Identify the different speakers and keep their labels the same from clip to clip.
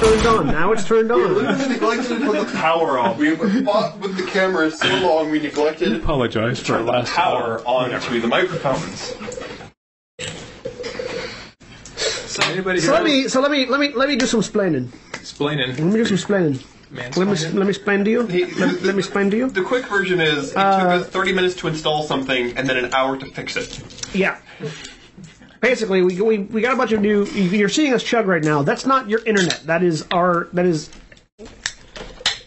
Speaker 1: turned on. Now it's turned on.
Speaker 2: We neglected to put the power on. We fought with the camera so long we neglected to
Speaker 3: Apologize for our
Speaker 2: put the
Speaker 3: last
Speaker 2: power onto the microphones.
Speaker 4: So anybody
Speaker 1: So
Speaker 4: here
Speaker 1: let me, so let me, let me, let me do some splaining.
Speaker 4: explaining?
Speaker 1: Let me do some splaining.
Speaker 4: Mansplaining?
Speaker 1: Let me, let me splain to you. Let, let me splain to you.
Speaker 2: The quick version is it
Speaker 1: Uh,
Speaker 2: took us 30 minutes to install something and then an hour to fix it.
Speaker 1: Yeah. Basically, we, we, we got a bunch of new. You're seeing us chug right now. That's not your internet. That is our. That is.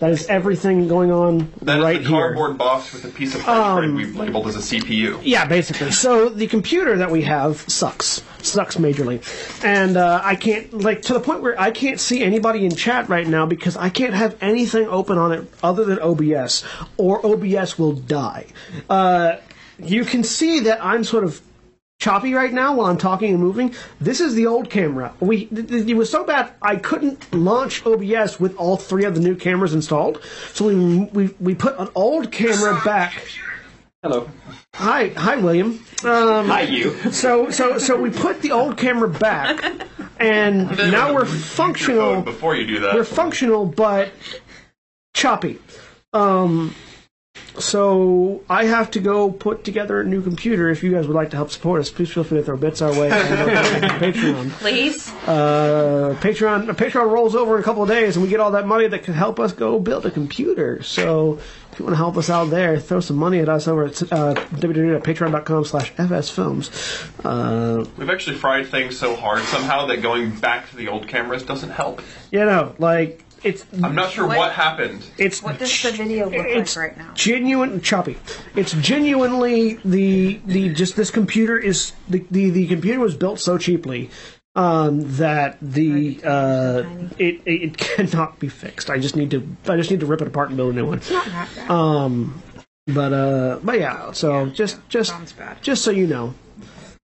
Speaker 1: That is everything going on
Speaker 2: That is
Speaker 1: right
Speaker 2: the
Speaker 1: here. Um,
Speaker 2: cardboard box with a piece of hard thread we've labeled as a CPU.
Speaker 1: Yeah, basically. So the computer that we have sucks. Sucks majorly. And uh, I can't, like, to the point where I can't see anybody in chat right now because I can't have anything open on it other than OBS, or OBS will die. Uh, you can see that I'm sort of choppy right now while I'm talking and moving. This is the old camera. We th- th- it was so bad I couldn't launch OBS with all three of the new cameras installed. So we we, we put an old camera back.
Speaker 4: Hello.
Speaker 1: Hi, hi, William. Um,
Speaker 2: Hi, you.
Speaker 1: so so so we put the old camera back, and now we're
Speaker 2: Phone
Speaker 1: functional.
Speaker 2: before you do that.
Speaker 1: We're functional, but choppy. Um, so I have to go put together a new computer. If you guys would like to help support us, please feel free to throw bits our way. on Patreon.
Speaker 5: Please.
Speaker 1: Uh, Patreon Patreon rolls over in a couple of days, and we get all that money that can help us go build a computer. So if you want to help us out there, throw some money at us over at uh, www.patreon.com slash fsfilms. Uh,
Speaker 2: We've actually fried things so hard somehow that going back to the old cameras doesn't help.
Speaker 1: you know, like, it's...
Speaker 2: I'm not sure what,
Speaker 5: What?
Speaker 2: happened.
Speaker 1: it's
Speaker 5: What does the video look
Speaker 1: it's
Speaker 5: like right now?
Speaker 1: genuine choppy. It's genuinely the the just this computer is the the, the computer was built so cheaply um, that the uh, it it it cannot be fixed. I just need to I just need to rip it apart and build a new one. Um, but uh, but yeah. So just just
Speaker 5: Sounds bad.
Speaker 1: just so you know,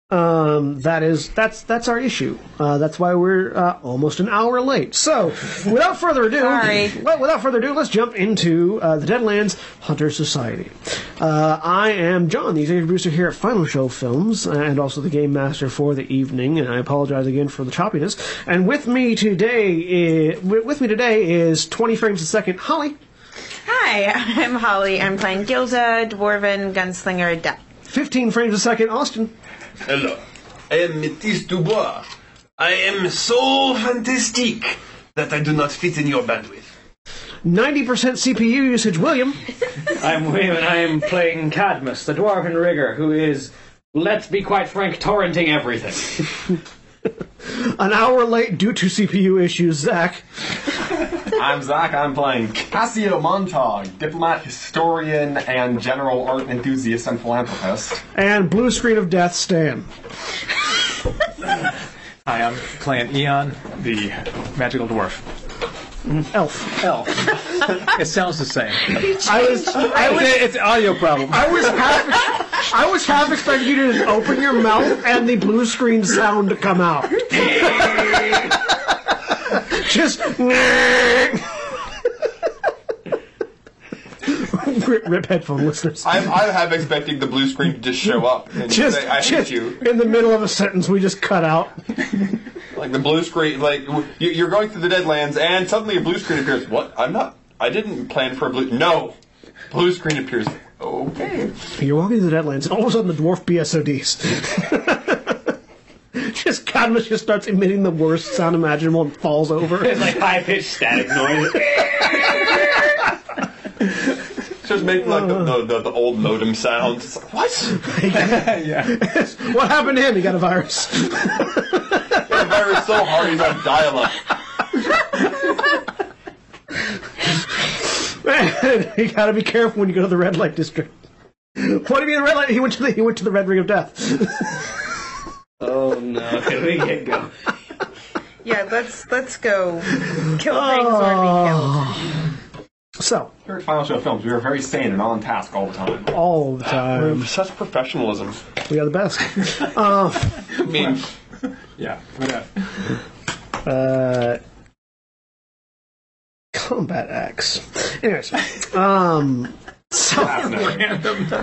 Speaker 1: um, that is that's that's our issue. Uh, that's why we're uh, almost an hour late. So without further ado,
Speaker 5: Sorry.
Speaker 1: well, without further ado, let's jump into uh, the Deadlands Hunter Society. Uh, I am John, the executive producer here at Final Show Films, uh, and also the game master for the evening. And I apologize again for the choppiness. And with me today, i- wi- with me today is 20 frames a second, Holly.
Speaker 5: Hi, I'm Holly. I'm playing Gilda, Dwarven, Gunslinger, Adept.
Speaker 1: 15 frames a second, Austin.
Speaker 6: Hello. I am Métis Dubois. I am so fantastic that I do not fit in your bandwidth.
Speaker 1: 90% CPU usage, William.
Speaker 7: I'm William, and I am playing Cadmus, the dwarven rigger, who is, let's be quite frank, torrenting everything.
Speaker 1: An hour late due to CPU issues, Zach.
Speaker 2: I'm Zach. I'm playing Cassio Montag, diplomat, historian, and general art enthusiast and philanthropist.
Speaker 1: And blue screen of death, Stan.
Speaker 4: Hi, I'm playing Eon, the magical dwarf.
Speaker 1: Elf.
Speaker 4: Elf. it sounds the same.
Speaker 1: I was, I was,
Speaker 4: It's an audio problem.
Speaker 1: I was half, I was half expecting you to just open your mouth and the blue screen sound to come out. just. rip, rip headphone listeners.
Speaker 2: I'm, I have expecting the blue screen to just show up and
Speaker 1: Just,
Speaker 2: say, "I hate
Speaker 1: just
Speaker 2: you."
Speaker 1: in the middle of a sentence, we just cut out.
Speaker 2: Like the blue screen, like w- you- you're going through the Deadlands, and suddenly a blue screen appears. What? I'm not. I didn't plan for a blue. No, blue screen appears. Okay.
Speaker 1: You're walking through the Deadlands, and all of a sudden the dwarf BSODs. just Cadmus just starts emitting the worst sound imaginable and falls over.
Speaker 7: It's like high pitched static noise.
Speaker 2: Just making like the, the, the, the old modem sounds. It's like, what?
Speaker 1: what happened to him? He got a virus.
Speaker 2: The virus so hard he's on dial-up.
Speaker 1: Man, you gotta be careful when you go to the red light district. What do you mean the red light? He went to the he went to the red ring of death.
Speaker 7: Oh no, here we get go.
Speaker 5: Yeah, let's let's go kill things or be
Speaker 1: Oh.
Speaker 5: killed.
Speaker 1: So
Speaker 2: Here at Final Show Films, we are very sane and on task all the time.
Speaker 1: all the time
Speaker 2: Such professionalism.
Speaker 1: we are the best. Um,
Speaker 2: I mean,
Speaker 4: Yeah. Whatever.
Speaker 1: Uh, combat axe. Anyways, um, so.
Speaker 2: so when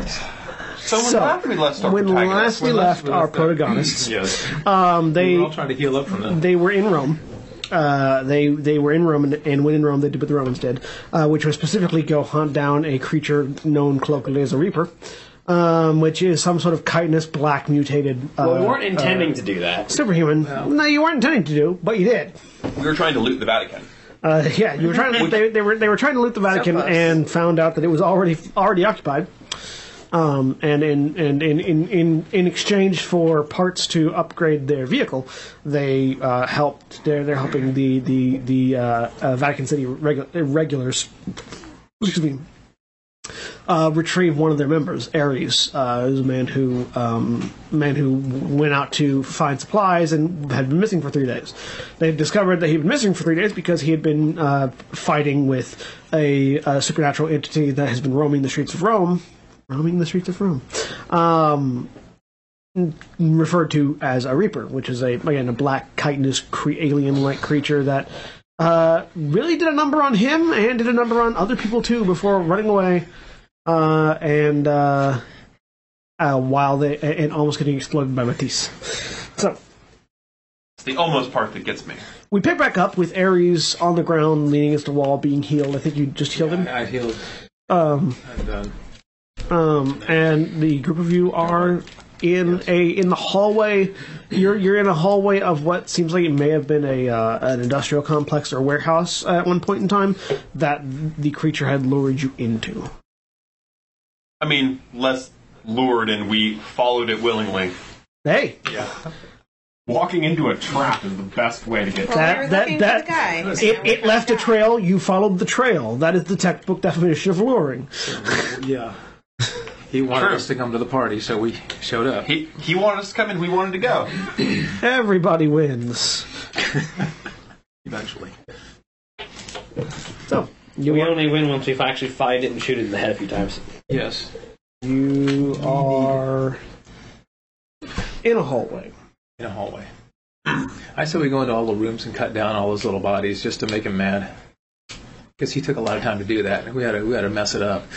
Speaker 1: So,
Speaker 2: last we left our
Speaker 1: when
Speaker 2: protagonist,
Speaker 1: last we left our protagonists, um, they
Speaker 4: We're all trying to heal up from that.
Speaker 1: they were in Rome. uh, they they were in Rome and, and when in Rome they did what the Romans did, uh, which was specifically go hunt down a creature known colloquially as a Reaper, um, which is some sort of chitinous black mutated uh,
Speaker 7: Well, we weren't intending to do that.
Speaker 1: superhuman. No, you weren't intending to do, but you did.
Speaker 2: We were trying to loot the Vatican.
Speaker 1: Uh, yeah, you were trying to. They, they were they were trying to loot the Vatican
Speaker 5: close.
Speaker 1: and found out that it was already already occupied. Um, and in and in, in, in in exchange for parts to upgrade their vehicle, they uh, helped. They're they're helping the the the uh, uh, Vatican City regu- regulars. Excuse me. Uh, retrieve one of their members, Ares, uh, who's a man who um, man who went out to find supplies and had been missing for three days. They discovered that he'd been missing for three days because he had been uh, fighting with a, a supernatural entity that has been roaming the streets of Rome, roaming the streets of Rome, um, referred to as a Reaper, which is a again a black chitinous cre- alien-like creature that. Uh, really did a number on him and did a number on other people too before running away uh, and uh, uh, while they and almost getting exploded by Matisse. So
Speaker 2: It's the almost part that gets me.
Speaker 1: we pick back up with Ares on the ground, leaning against a wall, being healed. I think you just healed him.
Speaker 4: I healed.
Speaker 1: Um,
Speaker 4: I'm done.
Speaker 1: um, and the group of you are in a in the hallway. You're you're in a hallway of what seems like it may have been a uh, an industrial complex or warehouse at one point in time that the creature had lured you into.
Speaker 2: I mean, less lured, and we followed it willingly.
Speaker 1: Hey,
Speaker 3: Walking into a trap is the best way to get.
Speaker 5: we were
Speaker 1: that
Speaker 5: looking
Speaker 1: that
Speaker 5: for
Speaker 1: that
Speaker 5: the guy. and now
Speaker 1: it,
Speaker 5: we
Speaker 1: it
Speaker 5: found
Speaker 1: left
Speaker 5: the
Speaker 1: a
Speaker 5: guy.
Speaker 1: trail. You followed the trail. That is the textbook definition of luring.
Speaker 4: Yeah. He wanted us to come to the party, so we showed up.
Speaker 2: He, he wanted us to come, and we wanted to go.
Speaker 1: Everybody wins.
Speaker 4: Eventually.
Speaker 1: So you
Speaker 7: We
Speaker 1: are,
Speaker 7: only win once we actually find it and shoot it in the head a few times.
Speaker 4: Yes.
Speaker 1: you are in a hallway.
Speaker 4: In a hallway. I said we go into all the rooms and cut down all those little bodies just to make him mad. Because he took a lot of time to do that. We had to, we had to mess it up.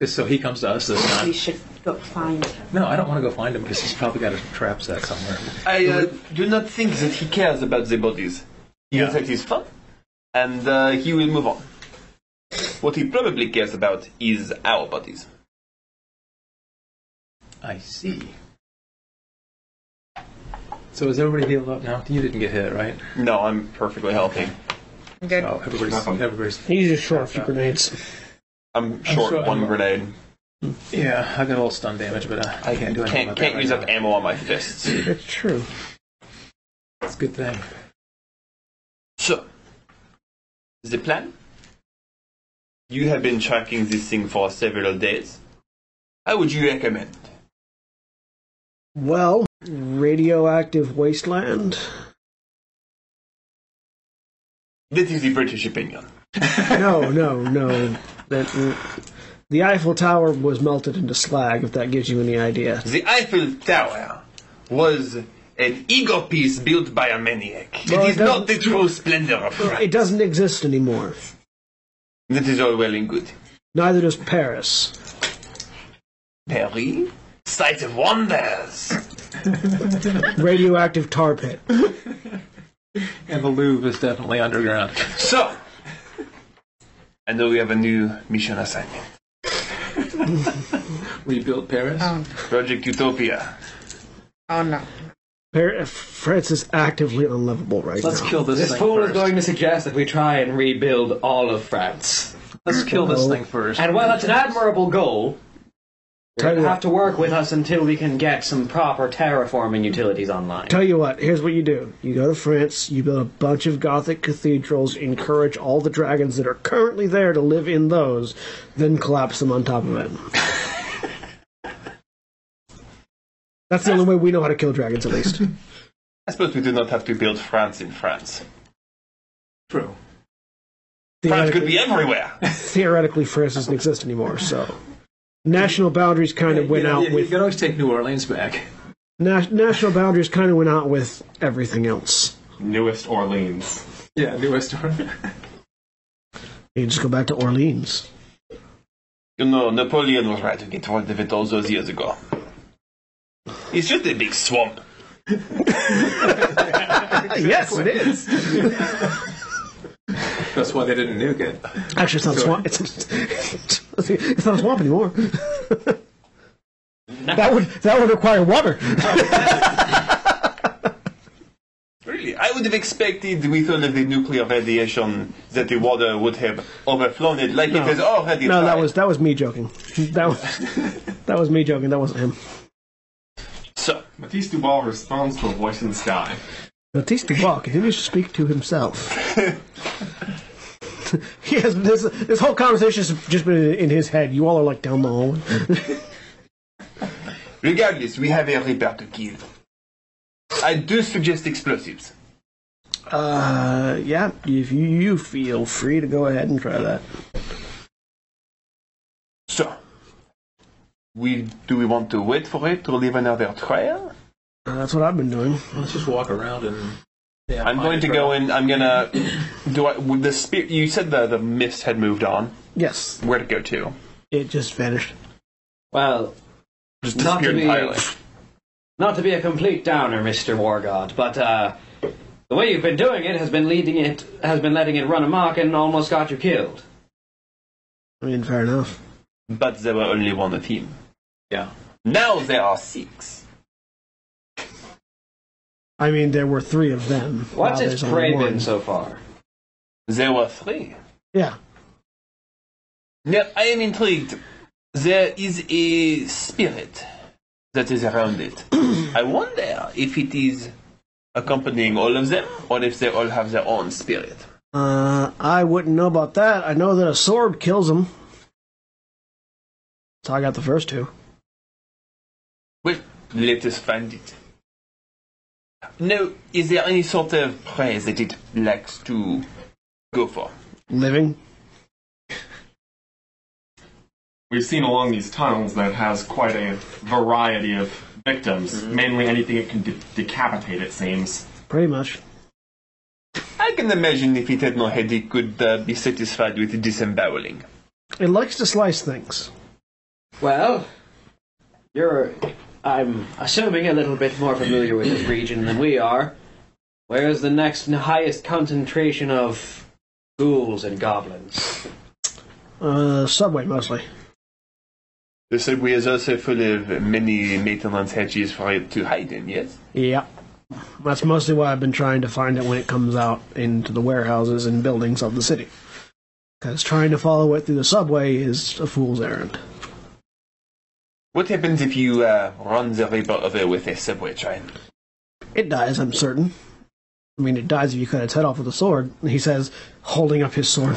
Speaker 4: just so he comes to us this
Speaker 5: We
Speaker 4: time.
Speaker 5: should go find him.
Speaker 4: No, I don't want to go find him because he's probably got a trap set somewhere.
Speaker 2: I uh, do not think that he cares about the bodies. He
Speaker 4: Yeah.
Speaker 2: thinks it is fun, and uh, he will move on. What he probably cares about is our bodies.
Speaker 4: I see. So is everybody healed up now? You didn't get hit, right?
Speaker 2: No, I'm perfectly healthy.
Speaker 5: Good.
Speaker 4: Oh, everybody's, everybody's.
Speaker 1: He's just short a few grenades.
Speaker 2: I'm short
Speaker 4: sure-
Speaker 2: one
Speaker 4: I'm-
Speaker 2: grenade.
Speaker 4: Yeah, I got a little stun damage, but uh, I can't do anything.
Speaker 2: Can't,
Speaker 4: about
Speaker 2: can't
Speaker 4: that
Speaker 2: use
Speaker 4: right
Speaker 2: up
Speaker 4: now.
Speaker 2: ammo on my fists.
Speaker 1: It's true.
Speaker 4: It's a good thing.
Speaker 2: So, the plan? You have been tracking this thing for several days. How would you recommend?
Speaker 1: Well, radioactive wasteland.
Speaker 2: This is the British opinion.
Speaker 1: No, no, no. That the Eiffel Tower was melted into slag. If that gives you any idea.
Speaker 2: The Eiffel Tower was an ego piece built by a maniac.
Speaker 1: Well,
Speaker 2: it is
Speaker 1: it
Speaker 2: not
Speaker 1: doesn't-
Speaker 2: the true splendor of France.
Speaker 1: It doesn't exist anymore.
Speaker 2: That is all well and good.
Speaker 1: Neither does Paris.
Speaker 2: Paris, site of wonders.
Speaker 1: Radioactive tar pit.
Speaker 4: And the Louvre is definitely underground.
Speaker 2: So, I know we have a new mission assignment.
Speaker 4: Rebuilt Paris.
Speaker 2: Project Utopia.
Speaker 5: Oh no.
Speaker 1: Par- France is actively unlivable right
Speaker 4: Let's
Speaker 1: now.
Speaker 4: kill this,
Speaker 7: This
Speaker 4: thing
Speaker 7: fool is
Speaker 4: first.
Speaker 7: going to suggest that we try and rebuild all of France.
Speaker 4: Let's kill this
Speaker 1: No.
Speaker 4: thing first.
Speaker 7: And while it's an admirable goal, you're
Speaker 1: Tell
Speaker 7: going
Speaker 1: you
Speaker 7: to
Speaker 1: what.
Speaker 7: have to work with us until we can get some proper terraforming utilities online.
Speaker 1: Tell you what, here's what you do. You go to France, you build a bunch of Gothic cathedrals, encourage all the dragons that are currently there to live in those, then collapse them on top of it. That's the only way we know how to kill dragons, at least.
Speaker 2: I suppose we do not have to build France in France.
Speaker 4: True.
Speaker 2: France could
Speaker 1: Theoretically,
Speaker 2: be everywhere.
Speaker 1: theoretically, France doesn't exist anymore, so. National boundaries kind of went
Speaker 4: yeah,
Speaker 1: out
Speaker 4: yeah, You
Speaker 1: with.
Speaker 4: could always take New Orleans back.
Speaker 1: Nas- national boundaries kind of went out with everything else.
Speaker 3: Newest Orleans.
Speaker 4: Yeah, New West Orleans.
Speaker 1: You just go back to Orleans.
Speaker 2: You know, Napoleon was right to get rid of it all those years ago. It's just a big swamp.
Speaker 1: yes, it is.
Speaker 4: That's why they didn't nuke it.
Speaker 1: Actually, it's not a swamp. It's, it's not a swamp anymore. that would that would require water.
Speaker 2: Really, I would have expected with all of the nuclear radiation that the water would have overflown it like it has already
Speaker 1: No, that
Speaker 2: tried.
Speaker 1: was that was me joking. That was that was me joking. That wasn't him.
Speaker 2: So,
Speaker 3: Matisse Duval responds to a voice in the sky.
Speaker 1: Matisse Dubois continues to speak to himself. he has this this whole conversation has just been in his head. You all are like down the hall.
Speaker 2: regardless, we have a repair to kill. I do suggest explosives.
Speaker 1: Uh, yeah. If you, you feel free to go ahead and try that.
Speaker 2: So, we do we want to wait for it to leave another trail?
Speaker 1: Uh, that's what I've been doing.
Speaker 4: Let's just walk around and. Yeah,
Speaker 2: I'm going to go in. I'm gonna do. I, with the spirit. You said the the mist had moved on.
Speaker 1: Yes,
Speaker 2: Where'd it go to?
Speaker 1: it just vanished.
Speaker 7: Well,
Speaker 2: Just
Speaker 7: Not to
Speaker 2: disappeared
Speaker 7: me.
Speaker 2: entirely.
Speaker 7: not to be a complete downer, Mr. Wargod, but uh, the way you've been doing it has been leading it has been letting it run amok and almost got you killed.
Speaker 1: I mean, fair enough.
Speaker 2: But there were only one of him.
Speaker 4: Yeah.
Speaker 2: Now there are six.
Speaker 1: I mean, there were three of them.
Speaker 7: What's
Speaker 1: Now
Speaker 7: its
Speaker 1: there's only
Speaker 7: prey
Speaker 1: one.
Speaker 7: been so far?
Speaker 2: There were three.
Speaker 1: Yeah.
Speaker 2: Now I am intrigued. There is a spirit that is around it. I wonder if it is accompanying all of them, or if they all have their own spirit.
Speaker 1: Uh, I wouldn't know about that. I know that a sword kills them. So I got the first two.
Speaker 2: Well, let us find it. Now, is there any sort of prey that it likes to go for?
Speaker 1: Living.
Speaker 3: We've seen along these tunnels that it has quite a variety of victims. Mainly anything it can de- decapitate, it seems.
Speaker 1: Pretty much.
Speaker 2: I can imagine if it had no head, it could uh, be satisfied with disemboweling.
Speaker 1: It likes to slice things.
Speaker 7: Well, you're, I'm assuming, a little bit more familiar with this region than we are. Where is the next and highest concentration of ghouls and goblins?
Speaker 1: Uh, subway mostly.
Speaker 2: The subway is also full of many maintenance hatches for it to hide in, yes?
Speaker 1: Yeah. That's mostly why I've been trying to find it when it comes out into the warehouses and buildings of the city. Because trying to follow it through the subway is a fool's errand.
Speaker 2: What happens if you uh, run the river over with a subway train?
Speaker 1: It dies, I'm certain. I mean, it dies if you cut its head off with a sword. He says, holding up his sword,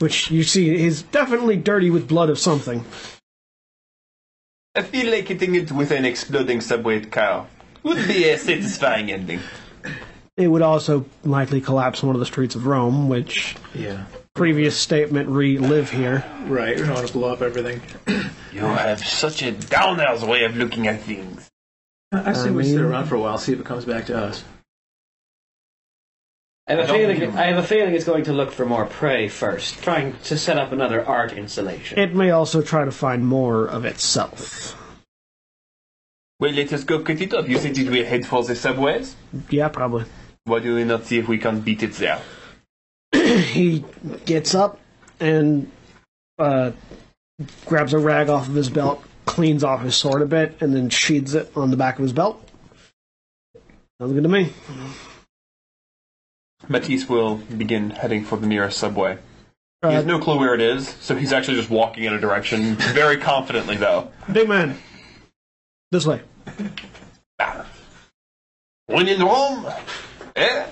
Speaker 1: which you see is definitely dirty with blood of something.
Speaker 2: I feel like hitting it with an exploding subway car would be a satisfying ending.
Speaker 1: It would also likely collapse one of the streets of Rome, which
Speaker 4: Yeah.
Speaker 1: previous statement relive here.
Speaker 4: Right. We don't want to blow up everything.
Speaker 2: You have such a downer's way of looking at things.
Speaker 4: I say
Speaker 1: I
Speaker 4: we sit
Speaker 1: mean-
Speaker 4: around for a while, see if it comes back to us.
Speaker 7: I have, a
Speaker 3: don't
Speaker 7: feeling,
Speaker 3: think-
Speaker 7: I have a feeling it's going to look for more prey first, trying to set up another art installation.
Speaker 1: It may also try to find more of itself.
Speaker 2: Well, let us go cut it off. You said it will head for the subways.
Speaker 1: Yeah, probably.
Speaker 2: Why do we not see if we can beat it there?
Speaker 1: he gets up and uh, grabs a rag off of his belt, cleans off his sword a bit, and then sheathes it on the back of his belt. Sounds good to me.
Speaker 2: Matisse will begin heading for the nearest subway. He
Speaker 1: Uh,
Speaker 2: has no clue where it is, so he's actually just walking in a direction, very confidently though.
Speaker 1: Big man, this way.
Speaker 2: When in Rome, eh?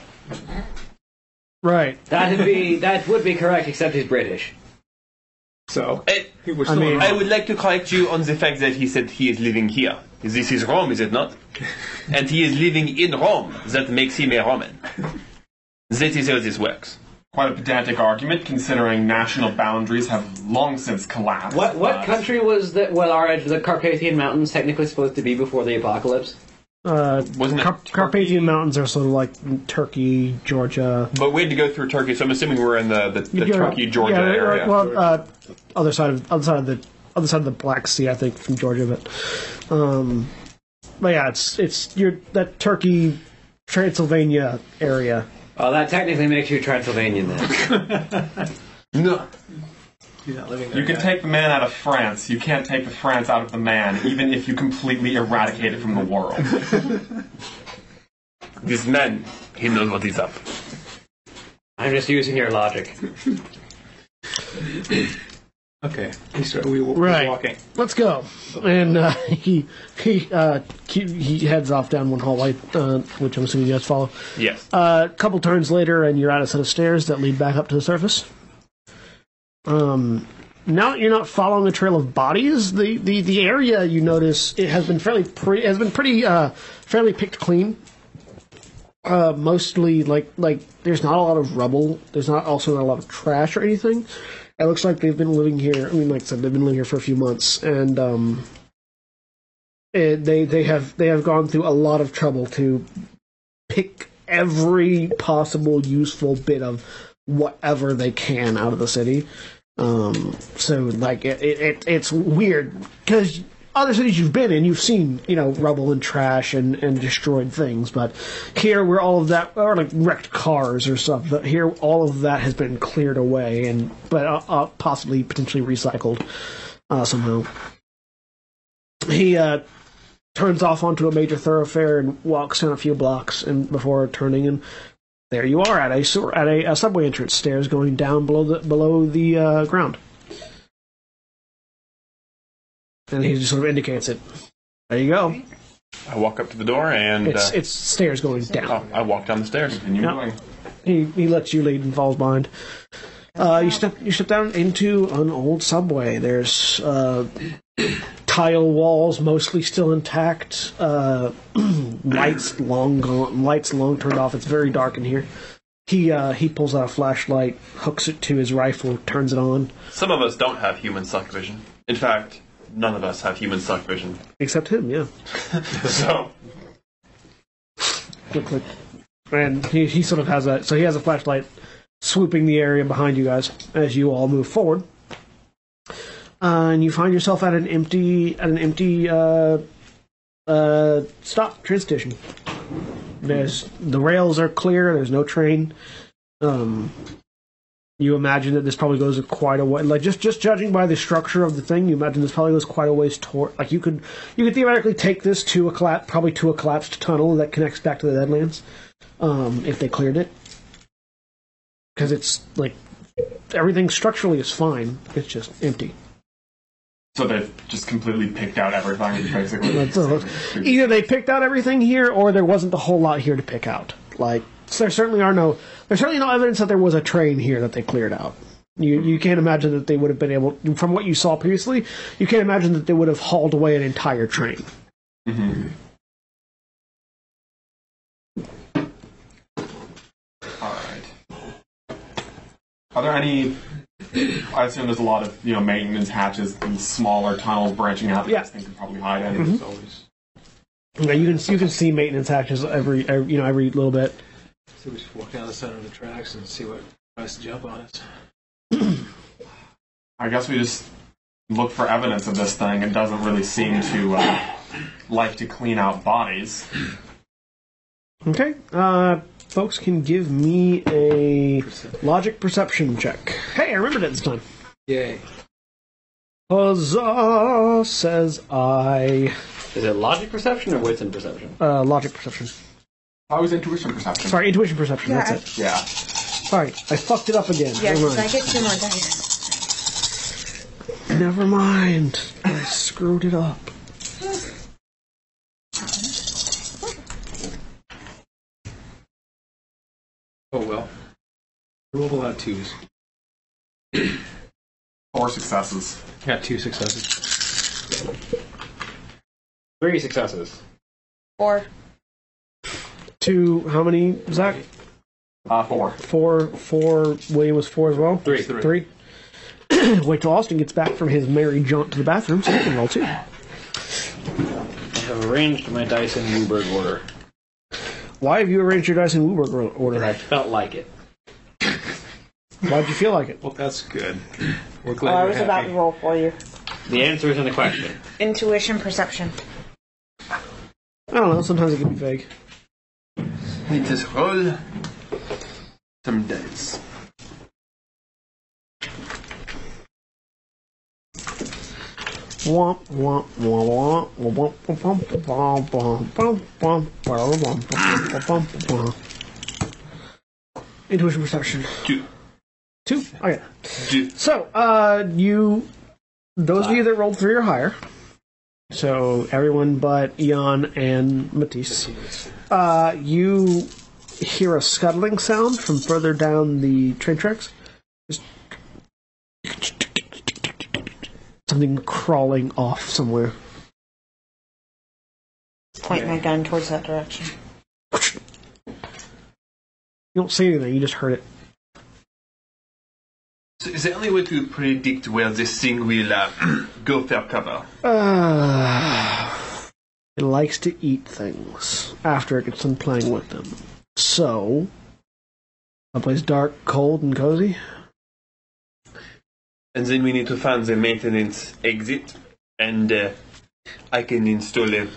Speaker 1: Right.
Speaker 7: That'd be that would be correct, except he's British.
Speaker 4: So
Speaker 2: eh,
Speaker 4: he was
Speaker 1: I
Speaker 4: still
Speaker 1: mean-
Speaker 2: I would like to correct you on the fact that he said he is living here. This is Rome, is it not? And he is living in Rome. That makes him a Roman. That is how this works.
Speaker 3: Quite a pedantic argument, considering national boundaries have long since collapsed. Uh,
Speaker 7: What what
Speaker 3: but-
Speaker 7: country was that? Well, are the Carpathian Mountains technically supposed to be before the apocalypse?
Speaker 1: Uh,
Speaker 2: Wasn't it
Speaker 1: Car-
Speaker 2: Turkey?
Speaker 1: Carpathian Mountains are sort of like Turkey, Georgia.
Speaker 2: But we had to go through Turkey, so I'm assuming we're in the, the, the
Speaker 1: Yeah,
Speaker 2: Turkey Georgia
Speaker 1: yeah, yeah,
Speaker 2: area.
Speaker 1: Well, uh, other side of other side of the other side of the Black Sea, I think, from Georgia. But, um, but yeah, it's it's your that Turkey, Transylvania area.
Speaker 7: Well, that technically makes you Transylvanian then.
Speaker 6: No.
Speaker 4: You're not living there.
Speaker 3: You can
Speaker 4: guy.
Speaker 3: take the man out of France. You can't take the France out of the man, even if you completely eradicate it from the world.
Speaker 2: This man, he knows what is up.
Speaker 7: I'm just using your logic.
Speaker 4: Okay, we start. We, we're
Speaker 1: Right. Mm-hmm.
Speaker 4: walking.
Speaker 1: Let's go. And uh, he he uh, he- he heads off down one hallway, uh, which I'm assuming you guys follow.
Speaker 2: Yes.
Speaker 1: A couple turns later, and you're at a set of stairs that lead back up to the surface. Um, now that you're not following the trail of bodies, the, the, the area you notice it has been fairly pre- has been pretty uh, fairly picked clean. Uh, mostly like like there's not a lot of rubble. There's not also not a lot of trash or anything. It looks like they've been living here. I mean, like I said, they've been living here for a few months, and um, it, they they have they have gone through a lot of trouble to pick every possible useful bit of whatever they can out of the city. Um, so like it, it, it it's weird because other cities you've been in, you've seen you know rubble and trash and, and destroyed things, but here where all of that or like wrecked cars or stuff, but here all of that has been cleared away and but uh, uh, possibly potentially recycled uh, somehow. He uh, turns off onto a major thoroughfare and walks down a few blocks and before turning and there you are at a sewer, at a, a subway entrance stairs going down below the below the uh, ground and he just sort of indicates it there you go
Speaker 2: I walk up to the door and
Speaker 1: it's
Speaker 2: uh,
Speaker 1: it's stairs going down
Speaker 2: oh, I walk down the stairs.
Speaker 3: And you're
Speaker 1: Yeah.
Speaker 3: going,
Speaker 1: he he lets you lead and falls behind uh, you step you step down into an old subway there's uh, tile walls mostly still intact uh, lights long gone lights long turned off it's very dark in here He uh, he pulls out a flashlight, hooks it to his rifle, turns it on.
Speaker 2: Some of us don't have human suck vision. In fact, none of us have human suck vision.
Speaker 1: Except him, yeah.
Speaker 2: So
Speaker 1: Click click. And he he sort of has a so he has a flashlight swooping the area behind you guys as you all move forward. Uh, and you find yourself at an empty at an empty uh, uh, stop train station. There's the rails are clear. There's no train. Um, you imagine that this probably goes quite a way. Like just just judging by the structure of the thing, you imagine this probably goes quite a ways toward. Like you could you could theoretically take this to a collapse, probably to a collapsed tunnel that connects back to the Deadlands, um, if they cleared it. Because it's like everything structurally is fine. It's just empty.
Speaker 3: so they've just completely picked out everything, basically.
Speaker 1: That's a- either they picked out everything here, or there wasn't a whole lot here to pick out. Like so there certainly are no there's certainly no evidence that there was a train here that they cleared out. You you can't imagine that they would have been able from what you saw previously. You can't imagine that they would have hauled away an entire train.
Speaker 3: Alright. Are there any. I assume there's a lot of, you know, maintenance hatches and smaller tunnels branching out that
Speaker 1: Yeah.
Speaker 3: this thing could probably hide in.
Speaker 1: You, know, you can you can see maintenance hatches every, every you know every little bit.
Speaker 4: So we just walk down the center of the tracks and see what tries to jump on us.
Speaker 3: I guess we just look for evidence of this thing. It doesn't really seem to uh, like to clean out bodies.
Speaker 1: Okay, uh, folks can give me a logic perception check. Hey, I remembered it this time.
Speaker 4: Yay!
Speaker 1: Huzzah! Says I.
Speaker 7: Is it logic perception or wisdom perception?
Speaker 1: Uh, logic perception.
Speaker 3: I was intuition perception.
Speaker 1: Sorry, intuition perception.
Speaker 5: Yeah,
Speaker 1: That's it.
Speaker 3: Yeah.
Speaker 1: Sorry, I fucked it up again.
Speaker 5: Yeah,
Speaker 1: Never
Speaker 5: because I
Speaker 1: mind.
Speaker 5: get two more dice.
Speaker 1: Never mind. I screwed it up.
Speaker 4: Oh well. Rolled a lot of twos.
Speaker 3: Four successes.
Speaker 4: Got two successes.
Speaker 7: Three successes.
Speaker 5: Four.
Speaker 1: Two. How many? Zach.
Speaker 3: Uh, four.
Speaker 1: Four. Four. William was four as well.
Speaker 7: Three.
Speaker 1: Three. Wait till Austin gets back from his merry jaunt to the bathroom, so he can roll two.
Speaker 7: I have arranged my dice in Newberg order.
Speaker 1: Why have you arranged your dice in Wooburg order?
Speaker 7: I felt like it.
Speaker 1: Why'd you feel like it?
Speaker 4: Well, that's good. We're
Speaker 5: Oh,
Speaker 4: glad
Speaker 5: I
Speaker 4: you're
Speaker 5: was about
Speaker 4: happy.
Speaker 5: to roll for you.
Speaker 7: The answer is in the question.
Speaker 5: Intuition, perception.
Speaker 1: I don't know. Sometimes it can be vague.
Speaker 6: Let us roll some dice.
Speaker 1: Womp, womp, womp, womp, womp, womp, womp, womp, womp, womp, womp, womp, womp, womp. Intuition perception.
Speaker 2: Two.
Speaker 1: Two? Okay.
Speaker 2: Two.
Speaker 1: So, uh, you. Those of you that rolled three or higher. So, everyone but Eon and Matisse. Uh, you hear a scuttling sound from further down the train tracks. Something crawling off somewhere.
Speaker 5: Point my gun towards that direction.
Speaker 1: You don't see anything, you just heard it.
Speaker 6: So is there any way to predict where this thing will uh, go for cover?
Speaker 1: Uh, it likes to eat things after it gets done playing with them. So, a place dark, cold, and cozy.
Speaker 6: And then we need to find the maintenance exit, and uh, I can install a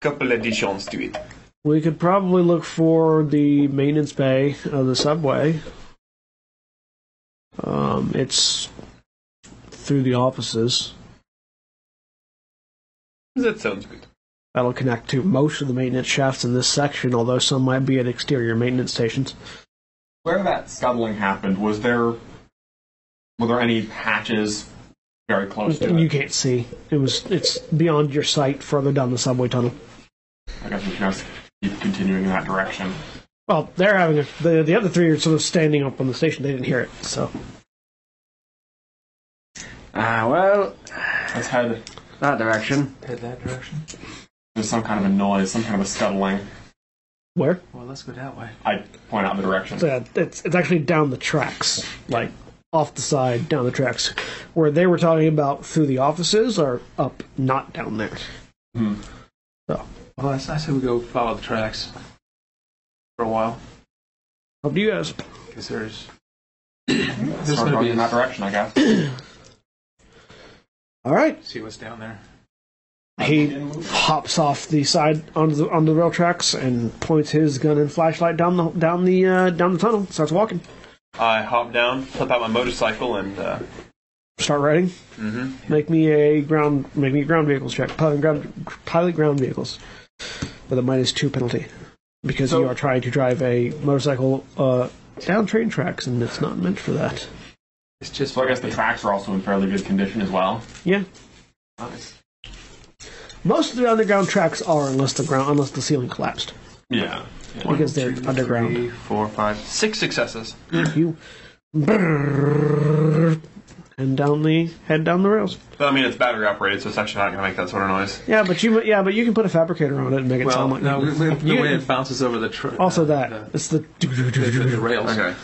Speaker 6: couple additions to it.
Speaker 1: We could probably look for the maintenance bay of the subway. Um, it's through the offices.
Speaker 6: That sounds good.
Speaker 1: That'll connect to most of the maintenance shafts in this section, although some might be at exterior maintenance stations.
Speaker 3: Where that scuttling happened, was there were there any patches very close to
Speaker 1: You
Speaker 3: it?
Speaker 1: can't see. It was it's beyond your sight, further down the subway tunnel.
Speaker 3: I guess we should just keep continuing in that direction.
Speaker 1: Well, they're having a, the the other three are sort of standing up on the station. They didn't hear it, so
Speaker 7: Ah, well,
Speaker 3: Let's head.
Speaker 7: that direction.
Speaker 4: Head that direction.
Speaker 3: There's some kind of a noise, some kind of a scuttling.
Speaker 1: where?
Speaker 4: Well, let's go that way.
Speaker 3: I point out the direction.
Speaker 1: It's, uh, it's it's actually down the tracks, like off the side, down the tracks, where they were talking about through the offices are up, not down there.
Speaker 3: Hmm.
Speaker 1: So
Speaker 4: Well, I, I say we go follow the tracks for a while
Speaker 1: up to you guys.
Speaker 4: because there's
Speaker 3: Start
Speaker 4: there's going to
Speaker 3: going
Speaker 4: be
Speaker 3: in that direction, I guess.
Speaker 1: All right.
Speaker 4: see what's down there.
Speaker 1: He hops off the side onto the on the rail tracks and points his gun and flashlight down the down the uh, down the tunnel. Starts walking.
Speaker 2: I hop down, flip out my motorcycle, and uh,
Speaker 1: Start riding.
Speaker 2: mhm.
Speaker 4: Mm-hmm.
Speaker 1: Make me a ground. Make me a ground vehicles check. Pilot ground. Pilot ground vehicles with a minus two penalty because you are trying to drive a motorcycle uh, down train tracks and it's not meant for that.
Speaker 4: It's just
Speaker 3: So I guess the tracks are also in fairly good condition as well.
Speaker 1: Yeah,
Speaker 3: Nice.
Speaker 1: most of the underground tracks are unless the ground unless the ceiling collapsed
Speaker 3: Yeah.
Speaker 1: because they're underground.
Speaker 4: three, four, five.
Speaker 2: six successes.
Speaker 1: You brrrr, and down the head down the rails.
Speaker 2: But I mean, it's battery operated, so it's actually not going to make that sort of noise.
Speaker 1: Yeah, but you yeah, but you can put a fabricator on it and make it
Speaker 4: Well,
Speaker 1: sound like
Speaker 4: no, we, we, the
Speaker 1: You-
Speaker 4: way it bounces over the tr-
Speaker 1: Also
Speaker 4: uh,
Speaker 1: that
Speaker 4: the,
Speaker 1: it's the
Speaker 4: the, the, the rails.
Speaker 2: Okay.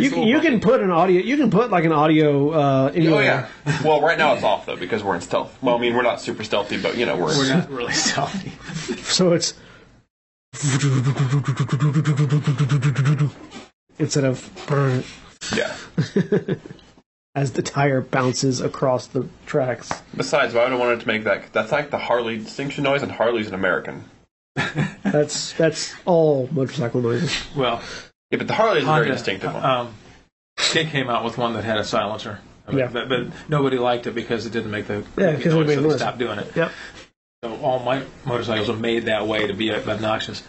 Speaker 1: You can, you can put an audio. You can put like an audio. Uh,
Speaker 2: Oh
Speaker 1: emulator.
Speaker 2: yeah. well, right now it's off though because we're in stealth. Well, I mean, we're not super stealthy, but you know, we're.
Speaker 4: We're not really stealthy.
Speaker 1: So it's instead of brr,
Speaker 2: yeah.
Speaker 1: as the tire bounces across the tracks.
Speaker 2: Besides, why would I want to make that? That's like the Harley distinction noise, and Harley's an American.
Speaker 1: That's that's all motorcycle noises.
Speaker 4: Well,
Speaker 2: Yeah, but the Harley is a very
Speaker 4: Honda,
Speaker 2: distinctive one.
Speaker 4: um, they came out with one that had a silencer. I mean,
Speaker 1: Yeah.
Speaker 4: but, but nobody liked it because it didn't make the
Speaker 1: Yeah, 'cause it made
Speaker 4: so
Speaker 1: noise.
Speaker 4: they stopped doing it.
Speaker 1: Yep.
Speaker 4: So all my motorcycles are made that way to be obnoxious.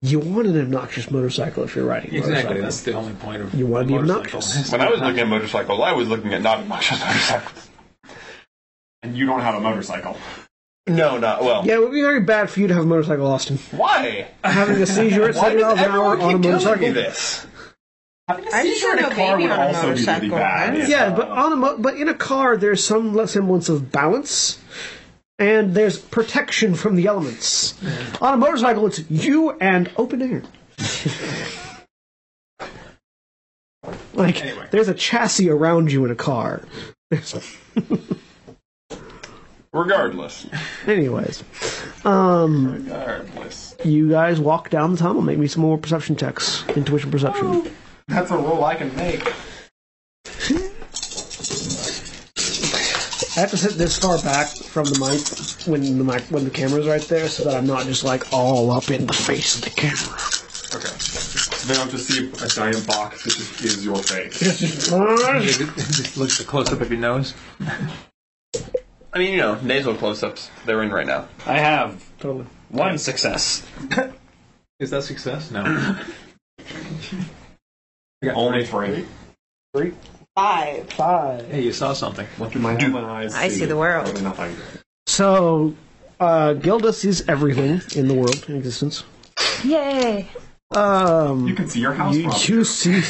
Speaker 1: You want an obnoxious motorcycle if you're riding. a
Speaker 4: Exactly.
Speaker 1: motorcycle.
Speaker 4: That's the only point of
Speaker 1: You wanna
Speaker 4: a
Speaker 1: be
Speaker 4: motorcycle.
Speaker 1: obnoxious.
Speaker 2: when I was looking at motorcycles, I was looking at not obnoxious motorcycles.
Speaker 3: And you don't have a motorcycle.
Speaker 2: No, not well.
Speaker 1: Yeah, it would be very bad for you to have a motorcycle, Austin.
Speaker 2: Why?
Speaker 1: Having a seizure at
Speaker 2: Why
Speaker 1: 70
Speaker 2: does
Speaker 1: miles an
Speaker 2: everyone
Speaker 1: hour on
Speaker 2: keep
Speaker 1: a
Speaker 2: telling me
Speaker 1: motorcycle.
Speaker 2: this?
Speaker 5: I just had a
Speaker 3: car
Speaker 5: baby
Speaker 3: would
Speaker 5: on a
Speaker 3: also be really
Speaker 5: motorcycle.
Speaker 3: bad.
Speaker 5: right?
Speaker 1: Yeah, but on a mo- but in a car, there's some le- semblance of balance, and there's protection from the elements. On a motorcycle, it's you and open air. like there's a chassis around you in a car.
Speaker 2: Regardless,
Speaker 1: Anyways, um,
Speaker 3: Regardless.
Speaker 1: you guys walk down the tunnel. Make me some more perception checks, intuition perception.
Speaker 3: That's a rule I can make.
Speaker 1: I have to sit this far back from the mic when the mic when the camera's right there, so that I'm not just like all up in the face of the camera.
Speaker 3: Okay. Then I'll just see a giant box that just is your face.
Speaker 4: It just looks a close up of your nose.
Speaker 2: I mean, you know, nasal close-ups. They're in right now.
Speaker 8: I have
Speaker 1: totally.
Speaker 8: one success.
Speaker 4: Is that success? No.
Speaker 3: Only three.
Speaker 9: Five.
Speaker 1: Five.
Speaker 4: hey, you saw something.
Speaker 3: Look in my human eyes.
Speaker 5: I see the world.
Speaker 3: Probably nothing.
Speaker 1: So, uh, Gilda sees everything in the world in existence.
Speaker 5: Yay!
Speaker 1: Um,
Speaker 3: You can see your house.
Speaker 1: you,
Speaker 3: from-
Speaker 1: you see,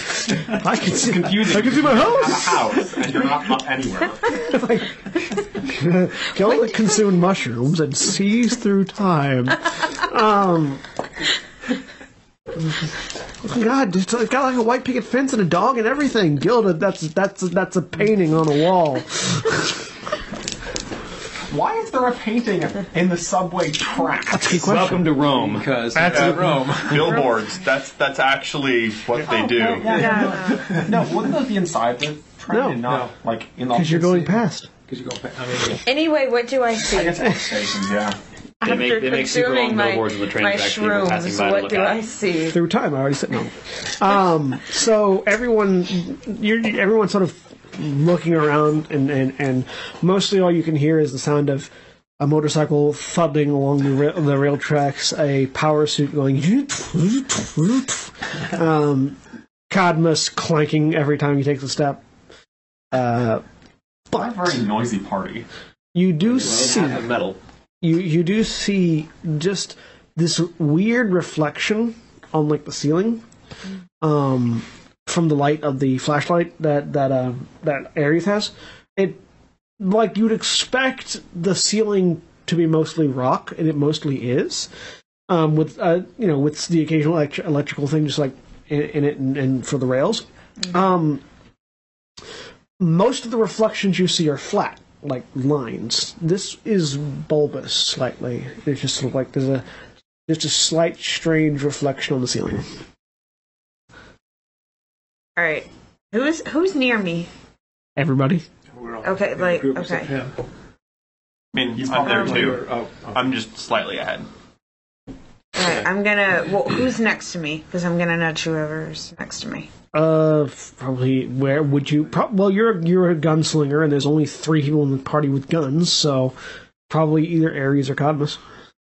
Speaker 1: I can see,
Speaker 3: confusing.
Speaker 1: I can see my
Speaker 3: a
Speaker 1: house.
Speaker 3: house, and you're not up anywhere.
Speaker 1: Gilda consumed mushrooms and sees through time. Um, God, it's like- got like a white picket fence and a dog and everything. Gilda, that's that's that's a painting on a wall.
Speaker 3: Why is there a painting in the subway track?
Speaker 1: Good question.
Speaker 8: Welcome to Rome.
Speaker 4: Because that's Rome.
Speaker 2: Billboards. That's that's actually what they
Speaker 3: Oh,
Speaker 2: do.
Speaker 3: No, wouldn't that be inside the train
Speaker 1: No,
Speaker 3: and not like in the?
Speaker 1: Because you're going past.
Speaker 4: Because you go. pa- I mean,
Speaker 5: Anyway, what do I see?
Speaker 3: I guess all stations, yeah.
Speaker 8: They make, they make super long
Speaker 5: my,
Speaker 8: billboards of the train
Speaker 5: my
Speaker 8: tracks for people passing
Speaker 5: shrooms,
Speaker 8: by to
Speaker 5: what
Speaker 8: look
Speaker 5: do
Speaker 8: at.
Speaker 5: I see?
Speaker 1: through time. I already said no. Um, so everyone, you're, everyone's sort of looking around, and, and, and mostly all you can hear is the sound of a motorcycle thudding along the, ra- the rail tracks, a power suit going. um, Cadmus clanking every time he takes a step. Uh,
Speaker 3: What a very noisy party.
Speaker 1: you do see
Speaker 8: The metal.
Speaker 1: you you do see just this weird reflection on like the ceiling um from the light of the flashlight that that uh, that Ares has it like you'd expect the ceiling to be mostly rock and it mostly is um with uh you know with the occasional elect- electrical thing just like in, in it and, and for the rails um most of the reflections you see are flat, like lines. This is bulbous slightly. It's just sort of like there's a just a slight strange reflection on the ceiling.
Speaker 5: All right. Who's who's near me?
Speaker 1: Everybody,
Speaker 5: Okay, like
Speaker 4: group was up
Speaker 5: okay.
Speaker 4: him.
Speaker 2: I mean,
Speaker 3: He's
Speaker 2: I'm there
Speaker 3: probably-
Speaker 2: too.
Speaker 4: Oh, oh.
Speaker 2: I'm just slightly ahead.
Speaker 5: All right, I'm gonna. Well, who's next to me? Because I'm gonna nudge whoever's next to me.
Speaker 1: uh, f- probably where would you? Pro- well, you're you're a gunslinger, and there's only three people in the party with guns, so probably either Ares or Cadmus.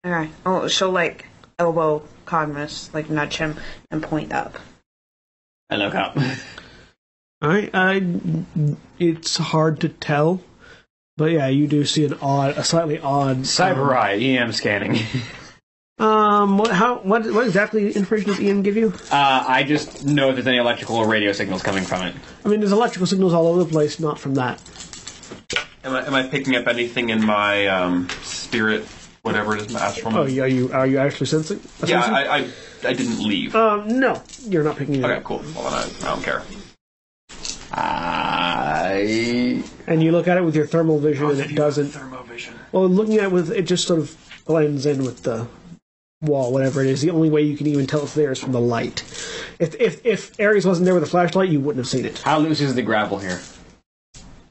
Speaker 5: Okay. Oh, she'll like elbow Cogmus, like nudge him and point up.
Speaker 8: I look up.
Speaker 1: All right, I, it's hard to tell, but yeah, you do see an odd, a slightly odd
Speaker 8: Cyber eye, EM scanning.
Speaker 1: Um, what, how, what, what exactly information does Ian give you?
Speaker 8: Uh, I just know if there's any electrical or radio signals coming from it.
Speaker 1: I mean, there's electrical signals all over the place, not from that.
Speaker 2: Am I, am I picking up anything in my um, spirit, whatever it is, astral?
Speaker 1: Oh, yeah, are you, are you actually sensing?
Speaker 2: yeah,
Speaker 1: sensing?
Speaker 2: I, I I didn't leave.
Speaker 1: um, no, you're not picking it
Speaker 2: Okay,
Speaker 1: up.
Speaker 2: cool. Well, then I, I don't care.
Speaker 8: I.
Speaker 1: And you look at it with your thermal vision, and it doesn't.
Speaker 2: Thermovision.
Speaker 1: Well, looking at it with it just sort of blends in with the wall, whatever it is. The only way you can even tell it's there is from the light. If if if Ares wasn't there with a flashlight, you wouldn't have seen it.
Speaker 8: How loose is the gravel here?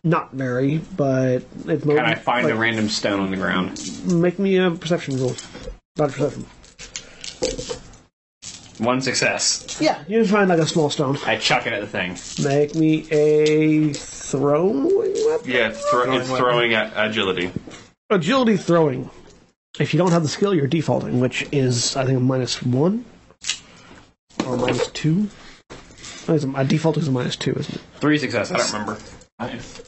Speaker 1: Not very, but it's mo-
Speaker 8: Can I find
Speaker 1: like,
Speaker 8: a random stone on the ground?
Speaker 1: Make me a perception roll. Not a perception.
Speaker 8: One success.
Speaker 1: Yeah, you can find like a small stone.
Speaker 8: I chuck it at the thing.
Speaker 1: Make me a throwing weapon.
Speaker 2: Yeah, it's, thro- it's throwing at agility.
Speaker 1: Agility throwing. If you don't have the skill, you're defaulting, which is, I think, a minus one or minus two. I think A default is a minus two, isn't it?
Speaker 8: Three
Speaker 2: I don't
Speaker 8: successes.
Speaker 2: remember.
Speaker 3: Nice.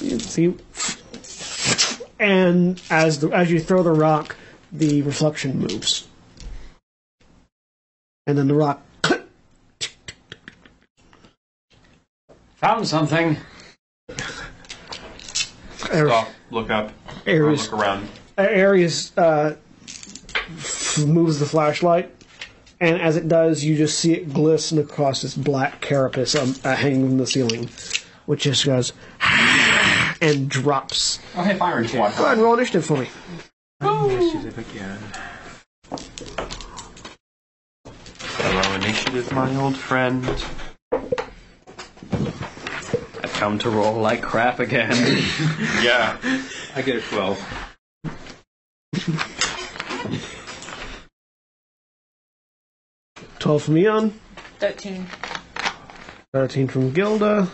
Speaker 1: You See, and as the, as you throw the rock, the reflection moves, and then the rock. click.
Speaker 8: Found something.
Speaker 2: Stop. Look up. or
Speaker 1: Ares
Speaker 2: Look around.
Speaker 1: Ares uh, f- moves the flashlight, and as it does, you just see it glisten across this black carapace um, uh, hanging from the ceiling, which just goes and drops.
Speaker 3: Oh, hey, firing squad.
Speaker 1: Go ahead and roll initiative for me.
Speaker 4: Initiative again.
Speaker 2: Hello, initiative, my old friend. I've
Speaker 8: come to roll like crap again.
Speaker 3: Yeah.
Speaker 4: I get a 12.
Speaker 1: Twelve from Eon,
Speaker 9: 13.
Speaker 1: thirteen from Gilda.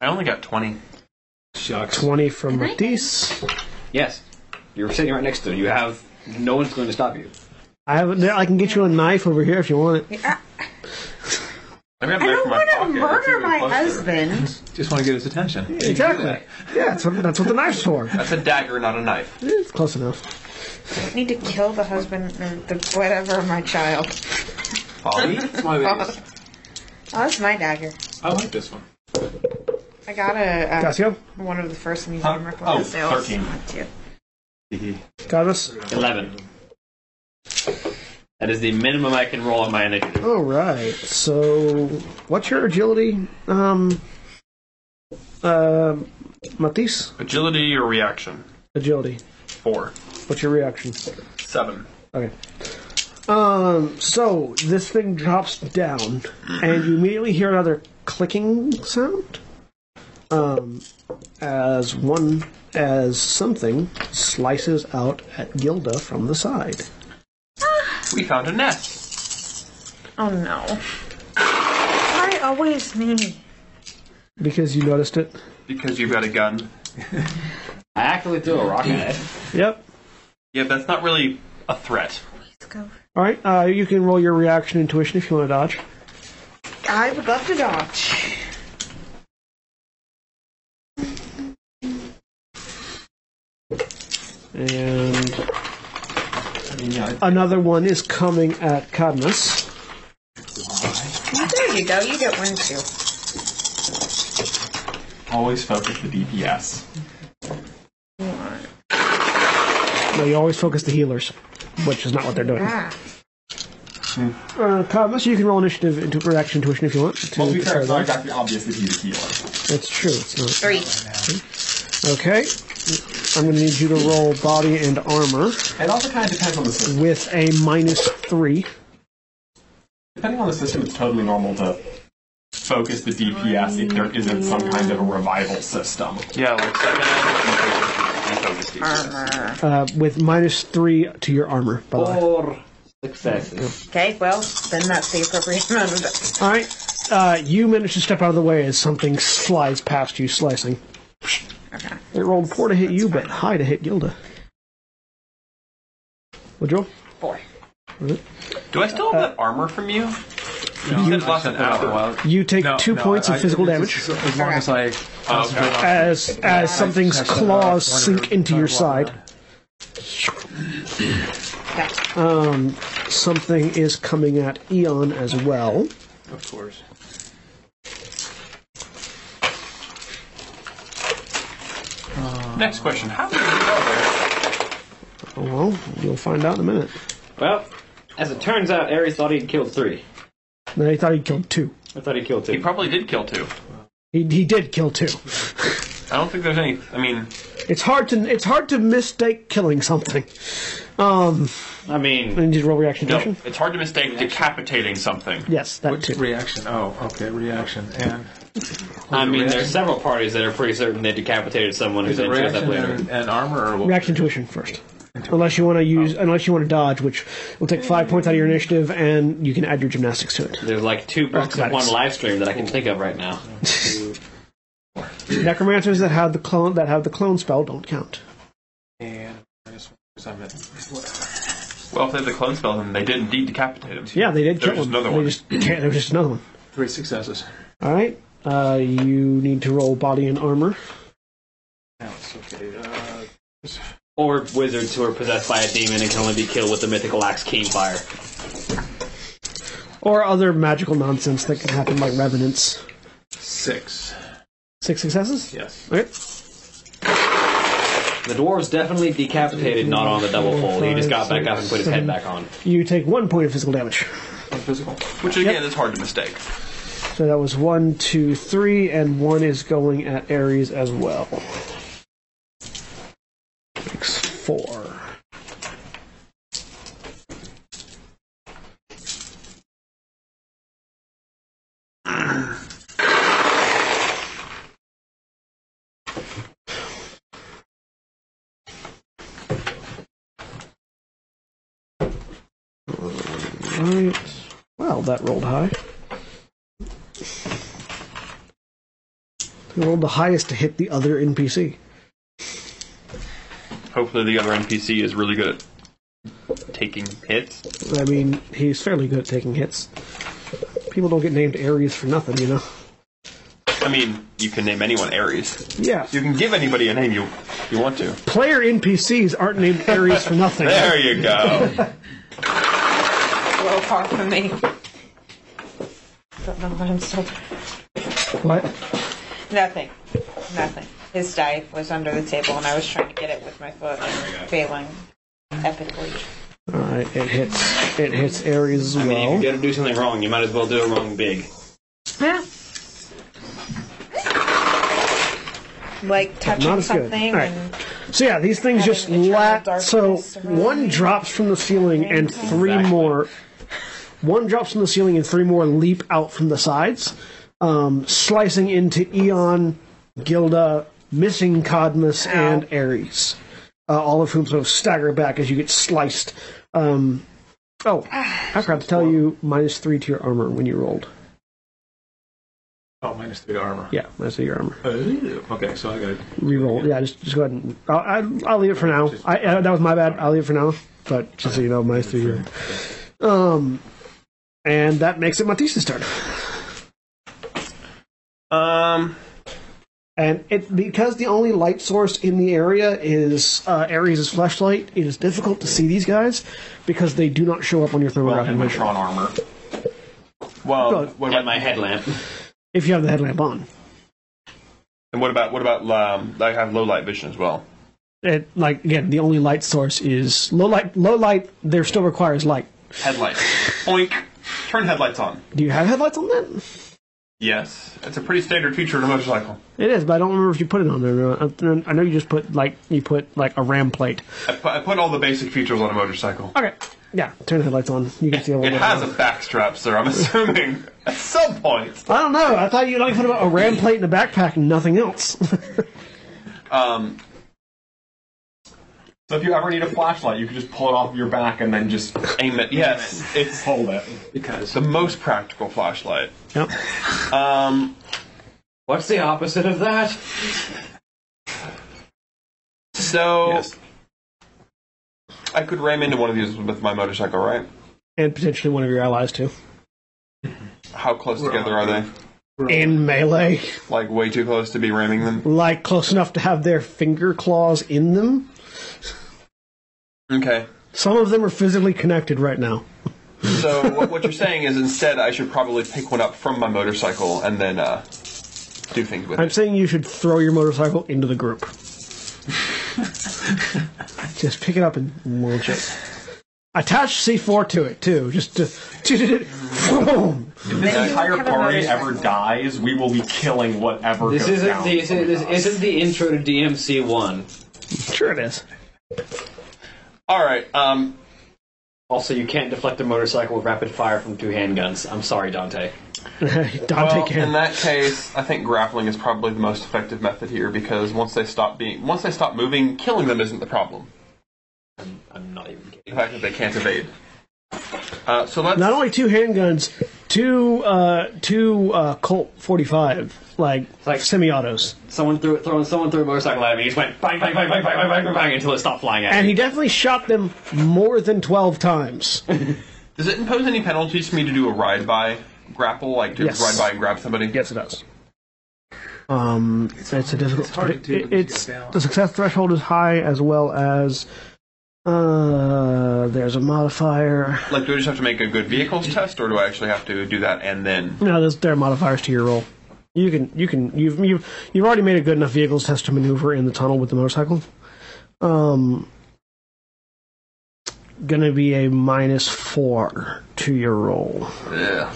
Speaker 2: I only got 20.
Speaker 4: Shucks.
Speaker 1: 20 from Matisse.
Speaker 8: yes. You're sitting right next to him. You have. No one's going to stop you.
Speaker 1: I have. there, I can get you a knife over here if you want it.
Speaker 9: I, I
Speaker 3: I, got that
Speaker 9: don't
Speaker 3: from my
Speaker 9: want to
Speaker 3: pocket. That's
Speaker 9: murder
Speaker 3: even
Speaker 9: my
Speaker 3: closer.
Speaker 9: husband.
Speaker 4: Just want to get his attention.
Speaker 1: Exactly. Yeah, that's what, that's what the knife's for.
Speaker 2: That's a dagger, not a knife.
Speaker 1: It's close enough.
Speaker 5: I need to kill the husband or the whatever of my child.
Speaker 4: Polly? That's my biggest.
Speaker 5: Oh, that's my dagger.
Speaker 4: I like this one.
Speaker 5: I got a, uh
Speaker 1: Cassio,
Speaker 5: one of the first
Speaker 3: Huh?
Speaker 5: museum replica
Speaker 3: Oh,
Speaker 5: sales.
Speaker 3: 13.
Speaker 5: Too.
Speaker 1: got us.
Speaker 8: 11. That is the minimum I can roll on my initiative.
Speaker 1: All right. So, what's your agility, um, uh, Matisse?
Speaker 2: Agility or reaction?
Speaker 1: Agility.
Speaker 2: Four.
Speaker 1: What's your reaction?
Speaker 2: Seven.
Speaker 1: Okay. Um, so this thing drops down, and you immediately hear another clicking sound. Um, as one as something slices out at Gilda from the side.
Speaker 2: We found a nest.
Speaker 5: Oh no. Why always me?
Speaker 1: Because you noticed it.
Speaker 2: Because you've got a gun.
Speaker 7: I actively threw a rock at it.
Speaker 1: Yep.
Speaker 2: Yeah, that's not really a threat.
Speaker 5: Let's go.
Speaker 1: All right. Uh, you can roll your reaction intuition if you want to dodge.
Speaker 5: I would love to dodge.
Speaker 1: And another one is coming at Cadmus.
Speaker 5: There you go. You get one too.
Speaker 3: Always focus the DPS.
Speaker 1: No, you always focus the healers, which is not what they're doing.
Speaker 5: Ah,
Speaker 1: Uh, Thomas, you can roll initiative into reaction tuition if you want. To
Speaker 3: Well, to be fair,
Speaker 1: prepare
Speaker 3: it's not
Speaker 1: that.
Speaker 3: exactly obvious that he's a healer.
Speaker 1: That's true. It's not.
Speaker 5: three.
Speaker 1: Okay. I'm going to need you to roll body and armor
Speaker 3: It also kind of depends on the system.
Speaker 1: with a minus three.
Speaker 3: Depending on the system, it's totally normal to focus the DPS if there isn't some kind of a revival system.
Speaker 2: Yeah, like seven and focus these.
Speaker 5: Armor.
Speaker 1: Uh, with minus three to your armor, by
Speaker 8: Oh,
Speaker 1: the way.
Speaker 7: Four successes.
Speaker 5: Okay, well, then that's the appropriate amount of dice.
Speaker 1: All right. Uh, you manage to step out of the way as something slides past you, slicing.
Speaker 5: Okay.
Speaker 1: It rolled poor to hit you, but high to hit Gilda. Would you roll?
Speaker 5: Four.
Speaker 2: Do I still have that armor from you?
Speaker 4: No,
Speaker 2: said
Speaker 4: I
Speaker 2: lost
Speaker 4: shut
Speaker 2: an
Speaker 4: that off
Speaker 2: hour.
Speaker 4: a while.
Speaker 1: You take
Speaker 4: No,
Speaker 1: two
Speaker 4: no,
Speaker 1: points
Speaker 4: I-
Speaker 1: of physical
Speaker 4: I-
Speaker 1: damage.
Speaker 4: As as long as
Speaker 8: Oh,
Speaker 4: I uh, concentrate on
Speaker 1: as as something's
Speaker 4: That's-
Speaker 1: claws
Speaker 4: that's-
Speaker 1: sink into your side.
Speaker 5: Okay.
Speaker 1: Um, something is coming at Eon as well.
Speaker 4: uh, Of course.
Speaker 2: Next question. How did you know
Speaker 1: Oh, Well, you'll find out in a minute.
Speaker 7: Well, as it turns out, Ares thought he'd killed three.
Speaker 1: No, he thought he killed two.
Speaker 7: I thought he killed
Speaker 2: He
Speaker 7: two.
Speaker 2: probably did kill two.
Speaker 1: He, he did kill two.
Speaker 2: I don't think there's any. I mean,
Speaker 1: It's hard to it's hard to mistake killing something. Um,
Speaker 7: I
Speaker 1: I
Speaker 7: mean,
Speaker 1: need you to roll reaction
Speaker 2: no.
Speaker 1: action.
Speaker 2: It's hard to mistake decapitating something.
Speaker 1: Yes, that
Speaker 4: What's
Speaker 1: too.
Speaker 4: reaction? Oh, okay, reaction. And
Speaker 8: I mean, there's several parties that are pretty certain they decapitated someone who
Speaker 4: is it
Speaker 8: then shows up
Speaker 4: reaction
Speaker 8: later.
Speaker 4: and, and armor or what?
Speaker 1: Reaction tuition first. Unless you want to use, unless you want to dodge, which will take five points out of your initiative, and you can add your gymnastics to it.
Speaker 8: There's like two books in one
Speaker 1: Acrobatics.
Speaker 8: live stream that I can think of right now.
Speaker 1: Necromancers that have the clone that have the clone spell don't count.
Speaker 4: And minus one, 'cause I'm at-
Speaker 2: Well, if they had the clone spell, then they did indeed decapitate him.
Speaker 1: Yeah, they did
Speaker 2: There
Speaker 1: kill
Speaker 2: was
Speaker 1: him.
Speaker 2: another
Speaker 1: They
Speaker 2: one.
Speaker 1: just can't, there was just another one.
Speaker 4: Three successes.
Speaker 1: All right. Uh, you need to roll body and armor.
Speaker 4: Now it's okay. Uh,
Speaker 8: Or wizards who are possessed by a demon and can only be killed with the mythical axe keen fire.
Speaker 1: Or other magical nonsense that can happen, like revenants.
Speaker 4: six.
Speaker 1: Six successes?
Speaker 4: Yes.
Speaker 1: Okay.
Speaker 8: The dwarves definitely decapitated, not on the double fold. He just got back up and put his head back on.
Speaker 1: You take one point of physical damage.
Speaker 4: Physical.
Speaker 2: Which again is hard to mistake.
Speaker 1: So that was one, two, three, and one is going at Ares as well. Makes four. right. Wow, that rolled high. It rolled the highest to hit the other NPC.
Speaker 2: Hopefully, the other NPC is really good at taking hits.
Speaker 1: I mean, he's fairly good at taking hits. People don't get named Ares for nothing, you know?
Speaker 2: I mean, you can name anyone Ares.
Speaker 1: Yeah.
Speaker 2: You can give anybody a name you you want to.
Speaker 1: Player NPCs aren't named Ares for nothing.
Speaker 2: There you go.
Speaker 9: Well, far from me. Don't know what I'm still.
Speaker 1: What?
Speaker 9: Nothing. Nothing. His die was under the table, and I was trying to get it with my foot, and failing epically.
Speaker 1: Alright, it hits. It hits Ares as
Speaker 8: I mean, if
Speaker 1: well.
Speaker 8: you're gonna do something wrong, you might as well do it wrong big.
Speaker 5: Yeah.
Speaker 9: Like touching
Speaker 1: Not as good.
Speaker 9: something,
Speaker 1: All right.
Speaker 9: and
Speaker 1: So yeah, these things just
Speaker 9: Having eternal
Speaker 1: lat.
Speaker 9: darkness
Speaker 1: So
Speaker 9: surrounding
Speaker 1: one
Speaker 9: me.
Speaker 1: drops from the ceiling, and three more. One drops from the ceiling, and three more leap out from the sides, um, slicing into Eon, Gilda, missing Cadmus, and Ares. Uh, all of whom sort of stagger back as you get sliced. Um, oh, I forgot to tell you minus three to your armor when you rolled.
Speaker 4: Oh, minus three to armor. Oh,
Speaker 1: Yeah, minus three to your armor.
Speaker 4: Okay, so I got
Speaker 1: Reroll. Yeah, just just go ahead and I'll, I'll, I'll leave it for now. I, uh, that was my bad. I'll leave it for now. But just so you know, my three year. Um, and that makes it Matisse's turn.
Speaker 2: Um,
Speaker 1: And it because the only light source in the area is uh, Ares' flashlight. It is difficult to see these guys because they do not show up on your
Speaker 3: Well,
Speaker 1: thermographic
Speaker 3: and my
Speaker 1: measure
Speaker 3: Tron armor.
Speaker 2: well,
Speaker 1: Good.
Speaker 2: what
Speaker 8: At
Speaker 2: about
Speaker 8: my headlamp.
Speaker 1: if you have the headlamp on.
Speaker 2: and what about what about um? I have low light vision as well.
Speaker 1: It, like again, the only light source is low light. Low light. There still requires light.
Speaker 2: Headlights. Oink. Turn headlights on.
Speaker 1: Do you have headlights on that?
Speaker 2: Yes, it's a pretty standard feature in a motorcycle.
Speaker 1: It is, but I don't remember if you put it on there. or not. I I know you just put like you put like a ram plate.
Speaker 2: I put, I put all the basic features on a motorcycle.
Speaker 1: Okay. Yeah, turn the headlights on. You can see a little
Speaker 2: It
Speaker 1: bit.
Speaker 2: has a backstrap, sir. I'm assuming at some point.
Speaker 1: I don't know. I thought you'd only put a ram plate in a backpack and nothing else.
Speaker 2: Um,
Speaker 3: So if you ever need a flashlight, you can just pull it off your back and then just
Speaker 2: aim it. Yes, it's
Speaker 3: hold it.
Speaker 4: because
Speaker 2: the most practical flashlight.
Speaker 1: yep.
Speaker 2: Um,
Speaker 7: What's the opposite of that?
Speaker 2: so
Speaker 4: Yes.
Speaker 2: I could ram into one of these with my motorcycle, right?
Speaker 1: And potentially one of your allies too.
Speaker 2: How close together are they?
Speaker 1: In melee,
Speaker 2: Like way too close to be ramming them.
Speaker 1: like close enough to have their finger claws in them.
Speaker 2: Okay.
Speaker 1: Some of them are physically connected right now.
Speaker 2: So what, what you're saying is instead I should probably pick one up from my motorcycle and then uh, do things with
Speaker 1: I'm
Speaker 2: it.
Speaker 1: saying you should throw your motorcycle into the group. just pick it up and launch it. Attach C4 to it too. Just to, boom.
Speaker 3: If this
Speaker 9: Maybe
Speaker 3: entire
Speaker 9: we have a
Speaker 3: party
Speaker 9: motorcycle.
Speaker 3: ever dies, we will be killing whatever
Speaker 7: This
Speaker 3: goes
Speaker 7: isn't
Speaker 3: down.
Speaker 7: the, this
Speaker 3: with
Speaker 7: this
Speaker 3: us.
Speaker 7: isn't the intro to DMC one.
Speaker 1: Sure it is.
Speaker 2: All right. Um,
Speaker 8: Also, you can't deflect a motorcycle with rapid fire from two handguns. I'm sorry, Dante.
Speaker 1: Dante
Speaker 2: well,
Speaker 1: can.
Speaker 2: in that case, I think grappling is probably the most effective method here because once they stop being, once they stop moving, killing them isn't the problem.
Speaker 8: I'm not even kidding.
Speaker 2: The fact that they can't evade. Uh, so let's.
Speaker 1: not only two handguns, two uh, two uh, Colt forty five like,
Speaker 8: like-
Speaker 1: semi-autos,
Speaker 8: Someone threw throwing someone threw a motorcycle at me. He just went bang bang bang bang bang bang bang bang until it stopped flying at
Speaker 1: and
Speaker 8: me.
Speaker 1: he definitely shot them more than twelve times.
Speaker 2: Does it impose any penalties for me to do a ride by grapple, like to
Speaker 1: Yes.
Speaker 2: ride by and grab somebody?
Speaker 1: yes, it does. Um, it's, a difficult.
Speaker 4: hard to do
Speaker 1: it-
Speaker 4: when you
Speaker 1: it's
Speaker 4: get down.
Speaker 1: the success threshold is high, as well as uh, there's a modifier.
Speaker 2: Like, do I just have to make a good vehicles test, or do I actually have to do that and then?
Speaker 1: No, there's, there are modifiers to your roll. You can you can you've you've you've already made a good enough vehicles test to maneuver in the tunnel with the motorcycle. Um, gonna be a minus four to your roll.
Speaker 2: Yeah.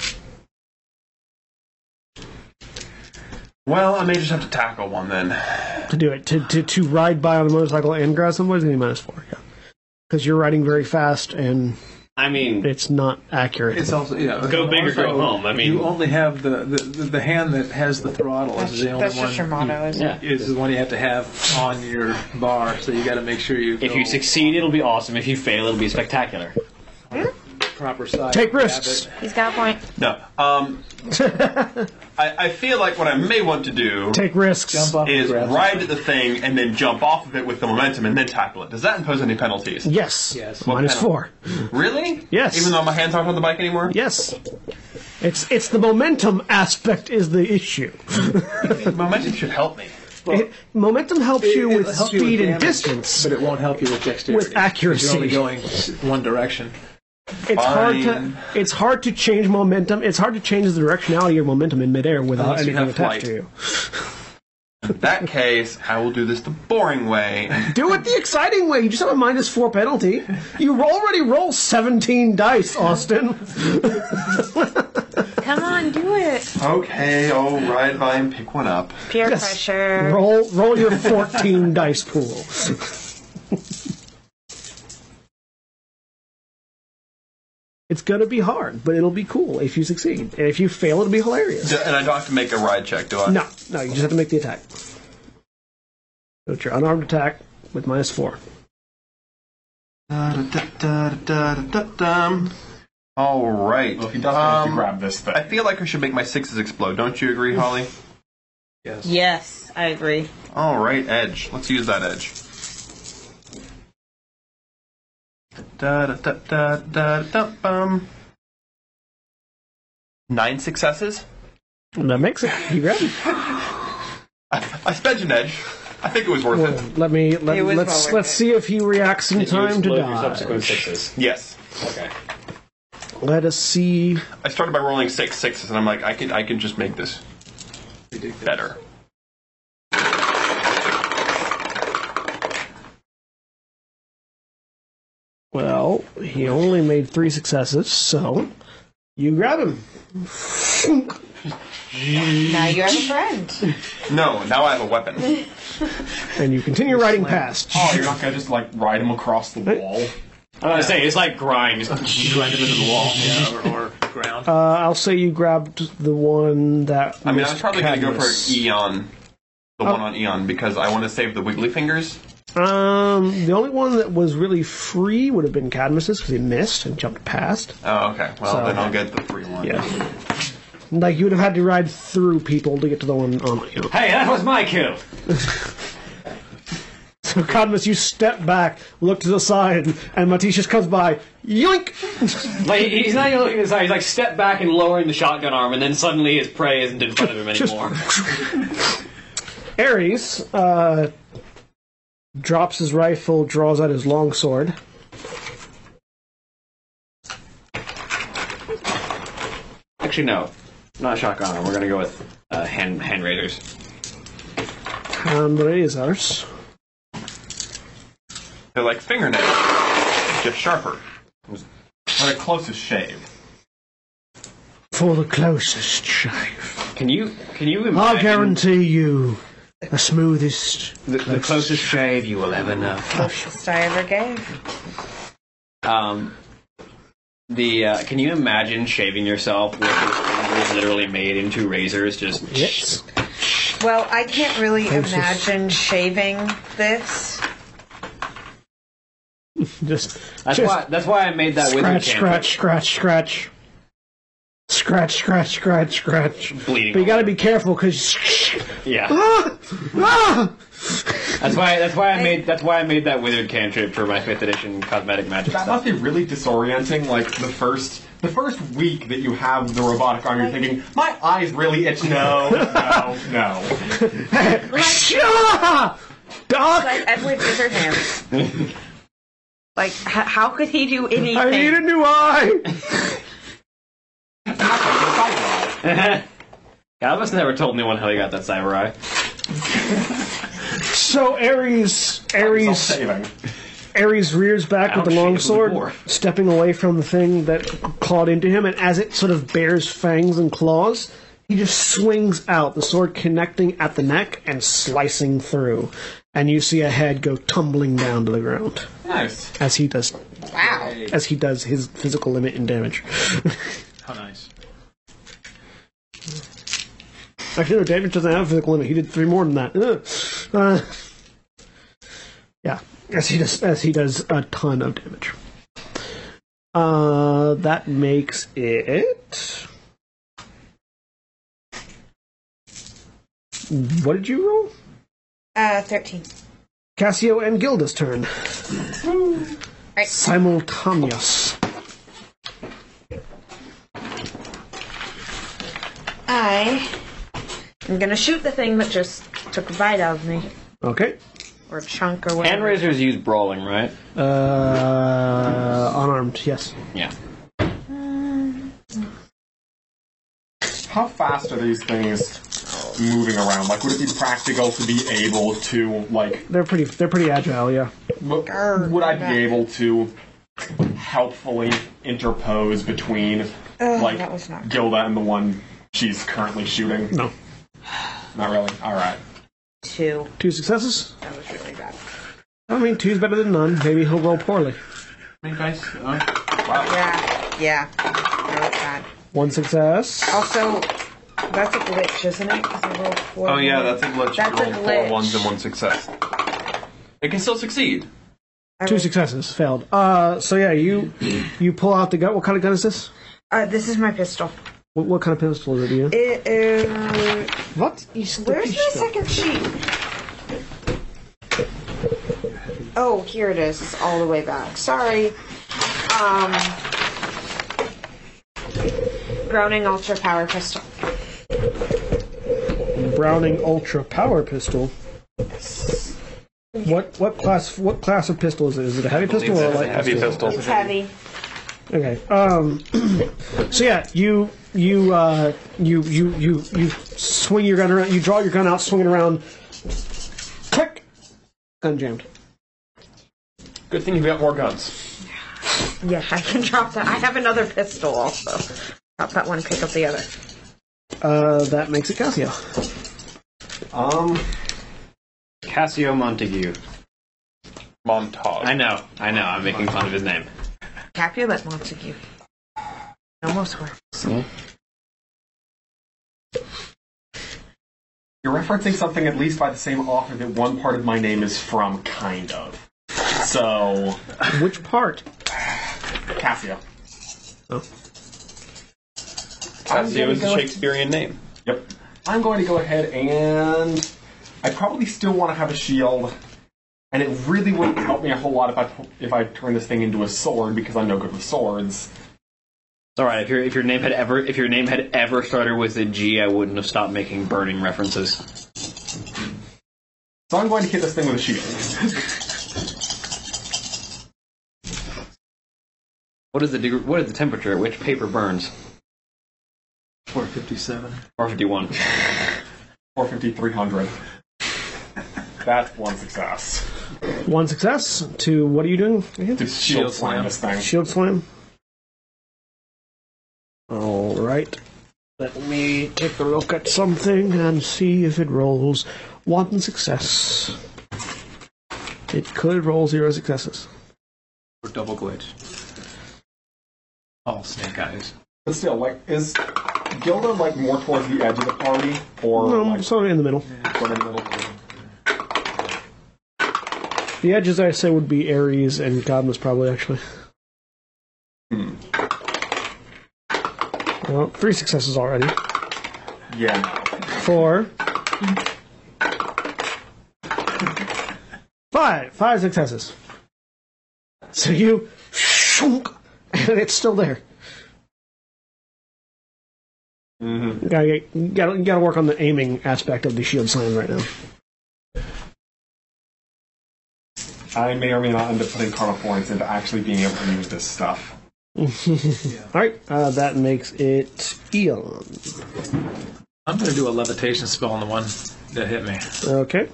Speaker 2: Well, I may just have to tackle one then.
Speaker 1: to do it to, to, to ride by on a motorcycle and grab somebody's gonna be minus four yeah because you're riding very fast and
Speaker 8: I mean,
Speaker 1: it's not accurate
Speaker 4: it's also yeah. the
Speaker 8: Go big or go
Speaker 4: motorcycle,
Speaker 8: home, I mean-
Speaker 4: you only have the, the, the, the hand that has the throttle.
Speaker 9: that's,
Speaker 4: is the only
Speaker 9: that's
Speaker 4: one
Speaker 9: just your motto, isn't it?
Speaker 4: is the one you have to have on your bar. So you got to make sure you.
Speaker 8: if you
Speaker 4: go-
Speaker 8: succeed, it'll be awesome. If you fail, it'll be spectacular.
Speaker 4: proper size.
Speaker 1: Take risks.
Speaker 4: grab
Speaker 9: He's got a point.
Speaker 2: No. Um, I, I feel like what I may want to do
Speaker 1: Take risks.
Speaker 4: it, Jump off and
Speaker 2: is
Speaker 4: grab
Speaker 2: ride the thing and then jump off of it with the momentum and then tackle it. Does that impose any penalties?
Speaker 1: Yes.
Speaker 4: Yes.
Speaker 1: Minus
Speaker 2: What
Speaker 1: four.
Speaker 2: Really?
Speaker 1: Yes.
Speaker 2: Even though my hands aren't on the bike anymore?
Speaker 1: Yes. It's it's the momentum aspect is the issue.
Speaker 2: Momentum should help me.
Speaker 1: It- momentum helps
Speaker 4: It-
Speaker 1: you
Speaker 4: it'll
Speaker 1: with
Speaker 4: help you
Speaker 1: speed and
Speaker 4: damage,
Speaker 1: distance.
Speaker 4: But it won't help you with dexterity.
Speaker 1: With
Speaker 4: 'cause You're
Speaker 1: accuracy.
Speaker 4: only going s- one direction.
Speaker 1: it's hard to
Speaker 2: Fine.
Speaker 1: it's hard to change momentum. It's hard to change the directionality of momentum in midair without
Speaker 2: Unless you
Speaker 1: anything
Speaker 2: have
Speaker 1: attached to
Speaker 2: flight.
Speaker 1: you.
Speaker 2: In that case, I will do this the boring way.
Speaker 1: Do it the exciting way. You just have a minus four penalty. You already roll seventeen dice, Austin.
Speaker 9: Come on, do it.
Speaker 2: okay, I'll ride by and pick one up.
Speaker 9: Peer
Speaker 1: Yes.
Speaker 9: pressure.
Speaker 1: Roll roll your fourteen dice pool. It's gonna be hard, but it'll be cool if you succeed. And if you fail, it'll be hilarious.
Speaker 2: Do- And I don't have to make a ride check, do I?
Speaker 1: No, no, you just have to make the attack. So it's your unarmed attack with minus four.
Speaker 2: Da-da-da-da-da-da-dum. All right.
Speaker 3: Well, if he does manage to
Speaker 2: Um,
Speaker 3: grab this
Speaker 2: I
Speaker 3: thing,
Speaker 2: feel like I should make my sixes explode. Don't you agree, Holly?
Speaker 9: Yes, I agree.
Speaker 2: All right, edge. Let's use that edge. Da da da da da da bum. Nine successes.
Speaker 1: And that makes it. You grab it.
Speaker 2: I, I spent an edge. I think it was worth it.
Speaker 1: Well, let me let,
Speaker 9: It was well
Speaker 1: let's
Speaker 9: worth
Speaker 1: let's
Speaker 9: it.
Speaker 1: see if he reacts in
Speaker 8: Did you
Speaker 1: time to
Speaker 8: explode your
Speaker 1: die.
Speaker 8: subsequent sixes?
Speaker 2: Yes.
Speaker 8: Okay.
Speaker 1: Let us see.
Speaker 2: I started by rolling six sixes, and I'm like, I can I can just make this better.
Speaker 1: Well, he only made three successes, so you grab him.
Speaker 9: Now you have a friend.
Speaker 2: No, now I have a weapon.
Speaker 1: And you continue riding past.
Speaker 3: oh, you're not gonna just like ride him across the wall.
Speaker 8: I was saying it's like grind. Just
Speaker 4: Grind them into the wall. Yeah, or, or ground.
Speaker 1: Uh, I'll say you grabbed the one that.
Speaker 2: I mean, I was probably going to go for
Speaker 1: E.
Speaker 2: Eon, the
Speaker 3: Oh.
Speaker 2: one on Eon, because I want to save the wiggly fingers.
Speaker 1: Um, the only one that was really free would have been Cadmus's because he missed and jumped past.
Speaker 2: Oh, okay. Well,
Speaker 1: So-
Speaker 2: then I'll get the free one.
Speaker 1: Yeah. Like you would have had to ride through people to get to the one on you.
Speaker 8: hey, that was my kill.
Speaker 1: So Cadmus, you step back, look to the side, and Matisius comes by. Yoink!
Speaker 8: Like he- he's not even looking inside. He's like step back and lowering the shotgun arm, and then suddenly his prey isn't in front of him anymore.
Speaker 1: Ares uh, drops his rifle, draws out his longsword.
Speaker 8: Actually, no, not shotgun arm. We're gonna go with uh, hand hand raiders.
Speaker 1: And it is ours.
Speaker 2: They're like fingernails, just sharper.
Speaker 3: Or the closest shave.
Speaker 1: For the closest shave.
Speaker 8: Can you can you
Speaker 1: I
Speaker 8: imagine
Speaker 1: guarantee you the smoothest.
Speaker 8: the, the closest shave you will ever know?
Speaker 9: Closest I ever gave.
Speaker 8: Um, the uh, can you imagine shaving yourself with your fingers literally made into razors? Just
Speaker 1: Yes.
Speaker 9: Well, I can't really
Speaker 1: Closest.
Speaker 9: imagine shaving this.
Speaker 1: Just,
Speaker 8: that's
Speaker 1: just
Speaker 8: why that's why I made that wizard
Speaker 1: scratch,
Speaker 8: cantrip.
Speaker 1: scratch, scratch, scratch. Scratch, scratch, scratch, scratch.
Speaker 8: Bleeding.
Speaker 1: But you gotta be careful because.
Speaker 8: yeah.
Speaker 1: Ah! Ah!
Speaker 8: That's why that's why I made that's why I made that wizard cantrip for my fifth edition cosmetic magic
Speaker 3: That
Speaker 8: stuff.
Speaker 3: must be really disorienting. Like the first, the first week that you have the robotic arm, you're thinking, my eyes really itch. No, no, no.
Speaker 1: Ah! Doc!
Speaker 9: Like Edward Scissorhands. like, h- how could he do anything?
Speaker 1: I need a new eye!
Speaker 8: Galvus never told anyone how he got that cyber eye.
Speaker 1: So Ares, Ares,
Speaker 3: Self-saving.
Speaker 1: Ares rears back with the
Speaker 8: Ouch,
Speaker 1: long
Speaker 8: he's a
Speaker 1: sword,
Speaker 8: dwarf.
Speaker 1: stepping away from the thing that clawed into him, and as it sort of bears fangs and claws, he just swings out, the sword connecting at the neck and slicing through. And you see a head go tumbling down to the ground
Speaker 3: Nice.
Speaker 1: as he does
Speaker 9: Wow.
Speaker 1: as he does his physical limit in damage.
Speaker 4: How nice.
Speaker 1: Actually, no, David doesn't have a physical limit. He did three more than that. Ugh. Uh, yeah, as he does, as he does a ton of damage. Uh, that makes it. What did you roll?
Speaker 9: Uh, 13.
Speaker 1: Cassio and Gilda's turn.
Speaker 9: Right.
Speaker 1: Simultaneous.
Speaker 9: I am gonna shoot the thing that just took a bite out of me,
Speaker 1: Okay.
Speaker 9: or a chunk, or whatever.
Speaker 8: Hand raisers use brawling, right?
Speaker 1: Uh, unarmed, yes.
Speaker 8: Yeah.
Speaker 3: How fast are these things moving around? Like, would it be practical to be able to, like,
Speaker 1: They're pretty. They're pretty agile. Yeah.
Speaker 3: w- would I be able to helpfully interpose between, like,
Speaker 9: that was not-
Speaker 3: Gilda and the one she's currently shooting?
Speaker 1: No.
Speaker 3: Not really. All right.
Speaker 9: Two.
Speaker 1: Two successes.
Speaker 9: That was really bad.
Speaker 1: I mean, two's better than none. Maybe he'll roll poorly.
Speaker 2: Hey guys, uh,
Speaker 9: Yeah, yeah. That was bad.
Speaker 1: One success.
Speaker 9: Also, that's a glitch, isn't it? 'Cause I rolled four
Speaker 2: oh yeah,
Speaker 9: ones.
Speaker 2: that's a glitch.
Speaker 9: That's
Speaker 2: you
Speaker 9: a
Speaker 2: roll
Speaker 9: glitch.
Speaker 2: four ones and one success. It can still succeed.
Speaker 9: I
Speaker 1: Two
Speaker 9: rolled-
Speaker 1: successes. Failed. Uh, so yeah, you you pull out the gun. What kind of gun is this?
Speaker 9: Uh, this is my pistol.
Speaker 1: What, what kind of pistol is it? Ian?
Speaker 9: It is.
Speaker 1: What?
Speaker 9: Where's my second sheet? Oh, here it is. It's all the way back. Sorry. Um, Browning Ultra Power Pistol.
Speaker 1: Browning Ultra Power Pistol. What what class what class of pistol is it? Is it a heavy pistol or a light
Speaker 2: Heavy
Speaker 1: pistol?
Speaker 2: pistol.
Speaker 9: It's heavy.
Speaker 1: Okay. Um, so yeah, you you uh, you you you you swing your gun around. You draw your gun out, swing it around. Click. Gun jammed.
Speaker 2: Good thing you've got more guns.
Speaker 9: Yeah, I can drop that. I have another pistol also. Drop that one, pick up the other.
Speaker 1: Uh, that makes it Casio.
Speaker 8: Um. Cassio Montague.
Speaker 2: Montage.
Speaker 8: I know, I know, I'm making fun of his name.
Speaker 9: Capulet Montague. It Almost worked.
Speaker 3: You're referencing something at least by the same author that one part of my name is from, kind of. So,
Speaker 1: Which part?
Speaker 3: Cassia.
Speaker 7: Oh.
Speaker 2: Cassio is a Shakespearean name.
Speaker 3: Yep. I'm going to go ahead and I probably still want to have a shield, and it really wouldn't help me a whole lot if I if I turn this thing into a sword because I'm no good with swords.
Speaker 8: It's alright, if your if your name had ever if your name had ever started with a G, I wouldn't have stopped making burning references.
Speaker 3: So I'm going to hit this thing with a shield.
Speaker 8: What is the deg- what is the temperature at which paper burns?
Speaker 4: 457.
Speaker 8: Four fifty one.
Speaker 3: 450, 300. That's one success.
Speaker 1: One success. Two. What are you doing? again?
Speaker 3: To shield slam this thing.
Speaker 1: Shield slam. All right. Let me take a look at something and see if it rolls one success. It could roll zero successes.
Speaker 4: Or double glitch. All snake eyes.
Speaker 3: But still, like, is Gilda like more towards the edge of the party, or
Speaker 1: Um,
Speaker 3: like
Speaker 1: sort of in the middle.
Speaker 3: sort of in the middle?
Speaker 1: The edges, I say, would be Aries and Godmas, probably, actually. Well, three successes already.
Speaker 3: Yeah. no.
Speaker 1: Four. Five. Five successes. So you. Shunk, and it's still there. You Gotta, get, you gotta, you gotta work on the aiming aspect of the shield slam right now.
Speaker 3: I may or may not end up putting karma points into actually being able to use this stuff.
Speaker 1: Alright, uh, that makes it Eon.
Speaker 4: I'm going to do a levitation spell on the one that hit me.
Speaker 1: Okay.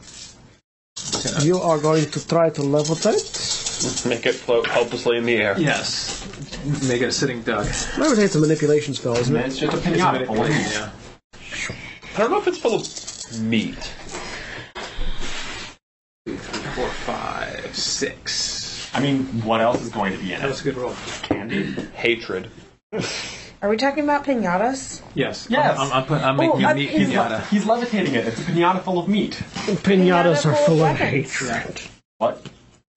Speaker 1: You are going to try to levitate.
Speaker 2: Make it float helplessly in the air.
Speaker 4: Yes. Make it a sitting duck.
Speaker 1: Levitate's a manipulation spell, isn't it?
Speaker 3: It's just a pinata. please.
Speaker 4: Yeah.
Speaker 2: I don't know if it's full of meat.
Speaker 4: Two, three, four, five, six.
Speaker 3: I mean, what else is going to be in
Speaker 4: That
Speaker 3: it?
Speaker 4: was a good roll.
Speaker 2: Hatred.
Speaker 9: Are we talking about pinatas?
Speaker 4: Yes.
Speaker 3: Yes.
Speaker 4: I'm, I'm, put, I'm making
Speaker 3: Oh,
Speaker 4: a
Speaker 3: I-
Speaker 4: neat
Speaker 3: he's-
Speaker 4: pinata.
Speaker 3: He's levitating it. It's a pinata full of meat.
Speaker 1: Pinatas are full of
Speaker 9: Weapons.
Speaker 1: hatred.
Speaker 3: What?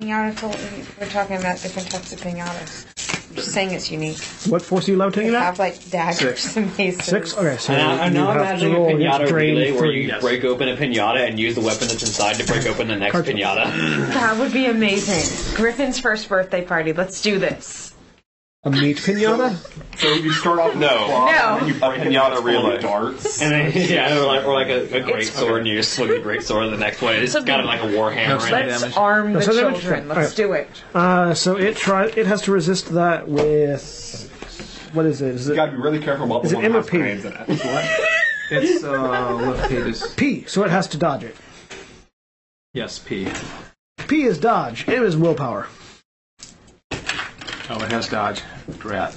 Speaker 9: Pinata, we're talking about different types of pinatas. Just saying it's unique.
Speaker 1: What force are you levitating
Speaker 9: They
Speaker 1: at?
Speaker 9: have like daggers and maces.
Speaker 1: Six. Okay, so
Speaker 8: And I, Uh, I'm
Speaker 1: you
Speaker 8: now
Speaker 1: have to
Speaker 8: imagining a
Speaker 1: roll and
Speaker 8: pinata
Speaker 1: drain
Speaker 8: relay where
Speaker 1: three.
Speaker 8: you break open a pinata and use the weapon that's inside to break open the next
Speaker 1: Cartridge.
Speaker 8: pinata.
Speaker 5: That would be amazing.
Speaker 9: Griffin's first birthday party. Let's do this.
Speaker 1: A meat pinata.
Speaker 3: So you start off with
Speaker 2: No.
Speaker 3: a claw,
Speaker 9: No.
Speaker 3: and then you break it
Speaker 2: pinata
Speaker 3: out
Speaker 2: relay.
Speaker 3: darts.
Speaker 8: and then, yeah, or like, or like a, a great sword, and you just swing the great sword the next way. It's got like a war hammer. in it.
Speaker 9: Let's arm the
Speaker 1: so they're-
Speaker 9: children. Let's
Speaker 1: alright.
Speaker 9: do it.
Speaker 1: Uh, so it try. It has to resist that with. What is it? Is
Speaker 3: You
Speaker 1: it
Speaker 3: gotta be really careful about
Speaker 1: Is
Speaker 3: the
Speaker 1: it
Speaker 3: one that has
Speaker 1: MOP?
Speaker 3: grenades in it.
Speaker 4: It's uh, what page is?
Speaker 1: P? So it has to dodge it.
Speaker 4: Yes, P.
Speaker 1: P is dodge. M is willpower.
Speaker 4: Oh, it has dodge. Drat.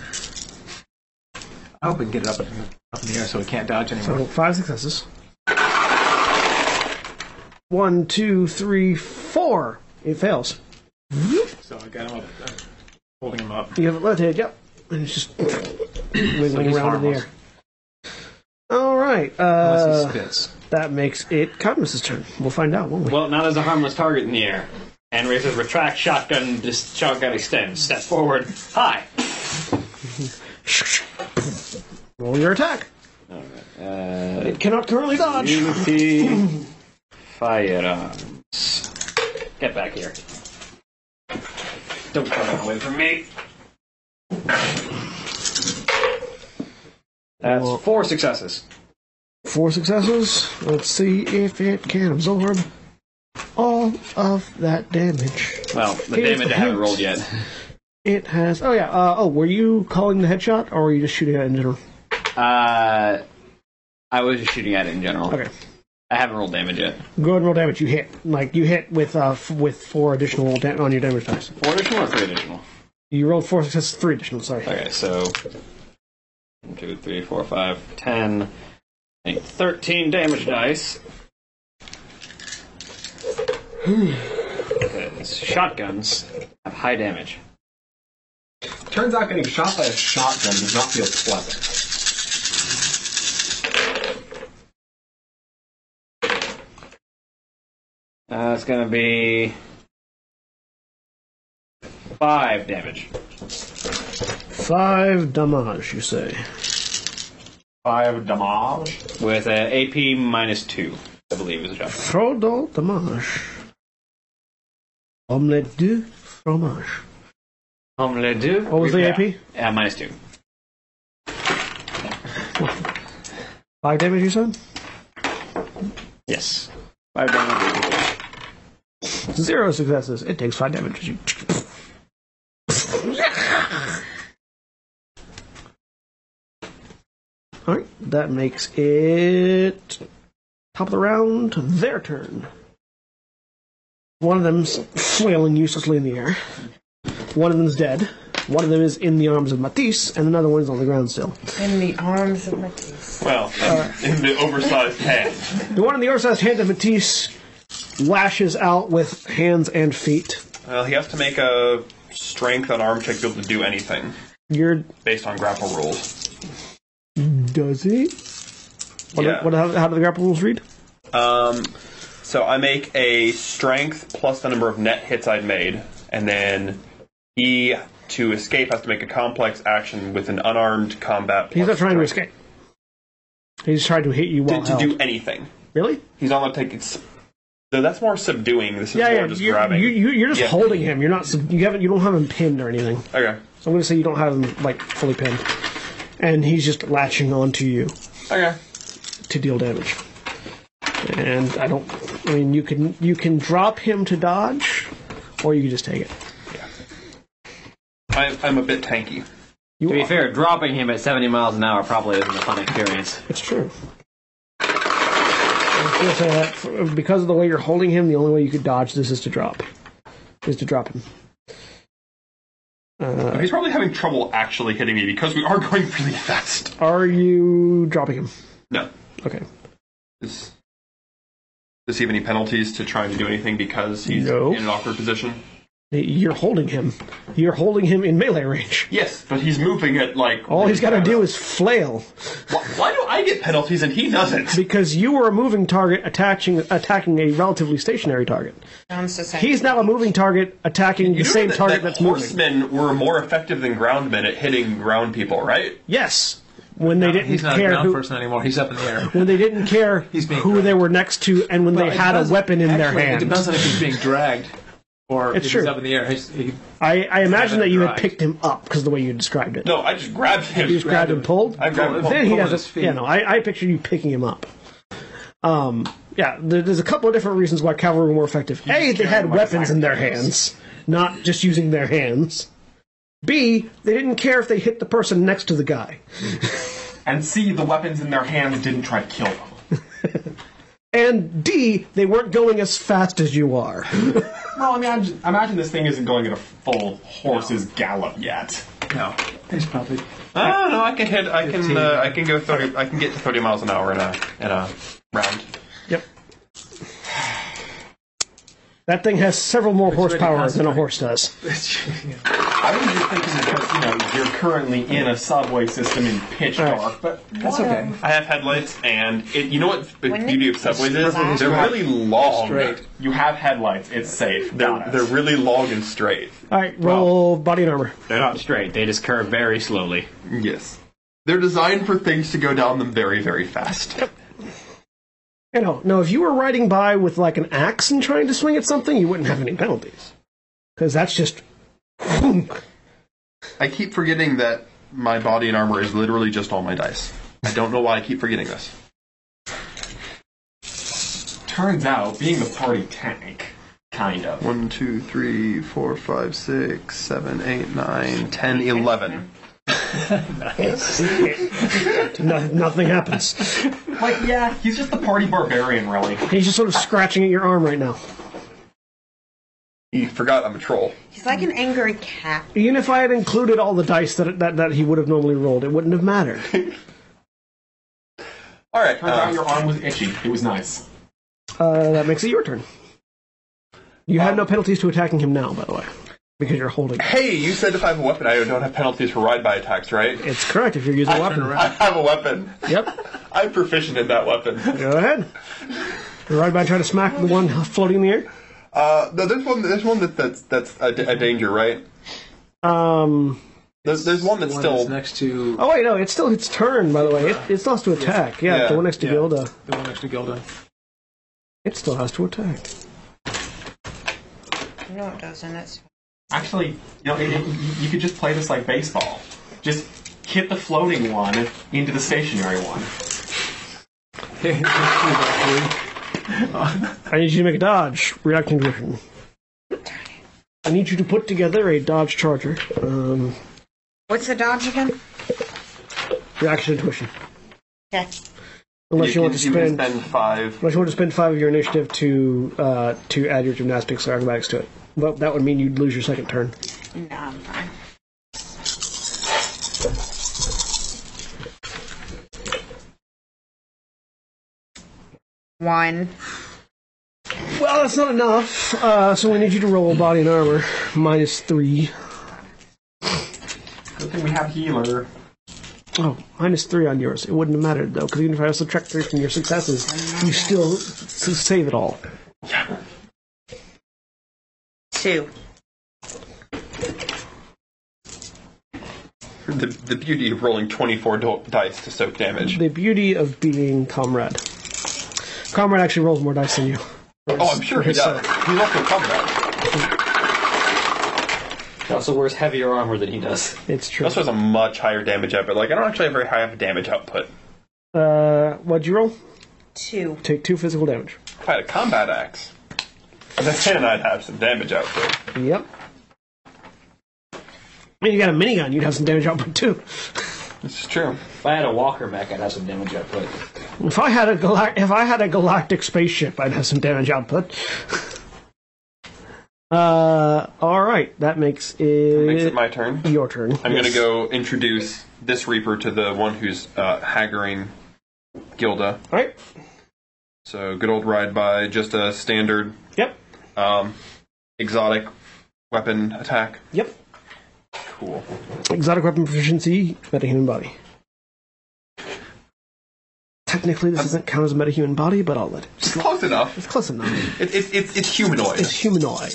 Speaker 4: I hope we can get it up in, up in the air so it can't dodge anymore.
Speaker 1: So five successes. One, two, three, four. It fails.
Speaker 4: So I got him up. I'm holding him up.
Speaker 1: You have it levitated. Yep. And it's just wiggling
Speaker 4: he's
Speaker 1: around in the
Speaker 4: harmless.
Speaker 1: air. All right.
Speaker 4: Unless he
Speaker 1: Uh,
Speaker 4: spits.
Speaker 1: that makes it Cadmus's turn. We'll find out, won't we?
Speaker 8: Well, now there's a harmless target in the air. And Ray says, retract shotgun, just shotgun extend. Step forward. Hi!
Speaker 1: Roll your attack.
Speaker 8: Uh,
Speaker 1: It cannot currently dodge.
Speaker 8: unity. Firearms. Get back here. Don't come away from me. That's four successes.
Speaker 1: Four successes. Let's see if it can absorb all of that damage.
Speaker 8: Well, the
Speaker 1: Here's
Speaker 8: damage
Speaker 1: the
Speaker 8: I haven't
Speaker 1: hint.
Speaker 8: rolled yet.
Speaker 1: It has. Oh yeah. Uh, oh, were you calling the headshot, or were you just shooting at it in general?
Speaker 8: Uh, I was just shooting at it in general.
Speaker 1: Okay.
Speaker 8: I haven't rolled damage yet.
Speaker 1: Go ahead and roll damage. You hit. Like you hit with uh f- with four additional da- on your damage dice.
Speaker 8: Four additional or three additional?
Speaker 1: You rolled four successes, three additional. Sorry.
Speaker 8: Okay, so one, two, three, four, five, ten, eight, thirteen damage dice. Okay, these shotguns have high damage.
Speaker 3: Turns out getting shot by a shotgun does not feel pleasant.
Speaker 8: Uh, it's gonna be five damage.
Speaker 1: Five damage. You say.
Speaker 3: Five damage.
Speaker 8: With
Speaker 7: uh,
Speaker 8: a AP minus two, I believe is a
Speaker 1: Trop
Speaker 8: shotgun.
Speaker 1: de damage. Omelette du fromage.
Speaker 8: Omelette deux.
Speaker 1: What was the AP?
Speaker 8: Uh, minus two.
Speaker 1: Five damage. You said.
Speaker 8: Yes. Five damage.
Speaker 1: Zero successes. It takes five damage. You All right, that makes it top of the round. Their turn. One of them's flailing uselessly in the air. One of them's dead. One of them is in the arms of Matisse, and another one's on the ground still.
Speaker 5: In the arms of Matisse.
Speaker 2: Well,
Speaker 1: Uh,
Speaker 2: in the oversized hand.
Speaker 1: The one on the oversized hand of Matisse lashes out with hands and feet.
Speaker 2: Well, he has to make a strength and arm check to be able to do anything
Speaker 1: You're
Speaker 2: based on grapple rules.
Speaker 1: Does he? What,
Speaker 2: Yeah.
Speaker 1: what, how, how do the grapple rules read?
Speaker 2: Um, so I make a strength plus the number of net hits I'd made, and then he to escape has to make a complex action with an unarmed combat.
Speaker 1: He's not
Speaker 2: plus
Speaker 1: trying to
Speaker 2: strength.
Speaker 1: escape. He's trying to hit you while
Speaker 2: to, to
Speaker 1: held.
Speaker 2: do anything.
Speaker 1: Really?
Speaker 2: He's not going to take it's. So that's more subduing. This is
Speaker 1: Yeah,
Speaker 2: more
Speaker 1: yeah.
Speaker 2: just
Speaker 1: You're,
Speaker 2: grabbing.
Speaker 1: you, you, you're just
Speaker 2: Yeah.
Speaker 1: holding him. You're not. sub- You haven't. You don't have him pinned or anything.
Speaker 2: Okay.
Speaker 1: So I'm going to say you don't have him like fully pinned, and he's just latching onto you
Speaker 2: Okay.
Speaker 1: to deal damage. And I don't. I mean, you can you can drop him to dodge, or you can just take it.
Speaker 2: I, I'm a bit tanky.
Speaker 1: You
Speaker 8: To be
Speaker 1: are-
Speaker 8: fair, dropping him at 70 miles an hour probably isn't a fun experience.
Speaker 1: It's true. I was gonna say that f- because of the way you're holding him, the only way you could dodge this is to drop. Is to drop him.
Speaker 2: He's probably having trouble actually hitting me because we are going really fast.
Speaker 1: Are you dropping him?
Speaker 2: No.
Speaker 1: Okay.
Speaker 2: Is, does he have any penalties to trying to do anything because he's
Speaker 1: No.
Speaker 2: in an awkward position?
Speaker 1: You're holding him. You're holding him in melee range.
Speaker 3: Yes, but he's moving at like.
Speaker 1: All he's got to do is flail,
Speaker 3: Why, why do I get penalties and he doesn't?
Speaker 1: because you were a moving target attaching attacking a relatively stationary target.
Speaker 9: Sounds the same.
Speaker 1: He's now a moving target attacking the
Speaker 3: You know
Speaker 1: same
Speaker 3: that-
Speaker 1: target
Speaker 3: that
Speaker 1: that's moving.
Speaker 3: Horsemen were more effective than ground men at hitting ground people, right?
Speaker 1: Yes, when they didn't
Speaker 4: He's not a
Speaker 1: care
Speaker 4: ground
Speaker 1: who,
Speaker 4: person anymore. He's up in the air.
Speaker 1: when they didn't care
Speaker 4: He's being
Speaker 1: who
Speaker 4: dragged.
Speaker 1: they were next to, and when
Speaker 4: Well,
Speaker 1: they
Speaker 4: it
Speaker 1: had a
Speaker 4: depends-
Speaker 1: weapon in their
Speaker 4: actually, It
Speaker 1: hand.
Speaker 4: depends on if he's being dragged or
Speaker 1: It's
Speaker 4: if
Speaker 1: true.
Speaker 4: he's up in the air. He's, he
Speaker 1: I, I imagine that you had
Speaker 4: Right.
Speaker 1: picked him up because the way you described it.
Speaker 3: No, I just grabbed him.
Speaker 1: you just grabbed and pulled.
Speaker 3: I grabbed him.
Speaker 1: then he
Speaker 4: pulling
Speaker 1: has
Speaker 4: his
Speaker 1: a,
Speaker 4: feet.
Speaker 1: you know, I, I picture you picking him up. Um, yeah, there, there's a couple of different reasons why cavalry were more effective. A, they had weapons in their hands, not just using their hands. B, they didn't care if they hit the person next to the guy.
Speaker 3: And see, the weapons in their hands didn't try to kill them.
Speaker 1: And D, they weren't going as fast as you are.
Speaker 3: Well, I mean, I j- I imagine this thing isn't going at a full horse's gallop yet.
Speaker 4: no. He's probably
Speaker 3: I don't know. Ah, I can hit. I can.
Speaker 4: 15.
Speaker 3: Uh, I can go thirty. I can get to thirty miles an hour in a in a round.
Speaker 1: Yep. That thing has several more horsepower than a horse does.
Speaker 3: I was just thinking because you know you're currently in a subway system in pitch
Speaker 1: All right.
Speaker 3: dark, but
Speaker 4: That's okay.
Speaker 3: I have headlights, and it, you know what the
Speaker 9: Wouldn't
Speaker 3: beauty
Speaker 9: it
Speaker 3: of subways
Speaker 9: be
Speaker 3: is?
Speaker 9: straight?
Speaker 3: They're really long.
Speaker 4: Straight.
Speaker 3: You have headlights. It's safe. They're they're really long and straight.
Speaker 1: All right, roll body and armor.
Speaker 8: They're not straight. They just curve very slowly.
Speaker 2: Yes.
Speaker 3: They're designed for things to go down them very very fast.
Speaker 1: You know, no, if you were riding by with like an axe and trying to swing at something, you wouldn't have any penalties. Because that's just.
Speaker 3: I keep forgetting that my body and armor is literally just all my dice. I don't know why I keep forgetting this. Turns out, being the party tank, kind of.
Speaker 2: One, two, three, four, five, six, seven, eight, nine, ten, eleven.
Speaker 1: no, nothing happens.
Speaker 3: Like, yeah, he's just the party barbarian, really.
Speaker 1: He's just sort of scratching at your arm right now.
Speaker 2: You forgot I'm a troll.
Speaker 9: He's like an angry cat.
Speaker 1: Even if I had included all the dice that, that, that he would have normally rolled, it wouldn't have mattered.
Speaker 2: All right.
Speaker 3: Turns out
Speaker 2: Um,
Speaker 3: your arm was itchy. It was nice.
Speaker 1: Uh, that makes it your turn. You have no penalties to attacking him now, by the way, because you're holding.
Speaker 2: hey, you said if I have a weapon, I don't have penalties for ride by attacks, right?
Speaker 1: It's correct if you're using a weapon.
Speaker 2: I have a weapon.
Speaker 1: Yep.
Speaker 2: I'm proficient in that weapon.
Speaker 1: Go ahead. Right by trying to smack the one floating in the air.
Speaker 2: Uh, no, there's one. There's one that, that's that's a, da- a danger, right?
Speaker 1: Um.
Speaker 2: There's, there's one that's
Speaker 4: one
Speaker 2: still.
Speaker 4: that's next to
Speaker 1: Oh wait, no, it's still its turn. By the way, it, it still has to attack. Yeah,
Speaker 2: Yeah.
Speaker 1: the one next to
Speaker 4: Yeah.
Speaker 1: Gilda,
Speaker 4: the one next to Gilda.
Speaker 1: it still has to attack.
Speaker 9: No, it doesn't. It's
Speaker 3: Actually, you know, it, it, you could just play this like baseball. Just hit the floating one into the stationary one.
Speaker 1: I need you to make a dodge. Reacting condition. I need you to put together a dodge charger. Um,
Speaker 9: what's the dodge again?
Speaker 1: reaction intuition.
Speaker 9: Okay.
Speaker 1: Unless you want to
Speaker 2: you can
Speaker 1: spend,
Speaker 2: spend five.
Speaker 1: unless you want to spend five of your initiative to uh, to add your gymnastics or acrobatics to it. Well, that would mean you'd lose your second turn.
Speaker 9: No, I'm fine. One.
Speaker 1: Well, that's not enough. Uh, so we need you to roll body and armor minus three.
Speaker 3: Good thing we have healer.
Speaker 1: Oh, minus three on yours. It wouldn't have mattered though, because even if I subtract three from your successes, you still s- save it all.
Speaker 9: Two.
Speaker 2: The, the beauty of rolling 24 do- dice to soak damage.
Speaker 1: The beauty of being comrade. Comrade actually rolls more dice than you.
Speaker 2: Oh, I'm sure he
Speaker 1: So-
Speaker 2: does. He's also a combat.
Speaker 10: He also wears heavier armor than he does.
Speaker 1: It's
Speaker 2: He
Speaker 1: true.
Speaker 2: also has a much higher damage output. Like I don't actually have very high of a damage output.
Speaker 1: Uh, what'd you roll?
Speaker 9: Two.
Speaker 1: Take two physical damage.
Speaker 2: If I had a combat axe, then I'd have some damage output.
Speaker 1: Yep. And you got a minigun, you'd have some damage output too.
Speaker 2: This is true.
Speaker 10: If I had a walker mech, I'd have some damage output.
Speaker 1: If I had a galact- if I had a galactic spaceship, I'd have some damage output. uh, all right, that makes it,
Speaker 2: Makes it my turn.
Speaker 1: your turn.
Speaker 2: I'm
Speaker 1: Yes.
Speaker 2: gonna go introduce this Reaper to the one who's uh, haggering Gilda.
Speaker 1: All right.
Speaker 2: So good old ride by, just a standard
Speaker 1: Yep.
Speaker 2: um, exotic
Speaker 6: weapon attack.
Speaker 1: Yep.
Speaker 6: Cool.
Speaker 1: Exotic weapon proficiency, metahuman body. Technically,
Speaker 2: Um,
Speaker 1: this doesn't count as a metahuman body, but I'll let it.
Speaker 6: It's close enough.
Speaker 1: It's close enough.
Speaker 6: It, it, it's it's humanoid.
Speaker 1: It's humanoid.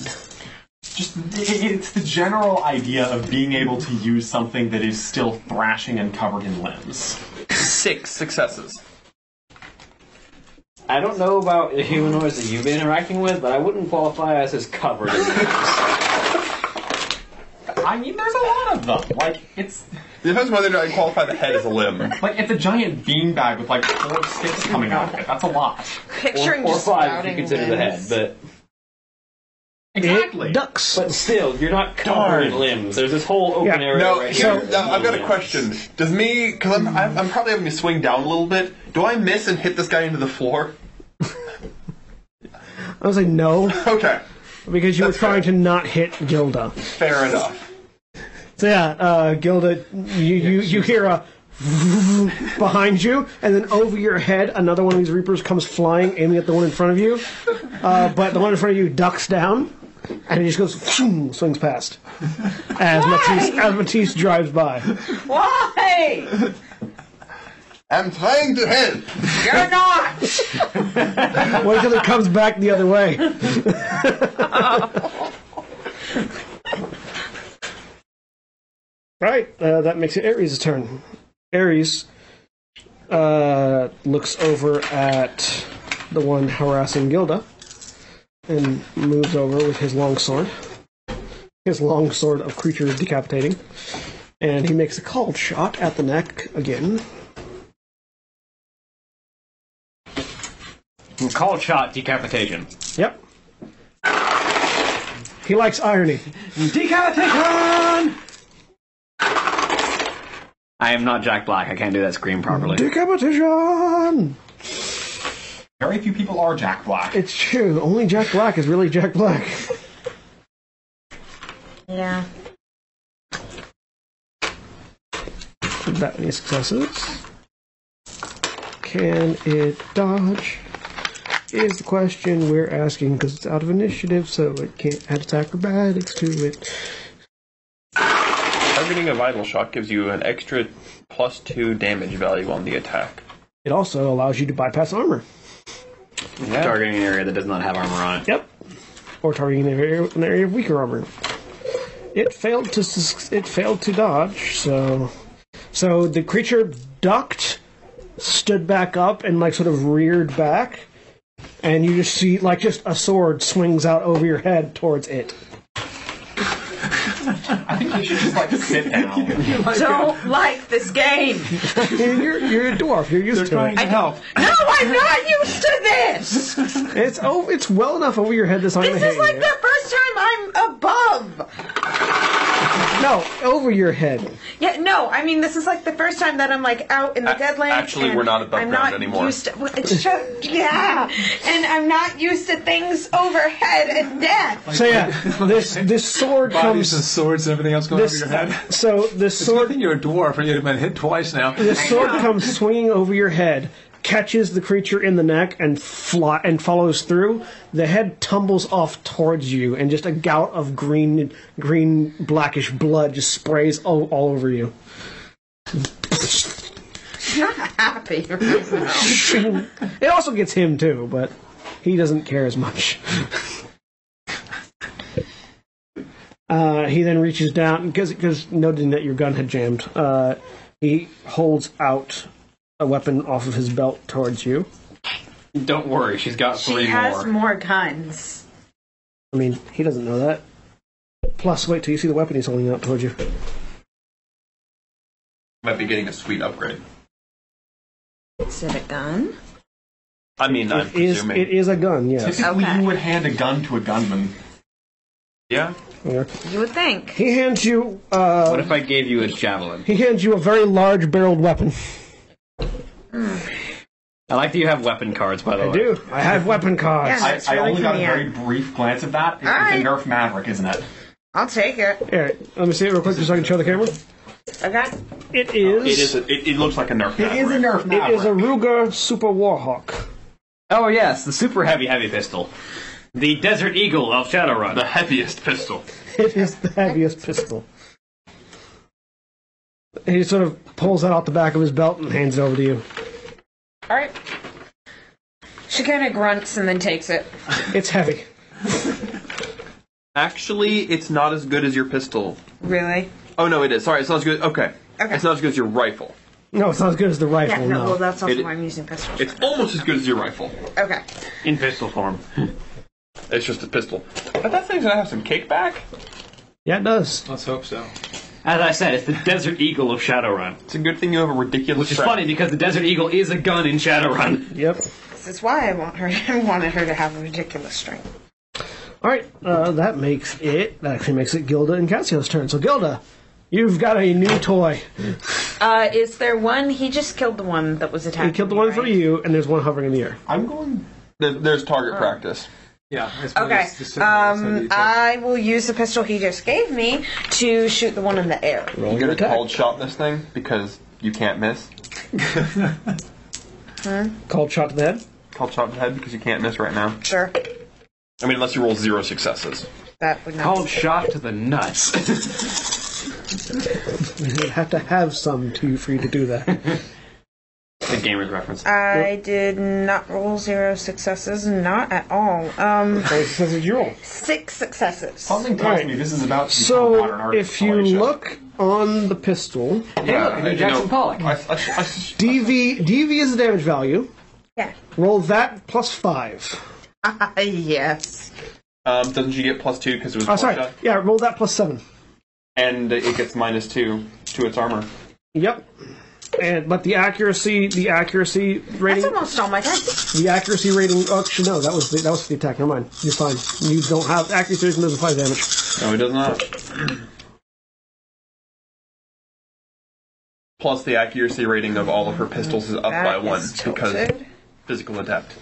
Speaker 3: Just it- it's the general idea of being able to use something that is still thrashing and covered in limbs.
Speaker 6: Six successes.
Speaker 7: I don't know about the humanoids that you've been interacting with, but I wouldn't qualify us as covered.
Speaker 3: I mean, there's a lot of them. Like it's
Speaker 6: It depends whether I qualify the head as a limb.
Speaker 3: like it's a giant beanbag with like four sticks coming out of it. That's a lot.
Speaker 7: or,
Speaker 9: Picturing
Speaker 7: or
Speaker 9: just
Speaker 7: five if you consider
Speaker 9: sprouting
Speaker 7: the head,
Speaker 9: limbs.
Speaker 7: but
Speaker 3: Exactly.
Speaker 1: Ducks.
Speaker 7: but still, you're not covered in
Speaker 6: Darn.
Speaker 7: limbs. There's this whole open
Speaker 1: Yeah.
Speaker 7: area
Speaker 6: No,
Speaker 7: right
Speaker 6: so
Speaker 7: here.
Speaker 2: uh,
Speaker 6: now, I've got a question. Does me, because I'm, I'm, I'm probably having to swing down a little bit, do I miss and hit this guy into the floor?
Speaker 1: I was like, no,
Speaker 6: Okay,
Speaker 1: because you were
Speaker 6: That's fair.
Speaker 1: trying to not hit Gilda.
Speaker 6: fair enough.
Speaker 1: So yeah, uh, Gilda, you, you, you hear a behind you, and then over your head, another one of these Reapers comes flying, aiming at the one in front of you. Uh, but the one in front of you ducks down, and he just goes, phoom, swings past. As Matisse, as Matisse drives by.
Speaker 9: Why?
Speaker 6: I'm trying to help.
Speaker 9: You're not.
Speaker 1: Wait till it comes back the other way. right, uh, that makes it Ares' turn. Ares uh, looks over at the one harassing Gilda and moves over with his long sword. His long sword of creature decapitating. And he makes a cold shot at the neck again.
Speaker 8: Called shot decapitation.
Speaker 1: Yep. He likes irony.
Speaker 8: Decapitation! I am not Jack Black. I can't do that scream properly.
Speaker 1: Decapitation!
Speaker 3: Very few people are Jack Black.
Speaker 1: It's true. Only Jack Black is really Jack Black.
Speaker 9: Yeah.
Speaker 1: that many successes. Can it dodge? Is the question we're asking because it's out of initiative, so it can't add its acrobatics to it.
Speaker 2: Targeting a vital shot gives you an extra plus two damage value on the attack.
Speaker 1: It also allows you to bypass armor.
Speaker 8: Targeting an area that does not have armor on it.
Speaker 1: Yep. Or targeting an area, an area of weaker armor. It failed to sus- it failed to dodge, so so the creature ducked, stood back up, and like sort of reared back, and you just see like just a sword swings out over your head towards it.
Speaker 3: I think we should just like sit down.
Speaker 9: Don't like this game.
Speaker 1: you're you're a dwarf. You're used to it.
Speaker 4: I help.
Speaker 9: No, I'm not used to this. This
Speaker 1: It's oh, it's well enough over your head that's not going to hit
Speaker 9: is like
Speaker 1: you.
Speaker 9: the first time I'm above.
Speaker 1: No, over your head.
Speaker 9: Yeah, no, I mean, this is like the first time that I'm like out in the
Speaker 6: A-
Speaker 9: deadlands.
Speaker 6: actually,
Speaker 9: and
Speaker 6: we're not above
Speaker 9: I'm
Speaker 6: ground
Speaker 9: not
Speaker 6: anymore.
Speaker 9: Used to, well, it's just, yeah, and I'm not used to things overhead and death.
Speaker 1: So yeah, this this sword
Speaker 4: Bodies and
Speaker 1: comes.
Speaker 4: swords and everything else going
Speaker 1: This
Speaker 4: over your head.
Speaker 1: so this
Speaker 4: Sword.
Speaker 1: sword
Speaker 4: You're a dwarf and you've been hit twice now.
Speaker 1: The sword comes swinging over your head, catches the creature in the neck, and fly and follows through. The head tumbles off towards you, and just a gout of green, green blackish blood just sprays all, all over you.
Speaker 9: Not happy. right now.
Speaker 1: It also gets him too, but he doesn't care as much. uh, he then reaches down because noting that your gun had jammed. Uh, he holds out a weapon off of his belt towards you.
Speaker 8: Don't worry, she's got
Speaker 9: She
Speaker 8: three
Speaker 9: has
Speaker 8: more.
Speaker 9: more guns.
Speaker 1: I mean, he doesn't know that. Plus, wait till you see the weapon he's holding out towards you.
Speaker 6: Might be getting a sweet upgrade.
Speaker 9: Is it a gun?
Speaker 2: I mean, I'm
Speaker 1: It is,
Speaker 2: presuming.
Speaker 1: it is a gun, yes.
Speaker 3: Typically,
Speaker 9: Okay.
Speaker 3: you would hand a gun to a gunman.
Speaker 2: yeah?
Speaker 9: You would think.
Speaker 1: He hands you, uh,
Speaker 8: What if I gave you a javelin?
Speaker 1: he hands you a very large barreled weapon.
Speaker 8: I like that you have weapon cards, by the way.
Speaker 1: I do. I have weapon cards.
Speaker 9: Yeah.
Speaker 3: I,
Speaker 9: That's
Speaker 3: I
Speaker 9: really
Speaker 3: only got
Speaker 9: coming
Speaker 3: a
Speaker 9: out.
Speaker 3: very brief glance of that. It's, it's
Speaker 9: Alright.
Speaker 3: a Nerf Maverick, isn't it?
Speaker 9: I'll take it.
Speaker 1: Here, let me see it real quick just so I can show the camera.
Speaker 9: Okay.
Speaker 1: It is.
Speaker 2: It, is a, it, it looks like a Nerf.
Speaker 3: It is a Nerf Maverick.
Speaker 1: It is a Ruger Super Warhawk.
Speaker 8: Oh, yes, the super heavy, heavy pistol. The Desert Eagle of Shadowrun.
Speaker 2: The heaviest pistol.
Speaker 1: It is the heaviest pistol. He sort of pulls that out the back of his belt and hands it over to you.
Speaker 9: All right. She kind of grunts and then takes it.
Speaker 1: It's heavy.
Speaker 2: Actually, it's not as good as your pistol.
Speaker 9: Really?
Speaker 2: Oh no, it is. Sorry, it's not as good. Okay.
Speaker 9: Okay.
Speaker 2: It's not as good as your rifle.
Speaker 1: No, it's not as good as the
Speaker 9: Yeah,
Speaker 1: rifle.
Speaker 9: no,
Speaker 1: no.
Speaker 9: well, that's also
Speaker 2: It-
Speaker 9: why I'm using pistols.
Speaker 2: It's almost as good as your rifle.
Speaker 9: Okay.
Speaker 8: in pistol form.
Speaker 2: It's just a pistol. But that thing's gonna have some kickback.
Speaker 1: yeah, it does.
Speaker 4: Let's hope so.
Speaker 8: As I said, it's the Desert Eagle of Shadowrun,
Speaker 2: It's a good thing you have a ridiculous.
Speaker 8: which is funny because the Desert Eagle is a gun in Shadowrun.
Speaker 1: Yep.
Speaker 9: This is why I want her. I wanted her to have a ridiculous strength.
Speaker 1: All right, uh, that makes it. That actually makes it Gilda and Cassio's turn. So Gilda, you've got a new toy.
Speaker 9: Uh, is there one? He just killed the one that was attacking.
Speaker 1: You killed the
Speaker 9: me,
Speaker 1: one
Speaker 9: right?
Speaker 1: for you, and there's one hovering in the air.
Speaker 3: I'm going.
Speaker 2: There- There's target practice.
Speaker 4: Yeah. It's one of
Speaker 9: Okay.
Speaker 4: those- the- the-
Speaker 9: Um, I will use the pistol he just gave me to shoot the one in the air.
Speaker 2: You get a cold shot in this thing because you can't miss.
Speaker 1: Cold shot to the head.
Speaker 2: Cold shot in the head because you can't miss right now.
Speaker 9: Sure.
Speaker 2: I mean, unless you roll zero successes.
Speaker 9: That would not.
Speaker 8: Called shot to the nuts.
Speaker 1: You have to have some to for you to do that.
Speaker 8: the gamer's reference.
Speaker 9: I did not roll zero successes, not at all. Um,
Speaker 1: you roll.
Speaker 9: six successes.
Speaker 3: Something tells me this is about to become modern
Speaker 1: So
Speaker 3: art
Speaker 1: if you
Speaker 3: installation.
Speaker 1: look on the pistol,
Speaker 2: Yeah,
Speaker 8: Andrew Jackson Pollock.
Speaker 2: I, I, I, I-
Speaker 1: DV DV is the damage value.
Speaker 9: Yeah.
Speaker 1: Roll that plus five.
Speaker 9: yes.
Speaker 2: um, doesn't she get plus two because it was?
Speaker 1: Oh,
Speaker 2: cold
Speaker 1: sorry.
Speaker 2: Shot?
Speaker 1: Yeah, roll that plus seven.
Speaker 2: And it gets minus two to its armor.
Speaker 1: Yep. And but the accuracy, the accuracy rating,
Speaker 9: That's almost all my dice.
Speaker 1: the accuracy rating. Oh, actually, no, that was the, that was the attack. Never mind. You're fine. You don't have accuracy rating doesn't apply to damage.
Speaker 2: No, it does not. Plus, the accuracy rating of all of her pistols is up by
Speaker 9: That
Speaker 2: one
Speaker 9: is
Speaker 2: because
Speaker 9: tilted.
Speaker 2: physical adept.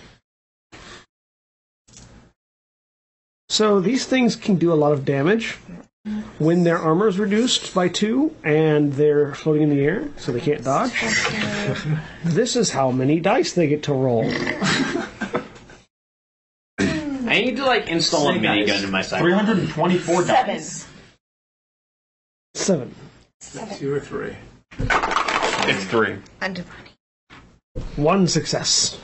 Speaker 1: So these things can do a lot of damage when their armor is reduced by two and they're floating in the air, so they can't dodge. this is how many dice they get to roll.
Speaker 8: I need to like install a minigun in my side.
Speaker 3: 324
Speaker 9: Seven.
Speaker 3: dice.
Speaker 1: Seven.
Speaker 4: two or three.
Speaker 2: It's three.
Speaker 9: And divine.
Speaker 1: One success.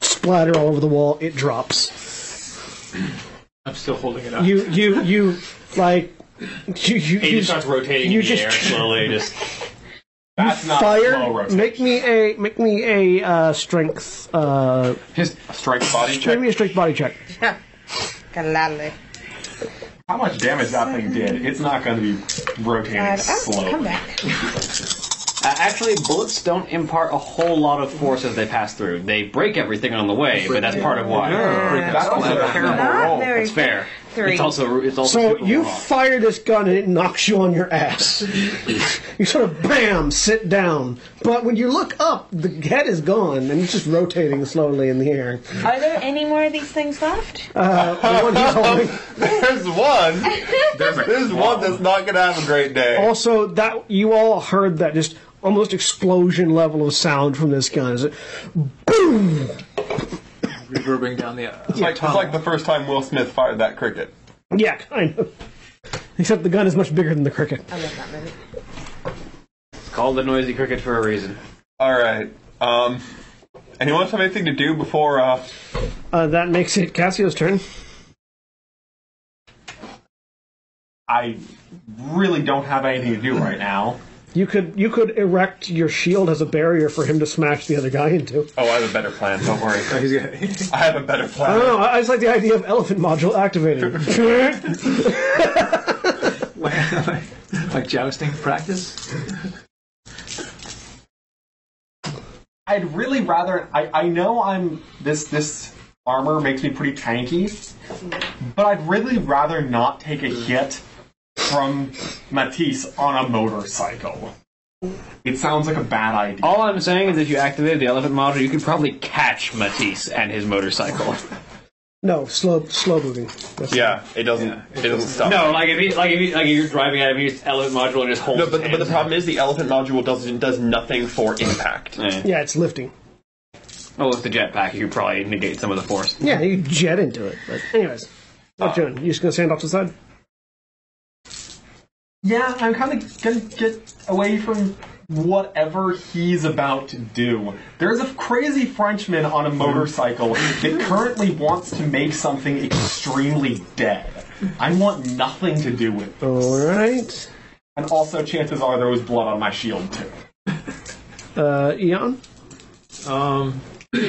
Speaker 1: Splatter all over the wall. It drops.
Speaker 4: I'm still holding it up.
Speaker 1: You you you like you you,
Speaker 8: He
Speaker 1: you-
Speaker 8: just starts rotating
Speaker 1: you
Speaker 8: in the
Speaker 1: just-
Speaker 8: air slowly, just
Speaker 3: That's not slow
Speaker 1: fire.
Speaker 3: rotation.
Speaker 1: Make me a make me a uh, strength. Uh,
Speaker 2: A strength body
Speaker 1: make me
Speaker 2: check.
Speaker 1: a strength body check.
Speaker 9: Yeah. Gladly.
Speaker 3: How much damage that thing did? It's not going to be rotating
Speaker 9: God, oh, come
Speaker 3: slowly.
Speaker 9: back.
Speaker 8: Uh, actually, bullets don't impart a whole lot of force as they pass through. They break everything on the way, but that's part of why.
Speaker 3: That's also a terrible
Speaker 9: Not
Speaker 3: roll.
Speaker 9: very
Speaker 8: It's fair.
Speaker 9: Three.
Speaker 8: It's also it's also
Speaker 1: So
Speaker 8: super
Speaker 1: you
Speaker 8: raw.
Speaker 1: fire this gun and it knocks you on your ass. you sort of bam, sit down. But when you look up, the head is gone and it's just rotating slowly in the air.
Speaker 9: Are there any more of these things left?
Speaker 1: The one he's holding-
Speaker 2: There's one.
Speaker 3: There's a-
Speaker 2: There's one that's not gonna have a great day.
Speaker 1: Also, that you all heard that just almost explosion level of sound from this gun. Is it?
Speaker 4: Reverbing down the. uh,
Speaker 2: It's like, it's like the first time Will Smith fired that cricket.
Speaker 1: Yeah, kind of. Except the gun is much bigger than the cricket.
Speaker 9: I love that movie.
Speaker 8: It's called the noisy cricket for a reason.
Speaker 2: All right. Um. Anyone else have anything to do before? Uh,
Speaker 1: Uh, that makes it Cassio's turn.
Speaker 3: I really don't have anything to do right now.
Speaker 1: You could you could erect your shield as a barrier for him to smash the other guy into.
Speaker 2: oh, I have a better plan. Don't worry.
Speaker 4: Oh, he's got-
Speaker 2: I have a better
Speaker 1: I don't
Speaker 2: plan.
Speaker 1: know. I I just like the idea of elephant module activated.
Speaker 4: like jousting practice.
Speaker 3: I'd really rather. I, I know I'm this this armor makes me pretty tanky, but I'd really rather not take a hit from Matisse on a motorcycle. It sounds like a bad idea.
Speaker 8: All I'm saying is, if you activated the elephant module, you could probably catch Matisse and his motorcycle.
Speaker 1: No, slow, slow moving. That's
Speaker 2: Yeah, it doesn't. it doesn't stop.
Speaker 8: no, like if he, like if he, like if you're driving at him, you just elephant module and just holds.
Speaker 2: No, but,
Speaker 8: his
Speaker 2: but the
Speaker 8: hands.
Speaker 2: problem is the elephant module doesn't does nothing for impact.
Speaker 1: yeah, it's lifting.
Speaker 8: Oh, with the jetpack, you could probably negate some of the force.
Speaker 1: Yeah, you jet into it. But anyways, What you doing? You just gonna stand off to the side?
Speaker 3: Yeah, I'm kind of gonna get away from whatever he's about to do. There's a crazy Frenchman on a motorcycle that currently wants to make something extremely dead. I want nothing to do with it.
Speaker 1: All right.
Speaker 3: And also, chances are there was blood on my shield, too.
Speaker 1: Uh, Eon.
Speaker 4: Um,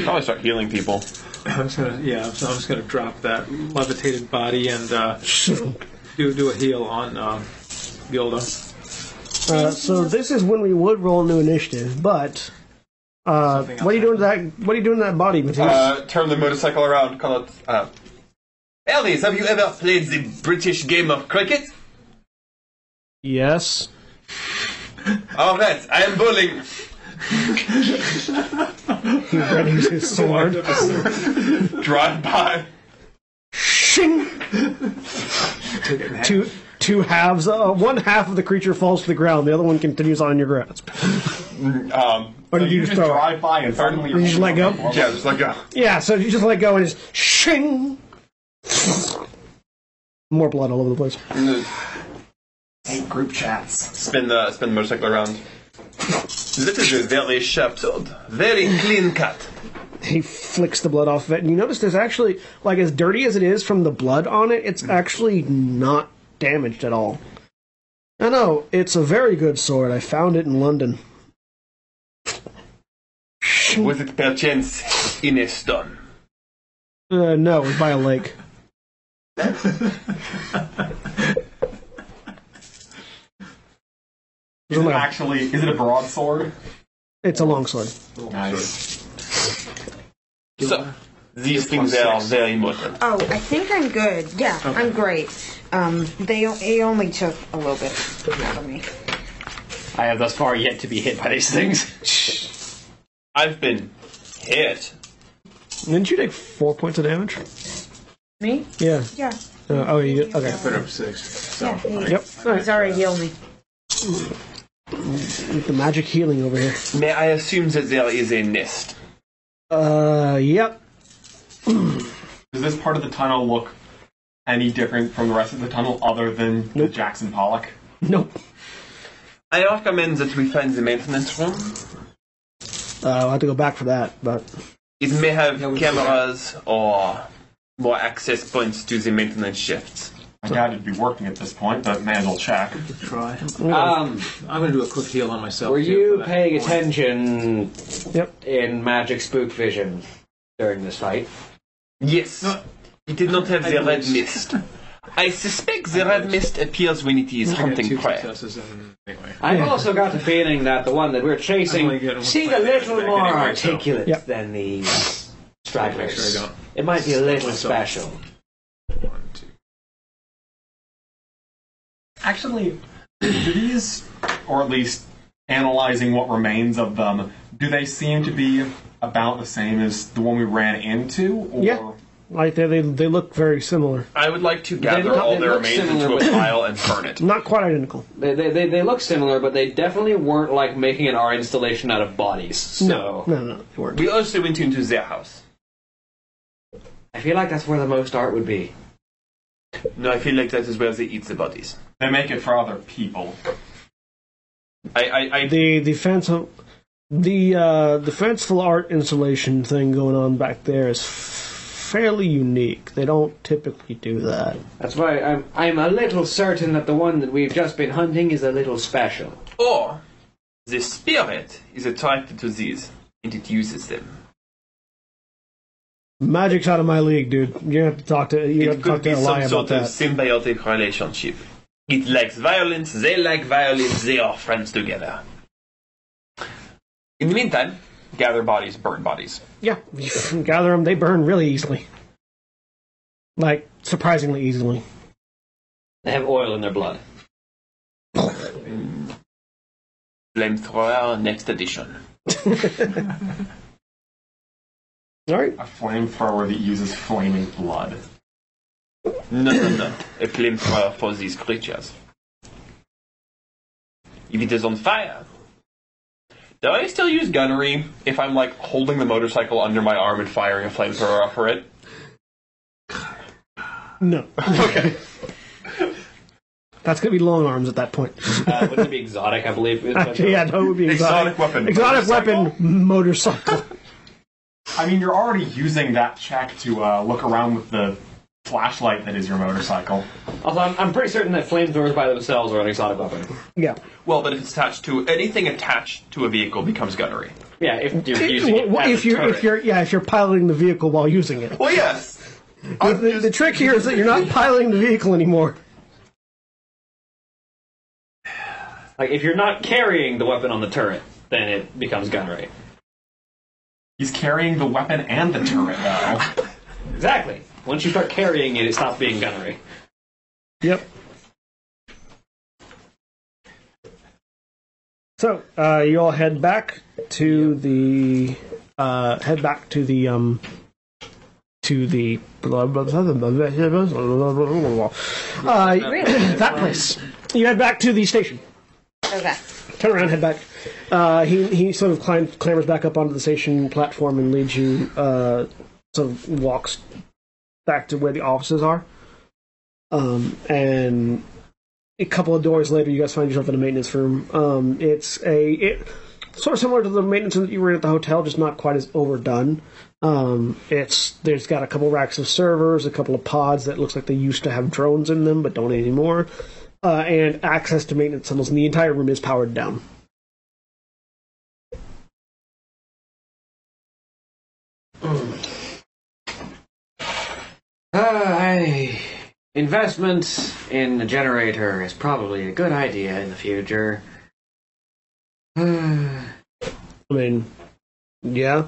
Speaker 2: Probably start healing people.
Speaker 4: I'm just gonna yeah. So I'm just gonna drop that levitated body and uh, do do a heal on um, Gilda.
Speaker 1: Uh, so this is when we would roll new initiative, but uh,
Speaker 4: Something
Speaker 1: what are you doing to that? What are you doing to that body? Matthias?
Speaker 6: Uh, turn the motorcycle around, call out. Uh, Elvis, have you ever played the British game of cricket?
Speaker 1: yes.
Speaker 6: Alright, I am bowling.
Speaker 1: Readies his sword.
Speaker 6: Drive by.
Speaker 1: Shing. two two halves. Uh, one half of the creature falls to the ground. The other one continues on in your grasp.
Speaker 6: Um,
Speaker 1: Or did you,
Speaker 3: You
Speaker 1: just
Speaker 3: just
Speaker 1: throw? it?
Speaker 3: drive by and suddenly you're
Speaker 1: You just let go?
Speaker 6: yeah, just like, uh,
Speaker 1: Yeah. So you just let go and it's shing. More blood all over the place.
Speaker 3: Hate group chats.
Speaker 6: spin the spin the motorcycle around. This is a very sharp sword, very clean cut.
Speaker 1: he flicks the blood off of it, and you notice there's actually like as dirty as it is from the blood on it, it's actually not damaged at all. I know it's a very good sword. I found it in London.
Speaker 6: Was it perchance in a stone?
Speaker 1: Uh, no, it was by a lake.
Speaker 3: Is it actually, is it a broadsword?
Speaker 1: It's a long sword.
Speaker 3: Nice.
Speaker 2: So, these things are very important.
Speaker 5: Oh, I think I'm good. Yeah, I'm great. Um, they, o- they only took a little bit out of me.
Speaker 8: I have thus far yet to be hit by these things.
Speaker 2: I've been hit.
Speaker 1: Didn't you take four points of damage?
Speaker 5: Me?
Speaker 1: Yeah.
Speaker 5: Yeah.
Speaker 1: Uh, oh, you okay?
Speaker 4: Put up six.
Speaker 5: Yeah. He,
Speaker 1: Yep. All right.
Speaker 5: He's already healed me.
Speaker 1: The magic healing over here.
Speaker 2: May I assume that there is a nest?
Speaker 1: Uh, yep.
Speaker 3: Does this part of the tunnel look any different from the rest of the tunnel other than the Jackson Pollock?
Speaker 1: Nope.
Speaker 2: I recommend that we find the maintenance room.
Speaker 1: Uh, I'll have to go back for that, but
Speaker 2: It may have cameras or more access points to the maintenance shifts.
Speaker 3: I doubt it'd be working at this point, but man will check.
Speaker 4: Try.
Speaker 7: Um,
Speaker 4: I'm gonna do a quick heal on myself.
Speaker 7: were
Speaker 4: too, for
Speaker 7: you
Speaker 4: that
Speaker 7: paying
Speaker 4: point.
Speaker 7: attention
Speaker 1: Yep.
Speaker 7: in magic spook vision during this fight?
Speaker 2: Yes. It did not have the red mist. I suspect the red mist appears when it is
Speaker 4: I got
Speaker 2: hunting
Speaker 4: two
Speaker 2: prey.
Speaker 4: successes and anyway.
Speaker 7: I've also got the feeling that the one that we're
Speaker 4: I'm
Speaker 7: chasing
Speaker 4: only getting one
Speaker 7: seemed a
Speaker 4: point
Speaker 7: little
Speaker 4: back
Speaker 7: more
Speaker 4: anyway, so-
Speaker 7: articulate
Speaker 1: Yep.
Speaker 7: than these
Speaker 4: Make
Speaker 7: stragglers.
Speaker 4: sure I don't.
Speaker 7: It might be a little
Speaker 4: Myself.
Speaker 7: special.
Speaker 4: One, two.
Speaker 3: Actually, do these, or at least analyzing what remains of them, do they seem to be about the same as the one we ran into? Or
Speaker 1: Yeah. like they they, they look very similar.
Speaker 2: I would like to gather
Speaker 7: look-
Speaker 2: all
Speaker 7: they
Speaker 2: their
Speaker 7: look
Speaker 2: remains into
Speaker 7: similar,
Speaker 2: a
Speaker 7: but-
Speaker 2: pile and burn it.
Speaker 1: Not quite identical.
Speaker 7: They, they, they, they look similar, but they definitely weren't like making an art installation out of bodies. So
Speaker 1: No, no, no, they weren't.
Speaker 2: We also went into their house.
Speaker 7: I feel like that's where the most art would be.
Speaker 2: No, I feel like that is where they eat the bodies.
Speaker 3: They make it for other people.
Speaker 2: I, I, I
Speaker 1: the the fanciful the uh, the fanciful art installation thing going on back there is fairly unique. They don't typically do that.
Speaker 7: That's why I'm, I'm a little certain that the one that we've just been hunting is a little special.
Speaker 2: or the spirit is attracted to these and it uses them.
Speaker 1: Magic's out of my league, dude. You have to talk to you have
Speaker 2: It
Speaker 1: to talk
Speaker 2: could
Speaker 1: to
Speaker 2: be
Speaker 1: Eli
Speaker 2: some
Speaker 1: about
Speaker 2: sort of
Speaker 1: that.
Speaker 2: symbiotic relationship. It likes violence, they like violence, they are friends together. In the meantime, gather bodies, burn bodies.
Speaker 1: yeah, you gather them. They burn really easily, like surprisingly easily.
Speaker 7: They have oil in their blood.
Speaker 2: Flamethrower next edition.
Speaker 1: All right,
Speaker 3: A flamethrower that uses flaming blood.
Speaker 2: No, no, no. A flamethrower for these creatures. If it is on fire. Do I still use gunnery if I'm like holding the motorcycle under my arm and firing a flamethrower off for it?
Speaker 1: No. Okay. That's going to be long arms at that point.
Speaker 8: Uh, wouldn't it be exotic? I believe.
Speaker 4: uh,
Speaker 1: Actually, yeah, that would be exotic.
Speaker 3: Exotic weapon.
Speaker 1: Exotic weapon, motorcycle.
Speaker 3: I mean, you're already using that check to uh, look around with the flashlight that is your motorcycle.
Speaker 8: Also, I'm, I'm pretty certain that flamethrowers by themselves are an exotic weapon.
Speaker 1: yeah.
Speaker 2: Well, but if it's attached to anything attached to a vehicle becomes gunnery.
Speaker 8: Yeah, if you're using it
Speaker 1: Well,
Speaker 8: as
Speaker 1: if
Speaker 8: a
Speaker 1: you're if
Speaker 8: turret.
Speaker 1: you're yeah if you're piloting the vehicle while using it.
Speaker 2: Well, yes.
Speaker 1: The, the- the trick here is that you're not piloting the vehicle anymore.
Speaker 8: like if you're not carrying the weapon on the turret, then it becomes gunnery.
Speaker 3: He's carrying the weapon and the turret now.
Speaker 8: Exactly. Once you start carrying it, it stops being gunnery.
Speaker 1: Yep. So uh, you all head back to the uh, head back to the um to the uh, that place. You head back to the station.
Speaker 9: Okay.
Speaker 1: Turn around, head back. Uh, he he sort of climb, clambers back up onto the station platform and leads you. Uh, sort of walks back to where the offices are. Um, and a couple of doors later, you guys find yourself in a maintenance room. Um, it's a it sort of similar to the maintenance room that you were in at the hotel, just not quite as overdone. Um, it's there's got a couple racks of servers, a couple of pods that looks like they used to have drones in them, but don't anymore. Uh, and access to maintenance tunnels, and the entire room is powered down.
Speaker 7: Uh, I investment in a generator is probably a good idea in the future.
Speaker 1: I mean, yeah,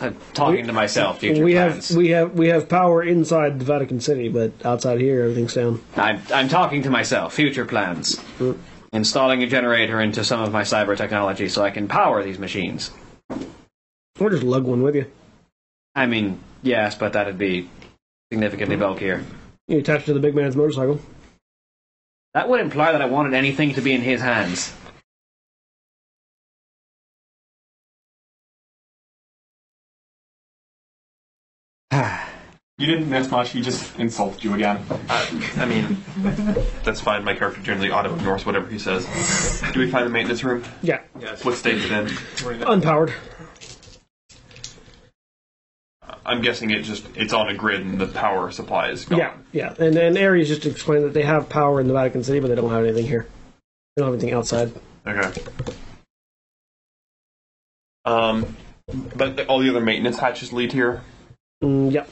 Speaker 8: I'm talking to myself, future
Speaker 1: we
Speaker 8: plans.
Speaker 1: have we have we have power inside the Vatican City, but outside here, everything's down.
Speaker 8: I'm, I'm talking to myself, future plans.
Speaker 7: Mm.
Speaker 8: Installing a generator into some of my cyber technology so I can power these machines.
Speaker 1: Or just lug one with you.
Speaker 8: I mean, yes, but that'd be
Speaker 7: Mm.
Speaker 8: significantly bulkier.
Speaker 1: You attach it to the big man's motorcycle.
Speaker 8: That would imply that I wanted anything to be in his hands.
Speaker 3: You didn't miss much. He just insulted you again.
Speaker 2: I, I mean, that's fine. My character generally auto ignores whatever he says. Do we find the maintenance room?
Speaker 1: Yeah,
Speaker 2: What stage is it in?
Speaker 1: unpowered.
Speaker 2: I'm guessing it just it's on a grid and the power supply is
Speaker 8: Oh.
Speaker 2: gone.
Speaker 1: Yeah, yeah. And and Ares just explained that they have power in the Vatican City, but they don't have anything here. They don't have anything outside.
Speaker 2: Okay. Um, but the- all the other maintenance hatches lead here.
Speaker 1: Mm, yeah.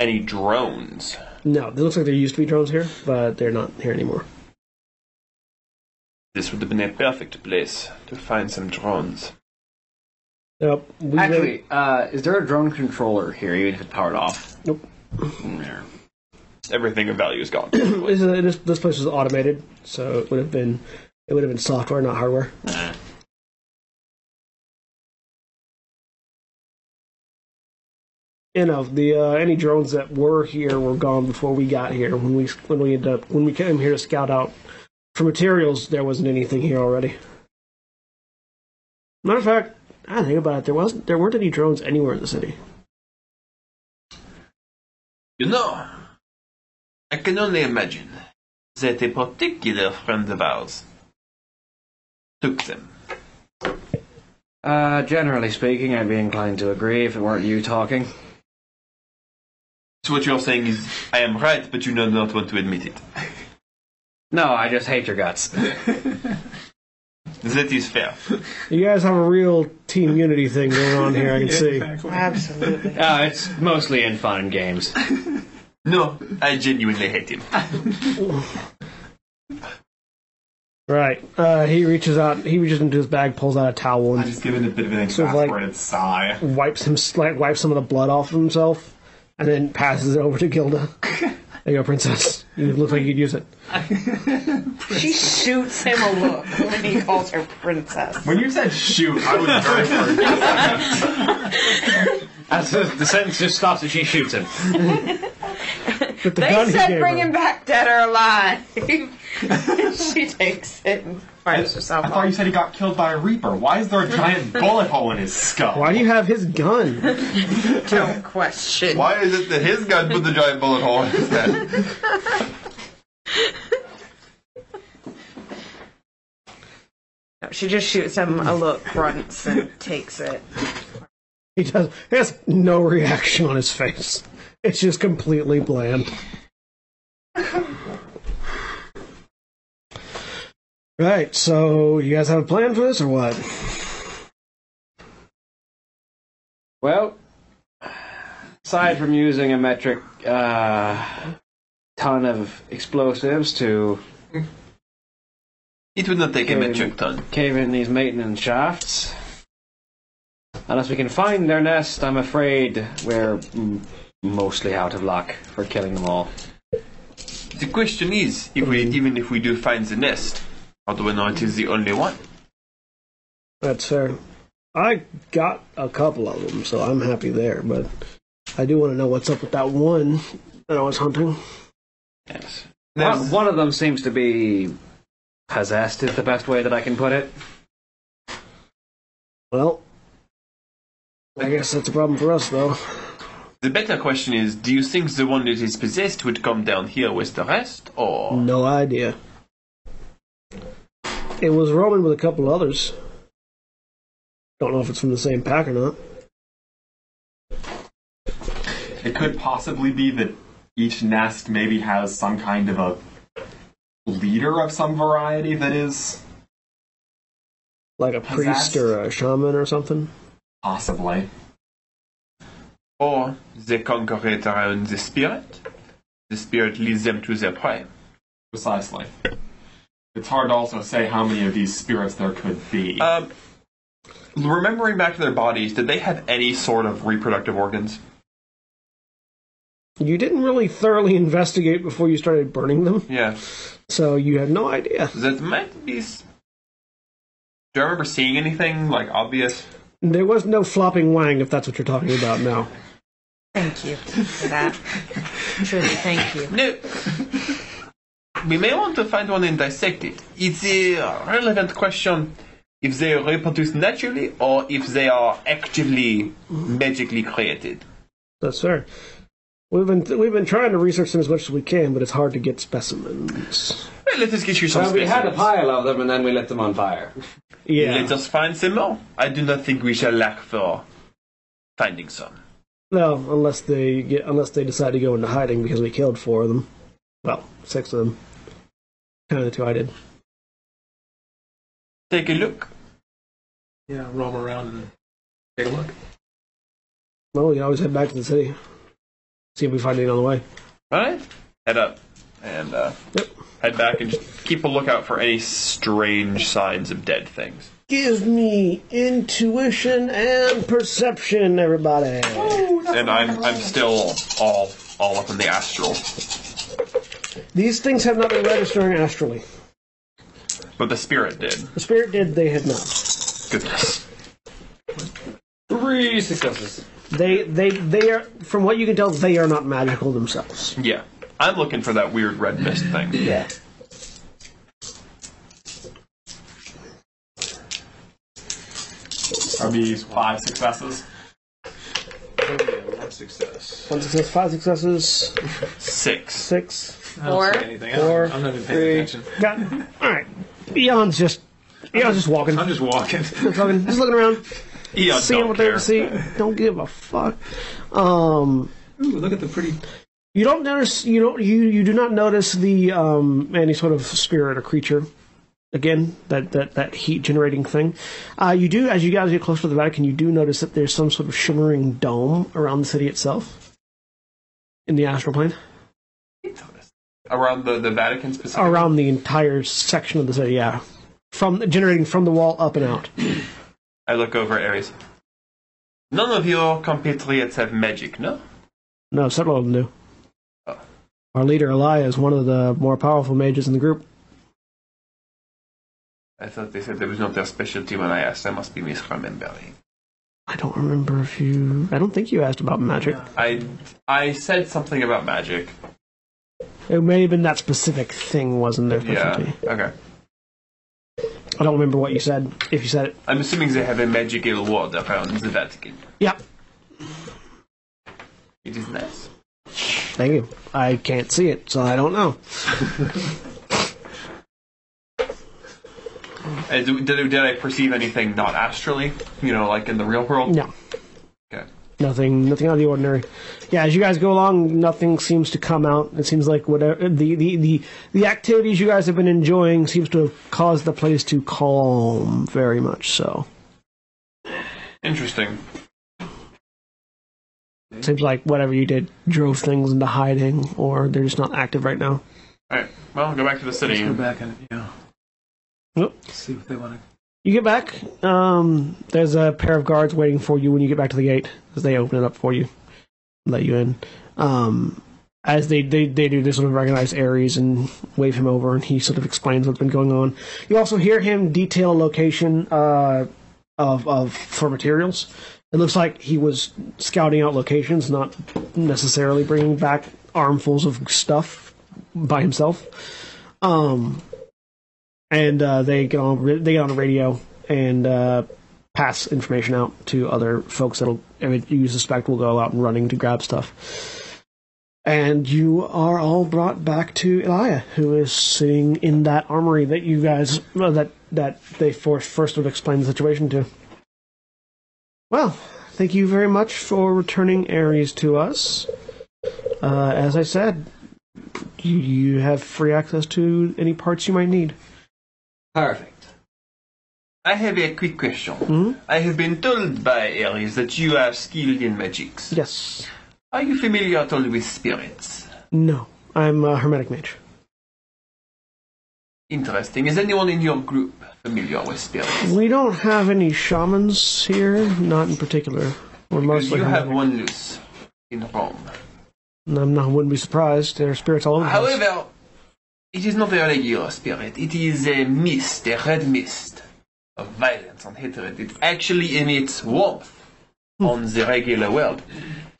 Speaker 2: Any drones?
Speaker 1: No, it looks like there used to be drones here, but they're not here anymore.
Speaker 2: This would have been a perfect place to find some drones.
Speaker 1: Yep. We
Speaker 8: Actually, uh, is there a drone controller here, even if it's powered off? Mm,
Speaker 1: Nope.
Speaker 2: Everything of value is gone.
Speaker 1: this, is- uh, this this place was automated, so it would have been it would have been software, not hardware. You know, the uh, any drones that were here were gone before we got here. When we when we ended up when we came here to scout out for materials, there wasn't anything here already. Matter of fact, I think about it. There wasn't there weren't any drones anywhere in the city.
Speaker 6: You know, I can only imagine that a particular friend of ours took them.
Speaker 7: Uh, generally speaking, I'd be inclined to agree if it weren't you talking.
Speaker 6: So what you're saying is, I am right, but you do not want to admit it.
Speaker 7: No, I just hate your guts.
Speaker 8: Uh,
Speaker 6: That is fair.
Speaker 1: You guys have a real team unity thing going on here. I can see.
Speaker 5: Absolutely.
Speaker 8: Uh, it's mostly in fun and games.
Speaker 6: No, I genuinely hate him.
Speaker 1: Right. Uh, he reaches out. He reaches into his bag, pulls out a towel,
Speaker 3: I
Speaker 1: and
Speaker 3: just give it a bit of an
Speaker 1: Sort of like-
Speaker 3: exasperated sigh.
Speaker 1: wipes him like wipes some of the blood off of himself, and then passes it over to Gilda. There you go, princess. You look like you'd use it.
Speaker 9: She shoots him a look when he calls her princess.
Speaker 3: When you said shoot, I was very worried.
Speaker 8: As the, the sentence just stops and she shoots him.
Speaker 1: With the
Speaker 9: They
Speaker 1: gun he
Speaker 9: said
Speaker 1: gave
Speaker 9: bring
Speaker 1: her.
Speaker 9: him back dead or alive. she takes it and fires herself
Speaker 3: I thought you
Speaker 9: off.
Speaker 3: said he got killed by a reaper. Why is there a giant bullet hole in his skull?
Speaker 1: Why do you have his gun?
Speaker 9: Don't question.
Speaker 2: Why is it that his gun put the giant bullet hole in his head?
Speaker 9: No, she just shoots him a look, grunts, and takes it.
Speaker 1: He does. He has no reaction on his face. It's just completely bland. Right, so you guys have a plan for this or what?
Speaker 8: Well, aside from using a metric uh, ton of explosives to
Speaker 2: It would not take a
Speaker 8: Okay.
Speaker 2: metric ton.
Speaker 8: cave in these maintenance shafts, unless we can find their nest, I'm afraid we're m- mostly out of luck for killing them all.
Speaker 2: The question is, if we, even if we do find the nest, how do we know it is the only one?
Speaker 1: That's fair. I got a couple of them, so I'm happy there, but I do want to know what's up with that one that I was hunting.
Speaker 8: Yes.
Speaker 2: There's-
Speaker 8: One, one of them seems to be possessed, is the best way that I can put it.
Speaker 1: Well, I guess that's a problem for us, though.
Speaker 2: The better question is, do you think the one that is possessed would come down here with the rest, or
Speaker 1: No idea. It was roaming with a couple others. Don't know if it's from the same pack or not.
Speaker 3: It could possibly be that each nest maybe has some kind of a leader of some variety that is
Speaker 1: Like a priest
Speaker 3: Possessed.
Speaker 1: or a shaman or something.
Speaker 3: possibly.
Speaker 2: or they conquer it around the spirit? The spirit leads them to their prey.
Speaker 3: Precisely. It's hard to also say how many of these spirits there could be.
Speaker 2: Um, remembering back to their bodies, did they have any sort of reproductive organs?
Speaker 1: You didn't really thoroughly investigate before you started burning them,
Speaker 2: Yeah,
Speaker 1: so you had no idea.
Speaker 2: that might be. s- Do I remember seeing anything like obvious?
Speaker 1: There was no flopping wang, if that's what you're talking about now.
Speaker 9: Thank you for that. Truly, thank you.
Speaker 2: No. We may want to find one and dissect it. It's a relevant question if they reproduce naturally or if they are actively magically created.
Speaker 1: That's fair. We've been we've been trying to research them as much as we can, but it's hard to get specimens.
Speaker 2: Well, let us get you some
Speaker 8: Well, we had a
Speaker 2: specimens.
Speaker 8: pile of them and then we lit them on fire.
Speaker 1: Yeah,
Speaker 2: Let us find some more. I do not think we shall lack for finding some.
Speaker 1: no, unless they get unless they decide to go into hiding because we killed four of them. Well, six of them. Kind of the two I did.
Speaker 2: Take a look.
Speaker 4: Yeah, roam around and take a look.
Speaker 1: Well, we always head back to the city. See if we find any on the way.
Speaker 2: All right, head up and uh,
Speaker 1: Yep.
Speaker 2: head back and just keep a lookout for any strange signs of dead things.
Speaker 1: Give me intuition and perception, everybody.
Speaker 2: And I'm I'm still all all up in the astral.
Speaker 1: These things have not been registering astrally.
Speaker 2: But the spirit did.
Speaker 1: The spirit did; they had not.
Speaker 2: Goodness.
Speaker 8: Three successes.
Speaker 1: They they they are from what you can tell they are not magical themselves.
Speaker 2: Yeah. I'm looking for that weird red mist thing.
Speaker 1: Yeah.
Speaker 3: Are these five successes?
Speaker 4: One success.
Speaker 1: One success, five successes,
Speaker 2: Six.
Speaker 1: six.
Speaker 9: Or-
Speaker 4: I don't see anything.
Speaker 1: or
Speaker 4: I'm, I'm not even paying attention.
Speaker 1: Got all right. Eon's just Eon's just walking,
Speaker 4: I'm just walking.
Speaker 1: just looking, just looking around,
Speaker 2: Eon
Speaker 1: seeing
Speaker 2: uh, don't
Speaker 1: what they
Speaker 2: care.
Speaker 1: can see. Don't give a fuck. Um,
Speaker 4: Ooh, look at the pretty.
Speaker 1: you don't notice. You don't. You you do not notice the um any sort of spirit or creature. Again, that, that, that heat generating thing. Uh, you do, as you guys get closer to the Vatican, you do notice that there's some sort of shimmering dome around the city itself in the astral plane.
Speaker 2: Around the, the Vatican specifically.
Speaker 1: around the entire section of the city. Yeah, from generating from the wall up and out.
Speaker 2: I look over at Ares. None of your compatriots have magic, no?
Speaker 1: No, several of them do.
Speaker 2: Oh.
Speaker 1: Our leader Elia is one of the more powerful mages in the group.
Speaker 2: I thought they said that was not their specialty when I asked. I must be misremembering.
Speaker 1: I don't remember if you. I don't think you asked about magic.
Speaker 2: I I said something about magic.
Speaker 1: It may have been that specific thing wasn't their
Speaker 2: Yeah.
Speaker 1: specialty.
Speaker 2: Okay.
Speaker 1: I don't remember what you said, if you said it.
Speaker 2: I'm assuming they have a magical ward around the Vatican.
Speaker 1: Yep.
Speaker 2: It is nice.
Speaker 1: Thank you. I can't see it, so I don't know.
Speaker 2: Uh, do- did, did I perceive anything not astrally? You know, like in the real world?
Speaker 1: No.
Speaker 2: Okay.
Speaker 1: Nothing, nothing out of the ordinary. Yeah, as you guys go along, nothing seems to come out. It seems like whatever the the the, the activities you guys have been enjoying seems to have caused the place to calm very much. So
Speaker 2: Interesting.
Speaker 1: seems like whatever you did drove things into hiding, or they're just not active right now.
Speaker 2: Alright, well, go back to the city.
Speaker 4: Go back and yeah,
Speaker 1: Nope.
Speaker 4: see what they want to.
Speaker 1: You get back. Um, there's a pair of guards waiting for you when you get back to the gate, as they open it up for you, let you in. Um, as they, they, they do, they sort of recognize Ares and wave him over, and he sort of explains what's been going on. You also hear him detail a location uh, of of for materials. It looks like he was scouting out locations, not necessarily bringing back armfuls of stuff by himself. Um, and uh, they get on they get on the radio and uh, pass information out to other folks that'll I mean, you suspect will go out and running to grab stuff. And you are all brought back to Elia, who is sitting in that armory that you guys well, that that they for, first would explain the situation to. Well, thank you very much for returning Ares to us. Uh, as I said, you, you have free access to any parts you might need.
Speaker 8: Perfect.
Speaker 2: I have a quick question.
Speaker 4: Hmm?
Speaker 2: I have been told by Ares that you are skilled in magics.
Speaker 1: Yes.
Speaker 2: Are you familiar at all with spirits?
Speaker 1: No, I'm a hermetic mage.
Speaker 2: Interesting. Is anyone in your group familiar with spirits?
Speaker 1: We don't have any shamans here, not in particular. We're mostly
Speaker 2: you have
Speaker 1: hermetic.
Speaker 2: one loose in Rome.
Speaker 1: And I'm not, wouldn't be surprised. There are spirits all over. the place.
Speaker 2: However, it is not a regular spirit. It is a mist, a red mist of violence and hatred. It actually emits warmth on the regular world.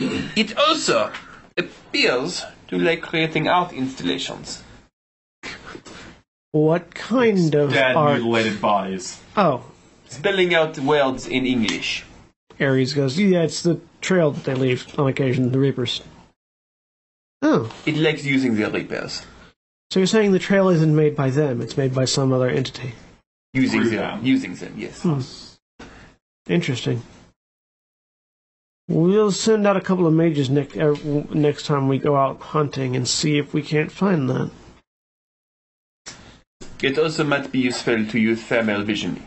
Speaker 2: It also appears to like creating art installations.
Speaker 1: what kind of
Speaker 3: Dead,
Speaker 1: art?
Speaker 3: mutilated bodies.
Speaker 1: Oh,
Speaker 2: Spelling out words in English.
Speaker 1: Ares goes. Yeah, it's the trail that they leave on occasion. The Reapers. Oh,
Speaker 2: It likes using the repairs.
Speaker 1: so you're saying the trail isn't made by them? It's made by some other entity.
Speaker 2: Using
Speaker 3: Through
Speaker 2: them.
Speaker 3: them.
Speaker 2: Using them, yes.
Speaker 1: Interesting. We'll send out a couple of mages next er, w- next time we go out hunting and see if we can't find that.
Speaker 2: It also might be useful to use thermal vision.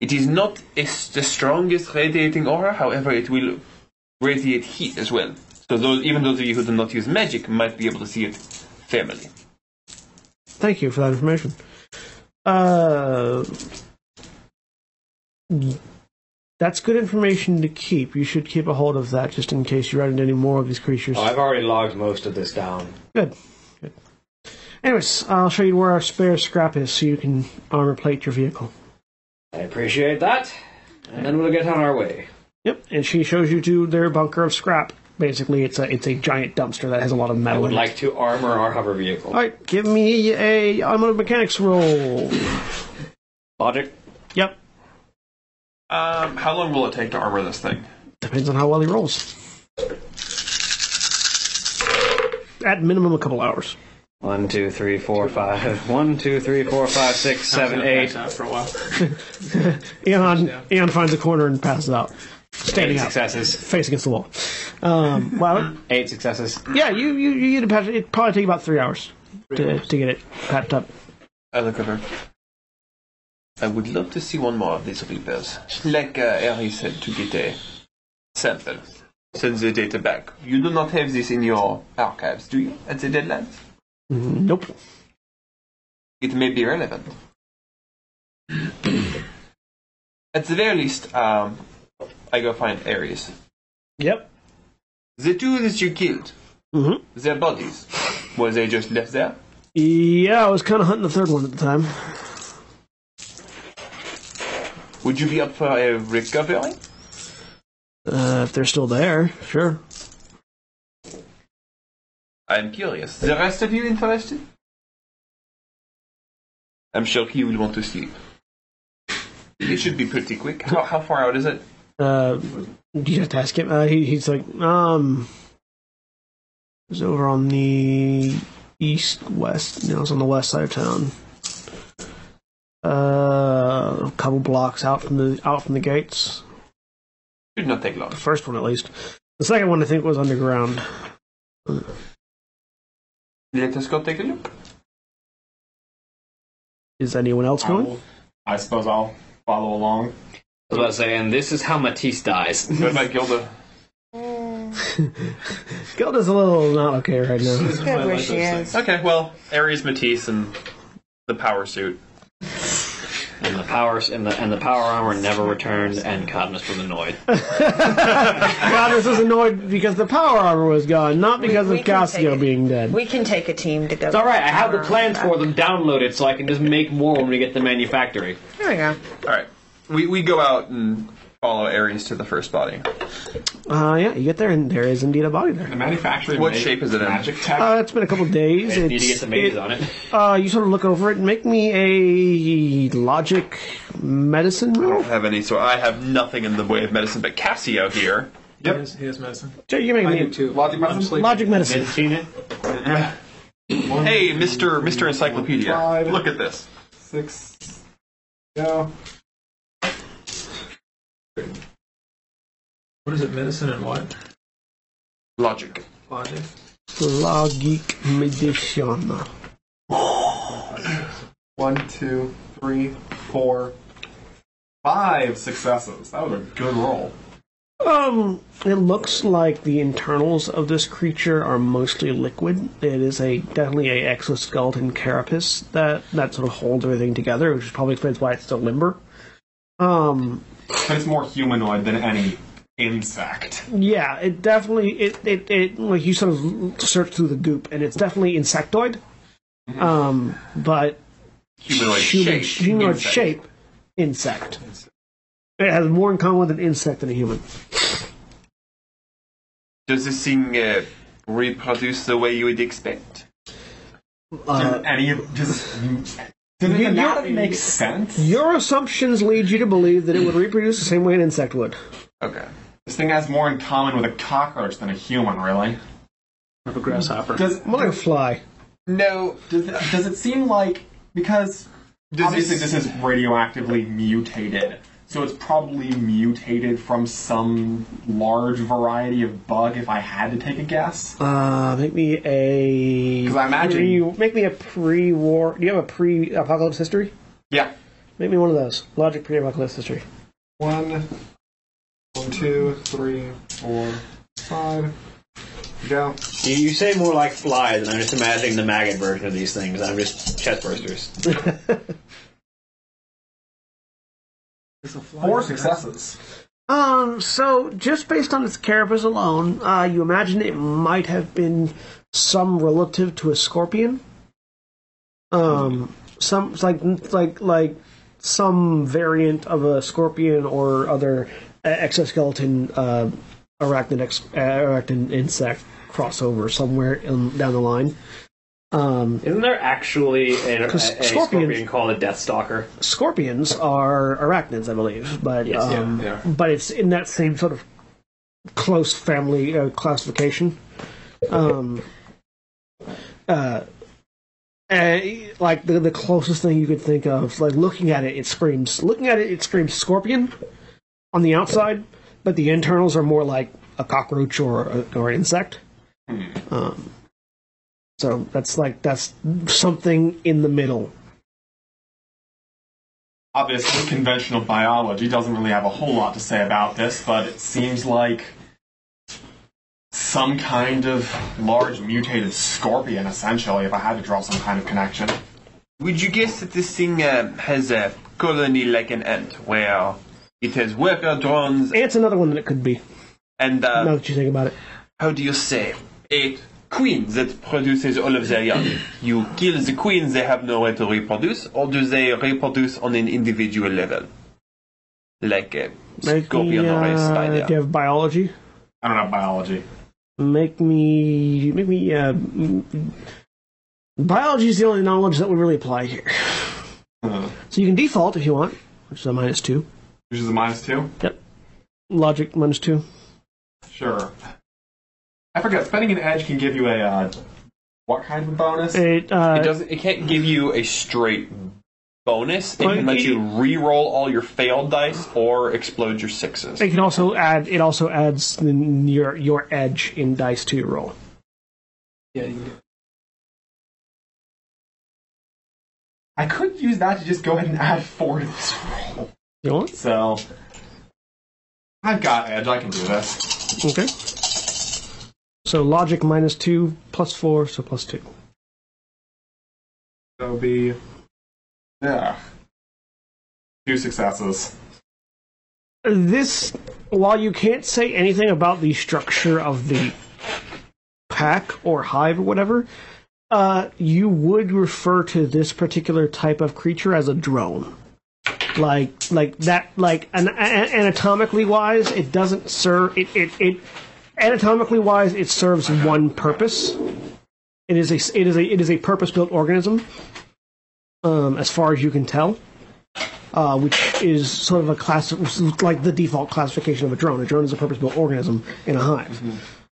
Speaker 2: It is not as the strongest radiating aura, however, it will radiate heat as well. So those, even those of you who do not use magic might be able to see it thermally.
Speaker 1: Thank you for that information. Uh, that's good information to keep. You should keep a hold of that just in case you run into any more of these creatures.
Speaker 8: Oh, I've already logged most of this down.
Speaker 1: Good. Good. Anyways, I'll show you where our spare scrap is so you can armor plate your vehicle.
Speaker 8: I appreciate that. And then we'll get on our way.
Speaker 1: Yep, and she shows you to their bunker of scrap. Basically, it's a it's a giant dumpster that has a lot of metal.
Speaker 8: I would
Speaker 1: in it.
Speaker 8: like to armor our hover vehicle.
Speaker 1: All right, give me a automotive mechanics roll.
Speaker 8: Logic.
Speaker 1: Yep,
Speaker 2: Um, how long will it take to armor this thing?
Speaker 1: depends on how well he rolls. At minimum, a couple hours.
Speaker 8: One, two, three, four, five. One, two, three, four, five, six, seven, eight.
Speaker 4: Out for a while.
Speaker 1: Eon, Eon finds a corner and passes out, standing
Speaker 8: Eight
Speaker 1: up,
Speaker 8: successes.
Speaker 1: face against the wall. Um, wow,
Speaker 8: Eight successes.
Speaker 1: yeah, you you you get it patched. It probably take about three hours to to get it patched up.
Speaker 2: I look over. I would love to see one more of these repairs. Like uh, Harry said, to get a sample. Send the data back. You do not have this in your archives, do you? At the deadline?
Speaker 1: Nope.
Speaker 2: it may be relevant. At the very least, um, I go find Ares.
Speaker 1: Yep.
Speaker 2: The two that you killed,
Speaker 1: Mm-hmm.
Speaker 2: their bodies, were they just left there?
Speaker 1: Yeah, I was kind of hunting the third one at the time.
Speaker 2: Would you be up for a recovery?
Speaker 1: Uh, if they're still there, sure.
Speaker 2: I'm curious. The rest of you interested? I'm sure he will want to sleep. It should be pretty quick. How, how far out is it?
Speaker 1: Uh, you have to ask him. Uh, he, he's like, um, it's over on the east west. No, it's on the west side of town. Uh, a couple blocks out from the out from the gates.
Speaker 2: Should not take long.
Speaker 1: The first one, at least. The second one, I think, was underground.
Speaker 2: Let us go take a look.
Speaker 1: Is anyone else
Speaker 3: I,
Speaker 1: going?
Speaker 3: will- I suppose I'll follow along.
Speaker 8: I was about to say, and this is how Matisse dies.
Speaker 2: What about Gilda?
Speaker 1: Gilda's a little not okay right now.
Speaker 9: Good where she is.
Speaker 2: Okay, well, Aries Matisse and the power suit.
Speaker 8: And the powers and the and the power armor never returned, and Cadmus was annoyed.
Speaker 1: Cadmus was annoyed because the power armor was gone, not because
Speaker 9: we
Speaker 1: of
Speaker 9: can take
Speaker 1: Cassio
Speaker 9: it.
Speaker 1: being dead.
Speaker 9: We can take a team to go.
Speaker 8: It's all right. I have the plans for them downloaded, so I can just make more when we get to manufacturing.
Speaker 9: There we go.
Speaker 2: All right, we we go out and follow Aries to the first body.
Speaker 1: Uh, yeah, you get there, and there is indeed a body there.
Speaker 3: The manufacturing.
Speaker 2: What
Speaker 3: ma-
Speaker 2: shape is it in?
Speaker 3: Magic tech.
Speaker 1: Uh, it's been a couple days.
Speaker 8: You need to
Speaker 1: It's-
Speaker 8: get some mages
Speaker 1: it-
Speaker 8: on it.
Speaker 1: Uh, you sort of look over it and make me a logic medicine
Speaker 2: I
Speaker 1: roll.
Speaker 2: don't have any, so I have nothing in the way of medicine. But Cassio here,
Speaker 4: Yep. He has, he has medicine.
Speaker 1: Jay, you make
Speaker 4: I
Speaker 1: me
Speaker 4: do too.
Speaker 3: Logic
Speaker 4: I'm
Speaker 3: medicine.
Speaker 4: sleeping.
Speaker 1: logic medicine.
Speaker 7: Tina?
Speaker 2: hey, Mister Mister Encyclopedia,
Speaker 3: Five.
Speaker 2: look at this.
Speaker 3: Six. No.
Speaker 4: What is it? Medicine and what?
Speaker 2: Logic.
Speaker 4: Logic.
Speaker 1: Logic medicine.
Speaker 3: One, two, three, four, five successes. That was a good roll.
Speaker 1: Um, it looks like the internals of this creature are mostly liquid. It is a definitely a exoskeleton carapace that that sort of holds everything together, which probably explains why it's still limber. Um,
Speaker 3: But it's more humanoid than any insect.
Speaker 1: Yeah, it definitely it, it, it like you sort of search through the goop, and it's definitely insectoid,
Speaker 2: Mm-hmm.
Speaker 1: um, but
Speaker 2: Humanoid
Speaker 1: human
Speaker 2: shape.
Speaker 1: humanoid
Speaker 2: Insect.
Speaker 1: shape insect. It has more in common with an insect than a human.
Speaker 2: Does this thing uh, reproduce the way you would expect?
Speaker 1: Uh,
Speaker 3: Did any of just. Did any of that make sense?
Speaker 1: your assumptions lead you to believe that it would reproduce the same way an insect would.
Speaker 2: Okay.
Speaker 3: This thing has more in common with a cockroach than a human, really.
Speaker 4: Of a grasshopper.
Speaker 3: Does
Speaker 1: More like a fly.
Speaker 2: No.
Speaker 3: does it, does it seem like because obviously this is radioactively mutated, so it's probably mutated from some large variety of bug. If I had to take a guess,
Speaker 1: Uh, make me a
Speaker 3: 'Cause I imagine-
Speaker 1: pre- make me a pre-war. Do you have a pre-apocalypse history?
Speaker 3: yeah,
Speaker 1: Make me one of those. Logic pre-apocalypse history.
Speaker 3: one, one, two, three, four, five. Go.
Speaker 8: You, you say more like flies, and I'm just imagining the maggot version of these things. I'm just chest bursters.
Speaker 3: Four successes.
Speaker 1: Um, so just based on its carapace alone, uh, you imagine it might have been some relative to a scorpion. Um, some it's like like like some variant of a scorpion or other uh, exoskeleton uh, arachnid ex- uh, arachnid insect crossover somewhere in, down the line. Um,
Speaker 8: Isn't there actually a, a, a
Speaker 1: 'Cause
Speaker 8: scorpion.
Speaker 1: scorpions-
Speaker 8: called a Death Stalker?
Speaker 1: scorpions are arachnids, I believe, but
Speaker 8: Yes, yeah,
Speaker 1: um,
Speaker 4: they are.
Speaker 1: but it's in that same sort of close family uh, classification. Um, uh, eh, like the the closest thing you could think of, like looking at it, it screams. Looking at it, it screams scorpion on the outside, but the internals are more like a cockroach or a, or an insect. Um, so that's like that's something in the middle.
Speaker 3: Obviously, conventional biology doesn't really have a whole lot to say about this, but it seems like some kind of large mutated scorpion, essentially, if I had to draw some kind of connection.
Speaker 2: Would you guess that this thing uh, has a colony like an ant, where it has worker drones
Speaker 1: It's another one that it could be.
Speaker 2: and uh,
Speaker 1: now that you think about it.
Speaker 2: how do you say a queen that produces all of their young? you kill the queens; they have no way to reproduce, or do they reproduce on an individual level, like a
Speaker 1: Make
Speaker 2: scorpion
Speaker 1: me,
Speaker 2: or a
Speaker 1: uh,
Speaker 2: spider?
Speaker 1: Do you have biology?
Speaker 3: I don't know biology.
Speaker 1: Make me. Make me. Uh, mm, biology is the only knowledge that would really apply here.
Speaker 3: Hmm.
Speaker 1: So you can default if you want. which is a minus two.
Speaker 3: Which is a minus two?
Speaker 1: Logic minus two.
Speaker 3: Sure. I forgot, spending an edge can give you a, uh, what kind of bonus?
Speaker 1: It, uh,
Speaker 2: It doesn't. It can't give you a straight bonus. It can
Speaker 1: Well,
Speaker 2: let
Speaker 1: it-
Speaker 2: you re-roll all your failed dice or explode your sixes.
Speaker 1: It can also add. It also adds the- your your edge in dice to your roll.
Speaker 4: Yeah, you can do
Speaker 3: I could use that to just go ahead and add four to this roll.
Speaker 1: You want?
Speaker 3: So, I've got edge, I can do this.
Speaker 1: Okay. So logic minus two plus four, so plus two.
Speaker 3: That'll be, yeah, two successes.
Speaker 1: This, while you can't say anything about the structure of the pack or hive or whatever, uh, you would refer to this particular type of creature as a drone. Like, like that, like an, a- a- anatomically wise, it doesn't serve it, it. It anatomically wise, it serves one purpose. It is a it is a it is a purpose built organism, um, as far as you can tell uh, which is sort of a class, like the default classification of a drone. A drone is a purpose-built organism in a hive,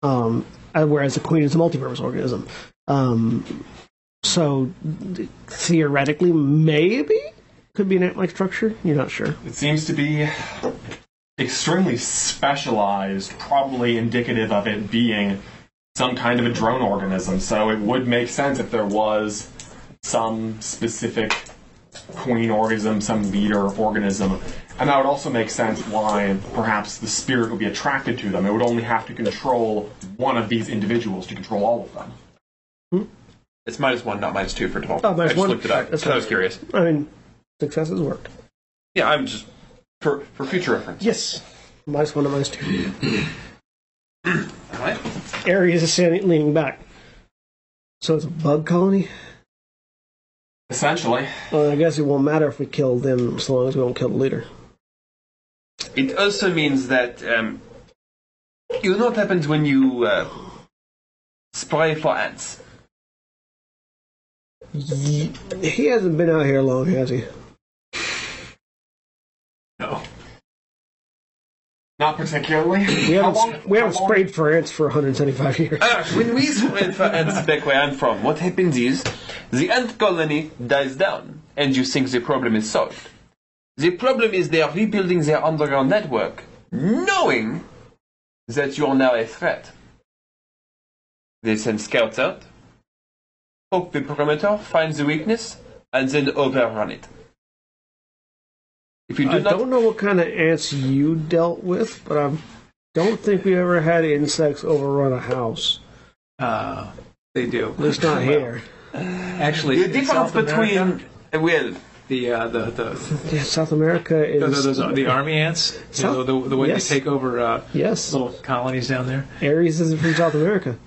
Speaker 1: um, uh, whereas a queen is a multi-purpose organism. Um, so th- theoretically, maybe could be an ant-like structure. You're not sure.
Speaker 3: It seems to be extremely specialized, probably indicative of it being some kind of a drone organism. So it would make sense if there was some specific queen organism, some leader organism. And that would also make sense why perhaps the spirit would be attracted to them. It would only have to control one of these individuals to control all of them.
Speaker 2: It's minus one, not minus two for twelve.
Speaker 1: Oh, minus
Speaker 2: I just
Speaker 1: one.
Speaker 2: looked it up
Speaker 1: That's
Speaker 2: because I
Speaker 1: fine.
Speaker 2: was curious.
Speaker 1: I mean, successes work.
Speaker 2: Yeah, I'm just for for future reference.
Speaker 1: Yes. Minus one to minus two.
Speaker 2: What?
Speaker 1: Aries is standing, leaning back. So it's a bug colony.
Speaker 3: Essentially,
Speaker 1: Well, I guess it won't matter if we kill them, so long as we don't kill the leader.
Speaker 2: It also means that um, you know what happens when you uh, spray for ants.
Speaker 1: He hasn't been out here long, has he?
Speaker 3: not particularly.
Speaker 1: We
Speaker 3: How
Speaker 1: haven't,
Speaker 3: long-
Speaker 1: we haven't
Speaker 3: how long-
Speaker 1: sprayed for ants for 175 years.
Speaker 2: Ah, when we spray for ants back where I'm from, what happens is the ant colony dies down, and you think the problem is solved. The problem is they are rebuilding their underground network, knowing that you are now a threat. They send scouts out, poke the perimeter, find the weakness, and then overrun it. If you do
Speaker 1: I
Speaker 2: not
Speaker 1: don't know what kind of ants you dealt with, but I don't think we ever had insects overrun a house.
Speaker 4: Uh, they do.
Speaker 1: At least not here.
Speaker 4: Actually,
Speaker 2: The
Speaker 4: in
Speaker 2: difference
Speaker 4: South America,
Speaker 2: between well,
Speaker 4: the uh, the the,
Speaker 1: Yeah, South America is.
Speaker 4: the, those, the army ants, you know, the, the way
Speaker 1: Yes.
Speaker 4: they take over uh,
Speaker 1: Yes.
Speaker 4: little colonies down there.
Speaker 1: Aries isn't from South America.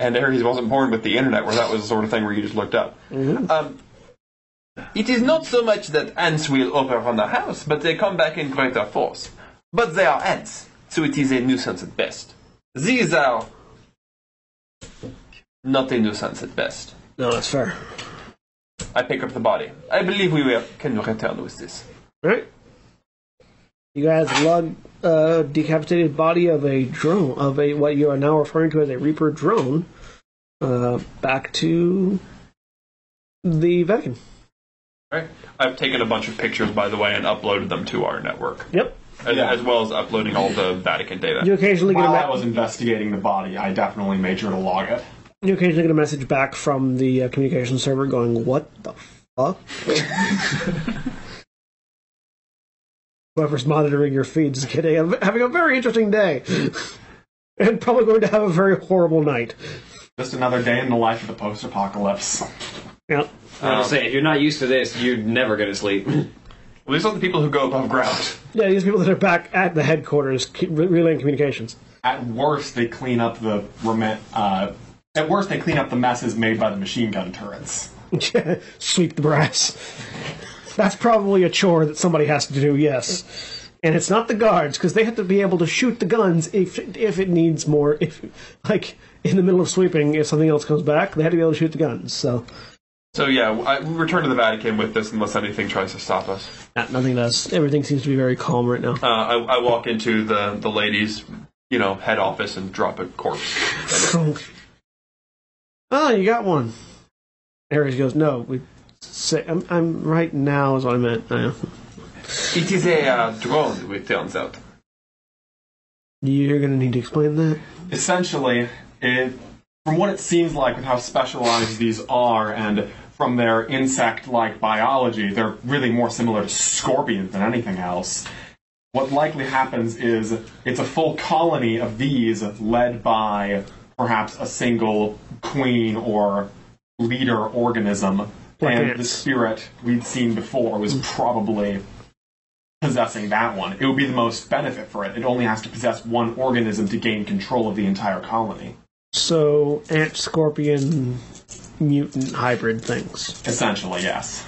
Speaker 2: and Aries wasn't born with the internet, where that was the sort of thing where you just looked up. Um, it is not so much that ants will overrun a house, but they come back in greater force. But they are ants, so it is a nuisance at best. These are not a nuisance at best.
Speaker 1: No, that's fair.
Speaker 2: I pick up the body. I believe we will, can return with this.
Speaker 1: All right. You guys lug uh, decapitated body of a drone of a what you are now referring to as a Reaper drone uh, back to the Vatican.
Speaker 2: Right. I've taken a bunch of pictures, by the way, and uploaded them to our network,
Speaker 1: Yep.
Speaker 2: as, as well as uploading all the Vatican data.
Speaker 1: You occasionally get a
Speaker 3: While I
Speaker 1: ma-
Speaker 3: was investigating the body, I definitely made sure to log it.
Speaker 1: you occasionally get a message back from the uh, communication server going, "What the fuck?" Whoever's monitoring your feeds is getting a, having a very interesting day, and probably going to have a very horrible night.
Speaker 3: Just another day in the life of the post-apocalypse.
Speaker 1: Yep.
Speaker 8: I'll say, if you're not used to this, you're never gonna sleep.
Speaker 2: Well, these are the people who go above ground.
Speaker 1: Yeah, these people that are back at the headquarters keep re- relaying communications.
Speaker 3: At worst, they clean up the remi- uh, at worst they clean up the messes made by the machine gun turrets.
Speaker 1: Sweep the brass. That's probably a chore that somebody has to do, yes. And it's not the guards because they have to be able to shoot the guns if if it needs more. If like in the middle of sweeping, if something else comes back, they have to be able to shoot the guns. So
Speaker 2: So yeah, I, we return to the Vatican with this unless anything tries to stop us.
Speaker 1: Nah, nothing does. Everything seems to be very calm right now.
Speaker 2: Uh, I, I walk into the the ladies, you know, head office and drop a corpse.
Speaker 1: oh, you got one. Ares goes, no, we say, I'm, I'm right now is what I meant. I know.
Speaker 2: It is a uh, drone. It turns out.
Speaker 1: You're going to need to explain that.
Speaker 3: essentially, it, from what it seems like with how specialized these are and from their insect like biology, they're really more similar to scorpions than anything else. What likely happens is it's a full colony of these led by perhaps a single queen or leader organism. And the
Speaker 1: ants.
Speaker 3: spirit we'd seen before was probably possessing that one. It would be the most benefit for it. It only has to possess one organism to gain control of the entire colony,
Speaker 1: So, ant, scorpion, mutant, hybrid things.
Speaker 3: essentially, yes.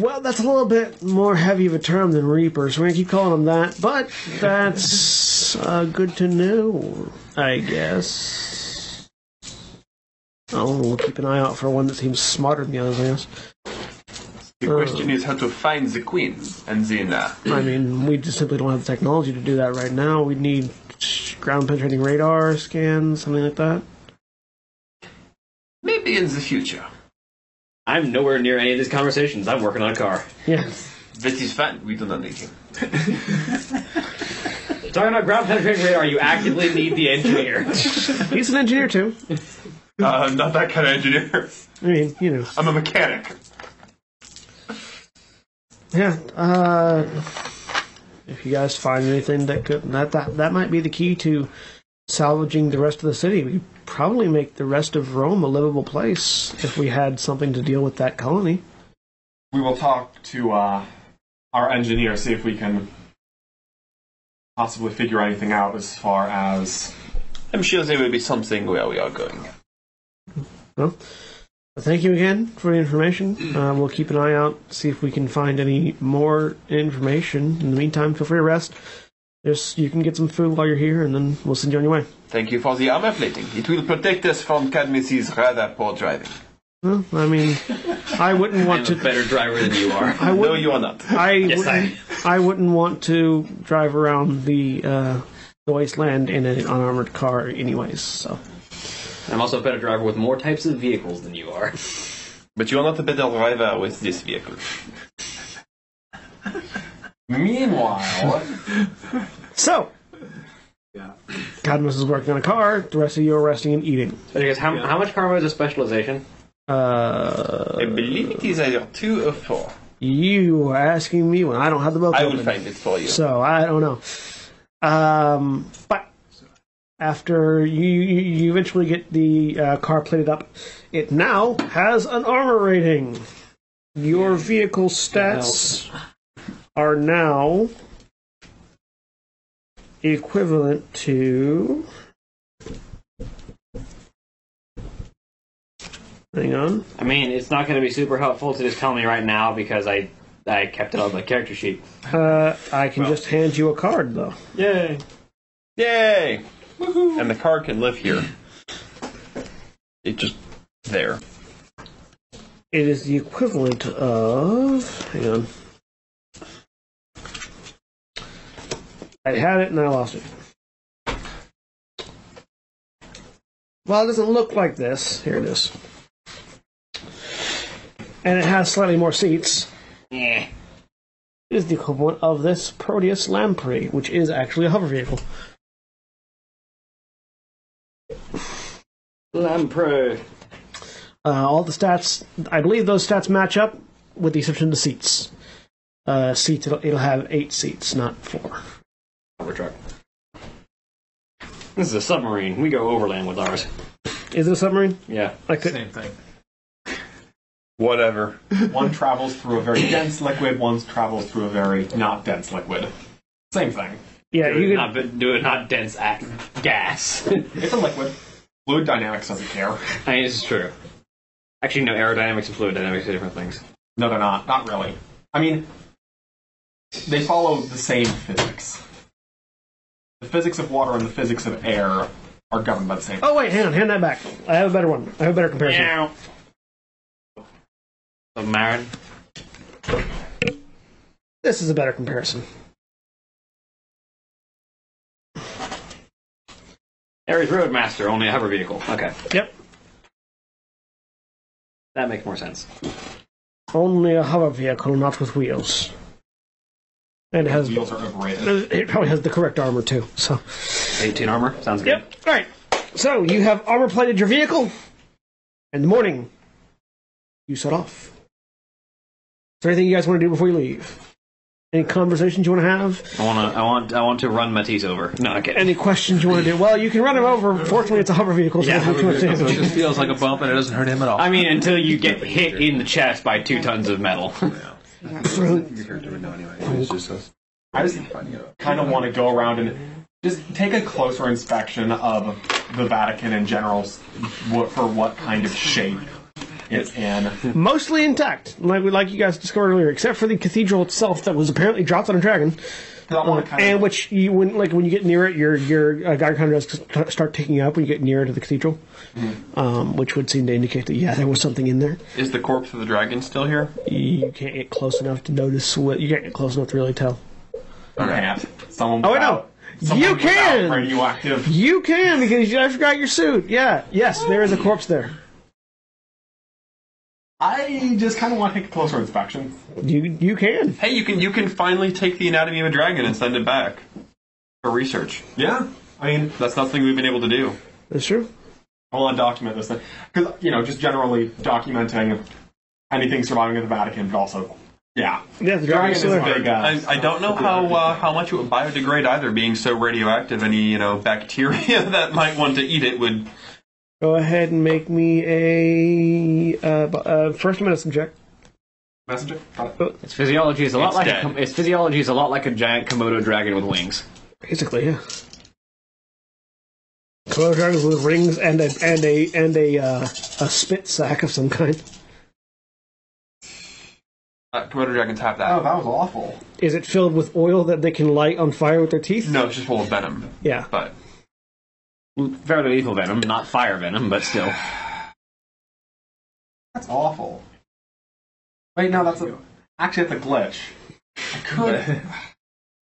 Speaker 1: Well, that's a little bit more heavy of a term than reapers. We're going to keep calling them that, but that's uh, good to know, I guess. Oh, we'll keep an eye out for one that seems smarter than the others, I guess.
Speaker 2: The question is how to find the queen, and then uh,
Speaker 1: I mean, we just simply don't have the technology to do that right now. We need ground penetrating radar scans, something like that.
Speaker 2: maybe in the future.
Speaker 11: I'm nowhere near any of these conversations. I'm working on a car.
Speaker 1: Yeah.
Speaker 2: That is fine. We do not need him.
Speaker 11: Talking about ground penetrating radar, you actively need the engineer.
Speaker 1: He's an engineer, too.
Speaker 2: Uh, I'm not that kind of engineer.
Speaker 1: I mean, you know.
Speaker 2: I'm a mechanic.
Speaker 1: Yeah. Uh, if you guys find anything that could that, that that might be the key to salvaging the rest of the city. We could probably make the rest of Rome a livable place if we had something to deal with that colony.
Speaker 3: We will talk to uh, our engineer, see if we can possibly figure anything out as far as.
Speaker 2: I'm sure there will be something where we are going.
Speaker 1: Well, thank you again for the information. Uh, we'll keep an eye out, see if we can find any more information. In the meantime, feel free to rest. There's, you can get some food while you're here, and then we'll send you on your way.
Speaker 2: Thank you for the armor plating. It will protect us from Cadmus's rather poor driving.
Speaker 1: Well, I mean, I wouldn't want
Speaker 11: I'm a
Speaker 1: to.
Speaker 11: better driver than you are.
Speaker 1: I
Speaker 2: No,
Speaker 1: wouldn't,
Speaker 2: you are not.
Speaker 1: I,
Speaker 11: I-
Speaker 1: wouldn't, I... wouldn't want to drive around the uh, the wasteland in an unarmored car, anyways. So
Speaker 11: I'm also a better driver with more types of vehicles than you are.
Speaker 2: But you are not a better driver with this vehicle.
Speaker 3: Meanwhile,
Speaker 1: so. Cadmus is working on a car. The rest of you are resting and eating.
Speaker 11: So I guess how, how much karma is a specialization?
Speaker 1: Uh,
Speaker 2: I believe it is either two or four.
Speaker 1: you are asking me when I don't have the book.
Speaker 2: I will
Speaker 1: open.
Speaker 2: find it for you.
Speaker 1: So I don't know. Um, but after you, you you eventually get the uh, car plated up, it now has an armor rating. Your vehicle stats are now equivalent to. Hang on.
Speaker 8: I mean, it's not going to be super helpful to just tell me right now because I I kept it on my character sheet.
Speaker 1: Uh, I can just hand you a card, though.
Speaker 8: Yay!
Speaker 2: Yay! And the car can live here. It just there.
Speaker 1: It is the equivalent of. Hang on. I had it and I lost it. Well, it doesn't look like this. Here it is. And it has slightly more seats.
Speaker 8: Yeah.
Speaker 1: It is the equivalent of this Proteus Lamprey, which is actually a hover vehicle.
Speaker 8: Lamprey.
Speaker 1: Uh, all the stats, I believe those stats match up with the exception of the seats. Uh, seats, it'll, it'll have eight seats, not four.
Speaker 8: Over truck. This is a submarine. We go overland with ours.
Speaker 1: Is it a submarine?
Speaker 8: Yeah.
Speaker 1: I could,
Speaker 4: Same thing.
Speaker 2: Whatever.
Speaker 3: one travels through a very dense liquid, one travels through a very not dense liquid. Same thing.
Speaker 1: yeah,
Speaker 8: Do
Speaker 1: you
Speaker 8: it
Speaker 1: could,
Speaker 8: not, but do it not dense act gas.
Speaker 3: It's a liquid. Fluid dynamics doesn't care.
Speaker 8: I mean, it's true. Actually, no. Aerodynamics and fluid dynamics are different things.
Speaker 3: No, they're not. Not really. I mean, they follow the same physics. The physics of water and the physics of air are governed by the same.
Speaker 1: Oh wait, hang on, hand that back. I have a better one. I have a better comparison.
Speaker 8: of Marin.
Speaker 1: This is a better comparison.
Speaker 8: Ares Roadmaster, only a hover vehicle. Okay,
Speaker 1: Yep.
Speaker 8: that makes more sense.
Speaker 1: Only a hover vehicle, not with wheels. And it has
Speaker 3: Wheels are overrated.
Speaker 1: it probably has the correct armor too. So
Speaker 8: 18 armor sounds good.
Speaker 1: Yep. All right. So you have armor plated your vehicle. In the morning, you set off. Is there anything you guys want to do before you leave? Any conversations you want to have?
Speaker 8: I want to. I want. I want to run Matisse over. No, okay.
Speaker 1: Any questions you want to do? Well, you can run him over. Fortunately, it's a hover vehicle, so
Speaker 8: Yeah,
Speaker 1: it doesn't do too much
Speaker 4: So it
Speaker 1: damage.
Speaker 4: just feels like a bump and it doesn't hurt him at all.
Speaker 8: I mean, until you get hit in the chest by two tons of metal.
Speaker 4: Your character would know anyway. It's just us.
Speaker 3: I just kind of want to go around and just take a closer inspection of the Vatican in general s- what, for what kind of shape it's in.
Speaker 1: Mostly intact, like we like you guys discovered earlier, except for the cathedral itself that was apparently dropped on a dragon,
Speaker 3: 'Cause I want to kind
Speaker 1: and
Speaker 3: of,
Speaker 1: which you when like when you get near it, your your uh, guard counter does st- start ticking up when you get nearer to the cathedral, um, which would seem to indicate that yeah, there was something in there.
Speaker 6: Is the corpse of the dragon still here?
Speaker 1: you can't get close enough to notice what you can't get close enough to really tell.
Speaker 3: can't. Someone
Speaker 1: Oh, I
Speaker 3: without-
Speaker 1: know.
Speaker 3: someone
Speaker 1: You
Speaker 3: without
Speaker 1: can!
Speaker 3: Radioactive.
Speaker 1: You can because you, I forgot your suit. Yeah. Yes, there is a corpse there.
Speaker 3: I just kind of want to take a closer inspection.
Speaker 1: You you can.
Speaker 6: Hey, you can you can finally take the anatomy of a dragon and send it back for research.
Speaker 3: Yeah. I mean,
Speaker 6: That's not something we've been able to do.
Speaker 1: That's true.
Speaker 3: I want to document this thing. Because, you know, just generally documenting anything surviving at the Vatican, but also, yeah.
Speaker 1: Yeah, the dragon is still
Speaker 3: Dragon is
Speaker 1: there.
Speaker 3: big, uh,
Speaker 6: I, I don't know how uh, how much it would biodegrade either, being so radioactive. Any you know bacteria that might want to eat it would.
Speaker 1: Go ahead and make me a uh, bu- uh, first medicine check.
Speaker 3: Messenger?
Speaker 8: Its physiology is a lot
Speaker 6: It's
Speaker 8: like a
Speaker 6: dead.
Speaker 8: com- its physiology is a lot like a giant Komodo dragon with wings.
Speaker 1: Basically, yeah. Color dragons with rings and a and a and a uh, a spit sack of some kind.
Speaker 6: Uh, Komodo dragons have that.
Speaker 3: Oh, that was awful.
Speaker 1: Is it filled with oil that they can light on fire with their teeth?
Speaker 6: No, it's just full of venom.
Speaker 1: Yeah.
Speaker 6: But
Speaker 8: Fairly lethal venom, not fire venom, but still.
Speaker 3: That's awful. Wait, no, that's a. Actually, that's a glitch. I could.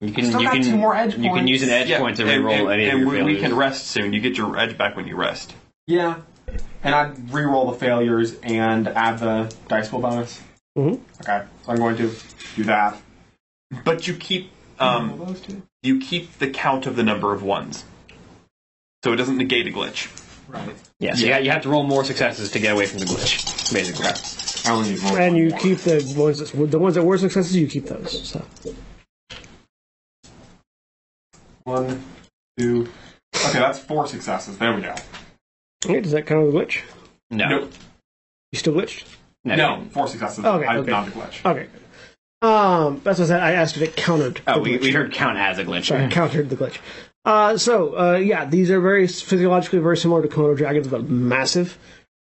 Speaker 8: You can
Speaker 3: Still
Speaker 8: you
Speaker 3: got
Speaker 8: can
Speaker 3: two more edge
Speaker 8: you can
Speaker 3: points.
Speaker 8: use an edge
Speaker 6: yeah,
Speaker 8: point to
Speaker 6: and- and,
Speaker 8: reroll any
Speaker 6: and
Speaker 8: of your
Speaker 6: we, we
Speaker 8: failures.
Speaker 6: can rest soon. You get your edge back when you rest.
Speaker 3: yeah. And I'd re-roll the failures and add the dice roll bonus.
Speaker 1: Mhm.
Speaker 3: Okay, so I'm going to do that.
Speaker 6: But you keep um,
Speaker 3: Roll those two.
Speaker 6: you keep the count of the number of ones, so it doesn't negate a glitch.
Speaker 3: Right.
Speaker 8: yeah, so you, ha- you have to roll more successes to get away from the glitch, basically.
Speaker 3: I only need roll
Speaker 1: And
Speaker 3: one
Speaker 1: you
Speaker 3: more.
Speaker 1: keep the ones that, the ones that were successes. You keep those. So.
Speaker 3: One, two. Okay, that's four successes. There we go.
Speaker 1: Okay, does that count as a glitch?
Speaker 8: No,
Speaker 3: Nope.
Speaker 1: You still glitched?
Speaker 8: no,
Speaker 3: No, four successes.
Speaker 1: Okay,
Speaker 3: I
Speaker 1: okay.
Speaker 3: not the glitch.
Speaker 1: Okay. Um, that's what I said. I asked if it countered.
Speaker 8: Oh,
Speaker 1: the
Speaker 8: we,
Speaker 1: glitch.
Speaker 8: we heard count as a glitch.
Speaker 1: Sorry, countered the glitch. Uh, so, uh, yeah, these are very physiologically very similar to Komodo dragons, but massive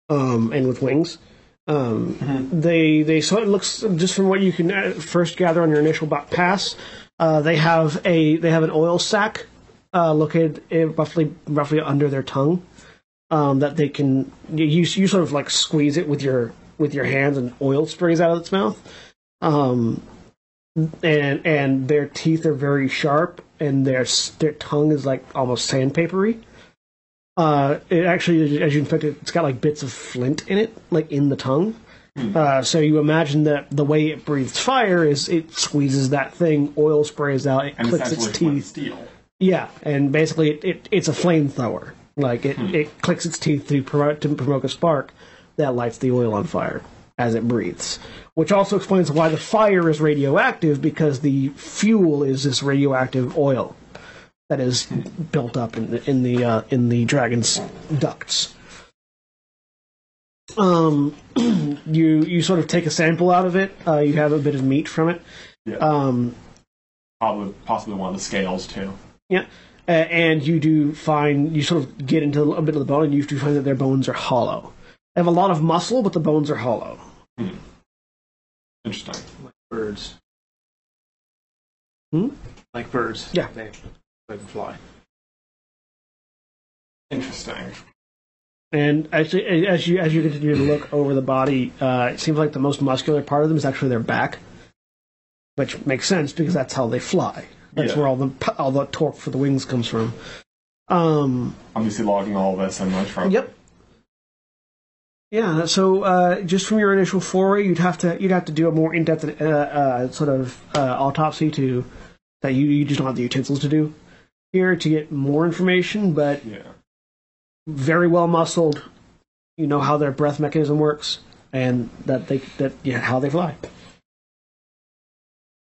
Speaker 1: um, and with wings. Um, They they so it looks just from what you can uh, first gather on your initial bo- pass. Uh, they have a they have an oil sac uh, located uh, roughly roughly under their tongue um, that they can you, you you sort of like squeeze it with your with your hands and oil sprays out of its mouth. Um, and and their teeth are very sharp and their s- their tongue is like almost sandpapery. Uh, it actually, as you inspect it, it's got like bits of flint in it, like in the tongue. Uh, so you imagine that the way it breathes fire is it squeezes that thing, oil sprays out, it
Speaker 3: And
Speaker 1: clicks its
Speaker 3: essentially flint
Speaker 1: teeth.
Speaker 3: steel.
Speaker 1: Yeah, and basically it, it it's a flamethrower. Like it, it clicks its teeth to promote to provoke a spark that lights the oil on fire as it breathes. Which also explains why the fire is radioactive because the fuel is this radioactive oil that is built up in the in the uh, in the dragon's ducts. Um, you you sort of take a sample out of it. Uh, you have a bit of meat from it.
Speaker 3: Yeah.
Speaker 1: Um,
Speaker 3: Probably, possibly one of the scales too.
Speaker 1: Yeah. Uh, and you do find, you sort of get into a bit of the bone, and you do find that their bones are hollow. They have a lot of muscle, but the bones are hollow.
Speaker 3: Interesting.
Speaker 4: Birds.
Speaker 1: Hmm?
Speaker 4: Like birds.
Speaker 1: Yeah.
Speaker 4: They, they can fly.
Speaker 3: Interesting.
Speaker 1: And actually, as you as you continue to look over the body, uh, it seems like the most muscular part of them is actually their back, which makes sense because that's how they fly. That's
Speaker 3: Yeah.
Speaker 1: where all the all the torque for the wings comes from. Um.
Speaker 3: Obviously, logging all this in my trunk.
Speaker 1: Yep. Yeah. So uh, just from your initial foray, you'd have to you'd have to do a more in depth uh, uh, sort of uh, autopsy to that you you just don't have the utensils to do here to get more information, but
Speaker 3: Yeah.
Speaker 1: very well muscled. You know how their breath mechanism works, and that they that yeah how they fly.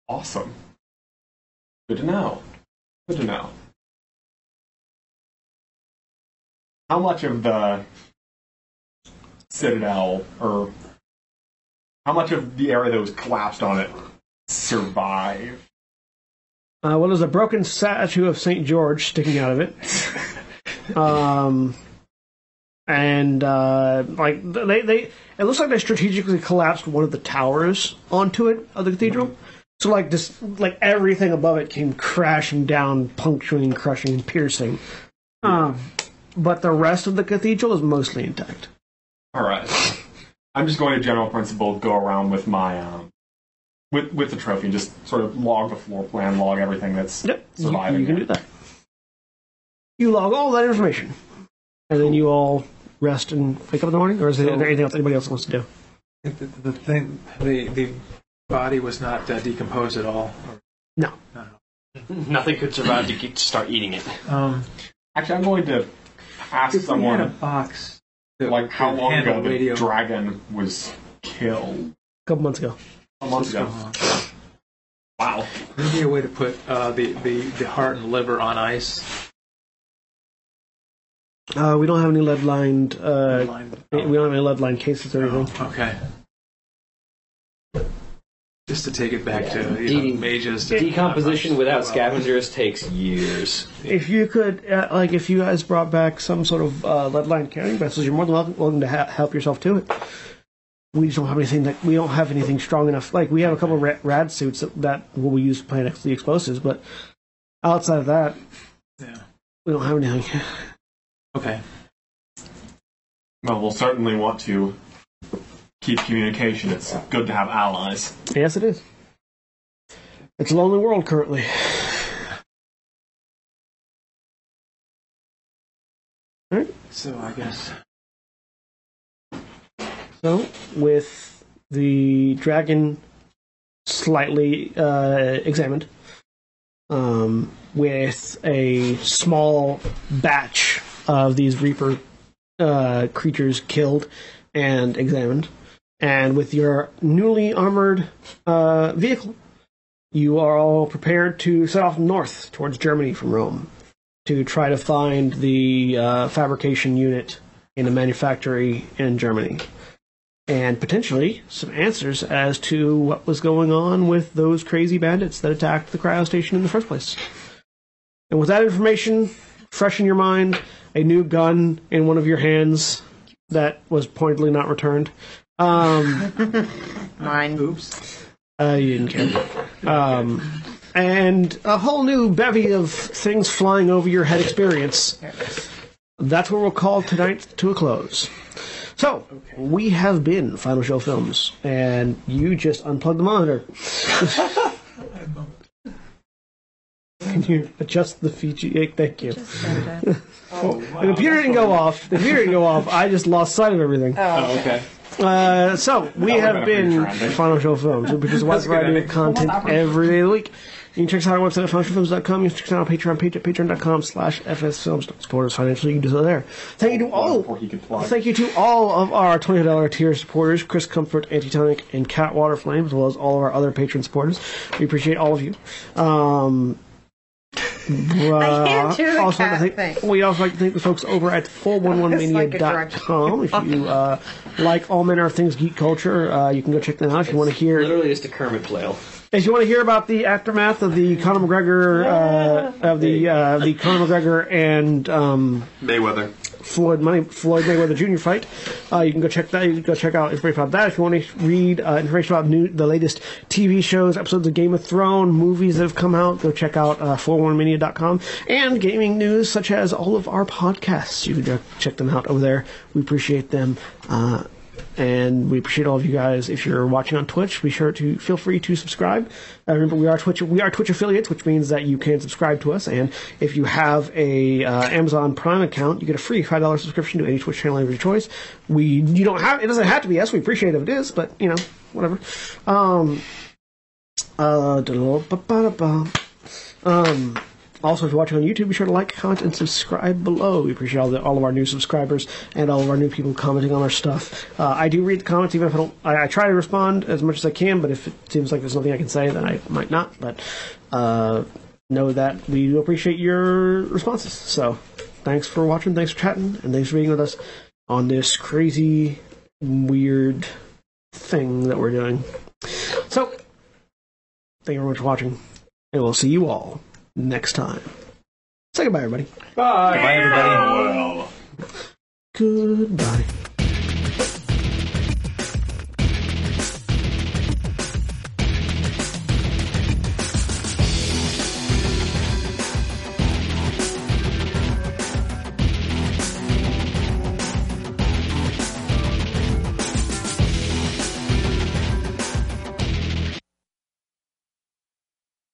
Speaker 3: Awesome. Good to know. Good to know. How much of the citadel, or how much of the area that was collapsed on it survived?
Speaker 1: Uh, well, there's a broken statue of Saint George sticking out of it, um, and uh, like they, they, it looks like they strategically collapsed one of the towers onto it of the cathedral. So like this, like everything above it came crashing down, puncturing, crushing, and piercing. Um, but the rest of the cathedral is mostly intact.
Speaker 3: All right. I'm just going to general principle, go around with my um, with with the trophy, and just sort of log the floor plan, log everything that's
Speaker 1: Yep, you,
Speaker 3: surviving.
Speaker 1: you can
Speaker 3: there.
Speaker 1: do that. You log all that information, and then you all rest and wake up in the morning. Or is there anything else anybody else wants to do?
Speaker 4: The, the thing, the the body was not uh, decomposed at all.
Speaker 1: No.
Speaker 8: Nothing could survive to get, start eating it.
Speaker 4: Um,
Speaker 3: Actually, I'm going to ask
Speaker 4: if we had a
Speaker 3: someone
Speaker 4: box, that
Speaker 3: like how
Speaker 4: could
Speaker 3: long
Speaker 4: handle
Speaker 3: ago the
Speaker 4: radio-
Speaker 3: dragon was killed.
Speaker 1: A couple months ago.
Speaker 3: A month ago. Wow.
Speaker 4: Maybe a way to put uh, the, the, the heart and liver on ice.
Speaker 1: Uh, we don't have any lead lined. Uh,
Speaker 4: Line-
Speaker 1: we don't have any lead lined cases or anything.
Speaker 4: Okay. Just to take it back to you
Speaker 7: De-
Speaker 4: know, mages. To
Speaker 7: Decomposition without
Speaker 8: Scavengers takes years.
Speaker 1: If you could, uh, like, if you guys brought back some sort of uh, lead lined carrying vessels, you're more than welcome, welcome to ha- help yourself to it. We just don't have anything that we don't have anything strong enough. Like we have a couple of ra- rad suits that, that will be used to plant ex- the explosives, but outside of that,
Speaker 4: Yeah.
Speaker 1: we don't have anything.
Speaker 4: Okay.
Speaker 3: Well, we'll certainly want to keep communication. It's good to have allies.
Speaker 1: Yes, it is. It's a lonely world currently.
Speaker 4: So I guess.
Speaker 1: So, with the dragon slightly uh, examined, um, with a small batch of these Reaper uh, creatures killed and examined, and with your newly armored uh, vehicle, you are all prepared to set off north towards Germany from Rome to try to find the uh, fabrication unit in a manufactory in Germany and potentially some answers as to what was going on with those crazy bandits that attacked the cryo station in the first place. And with that information fresh in your mind, a new gun in one of your hands that was pointedly not returned. Um,
Speaker 5: Mine.
Speaker 4: Oops.
Speaker 1: uh, you didn't care. Um, and a whole new bevy of things flying over your head experience. That's where we'll call tonight to a close. So, we have been Final Show Films, and you just unplugged the monitor. Can you adjust the feature? Thank you.
Speaker 8: Oh,
Speaker 1: The computer didn't go off. The computer didn't go off. I just lost sight of everything.
Speaker 8: Oh, okay.
Speaker 1: Uh, so we have
Speaker 3: been
Speaker 1: been
Speaker 3: a pretty trend, eh?
Speaker 1: Final Show Films, which is a wide variety of content every day of the week. You can check us out on our website at finalshowfilms.com. You can check us out on Patreon page at patreon.com slash fsfilms. Support us financially. You can do so there. Thank you to all.
Speaker 3: Before he could plug.
Speaker 1: Thank you to all of our $20 tier supporters, Chris Comfort, Antitonic, and Cat Water Flame, as well as all of our other patron supporters. We appreciate all of you. Um,
Speaker 5: can't
Speaker 1: uh,
Speaker 5: do the
Speaker 1: also
Speaker 5: cat
Speaker 1: like to thank-
Speaker 5: thing.
Speaker 1: We also like to thank the folks over at 411mania.com. If you uh, like All Men Are Things Geek Culture, uh, you can go check them out. If you want to hear
Speaker 7: Literally just a Kermit flail.
Speaker 1: if you want to hear about the aftermath of the Conor McGregor uh, of the uh, the Conor McGregor and um,
Speaker 6: Mayweather.
Speaker 1: Floyd Money Floyd Mayweather Jr. fight. Uh, you can go check that. You can go check out information about that if you want to read uh, information about new the latest TV shows, episodes of Game of Thrones, movies that have come out. Go check out uh, 41mania.com and gaming news such as all of our podcasts. You can go check them out over there. We appreciate them. Uh, and we appreciate all of you guys. If you're watching on Twitch, be sure to feel free to subscribe. Uh, remember, we are Twitch we are Twitch affiliates, which means that you can subscribe to us. And if you have a uh, Amazon Prime account, you get a free five dollar subscription to any Twitch channel of your choice. We you don't have it doesn't have to be us. We appreciate it if it is, but you know whatever. Um, uh, da-da-da-ba-ba-da-ba. um, also, if you're watching on YouTube, be sure to like, comment, and subscribe below. We appreciate all, the, all of our new subscribers and all of our new people commenting on our stuff. Uh, I do read the comments, even if I don't. I, I try to respond as much as I can, but if it seems like there's nothing I can say, then I might not. But uh, know that we do appreciate your responses. So, thanks for watching, thanks for chatting, and thanks for being with us on this crazy, weird thing that we're doing. So, thank you very much for watching, and we'll see you all next time. Say goodbye, everybody.
Speaker 4: Bye, everybody.
Speaker 1: Goodbye.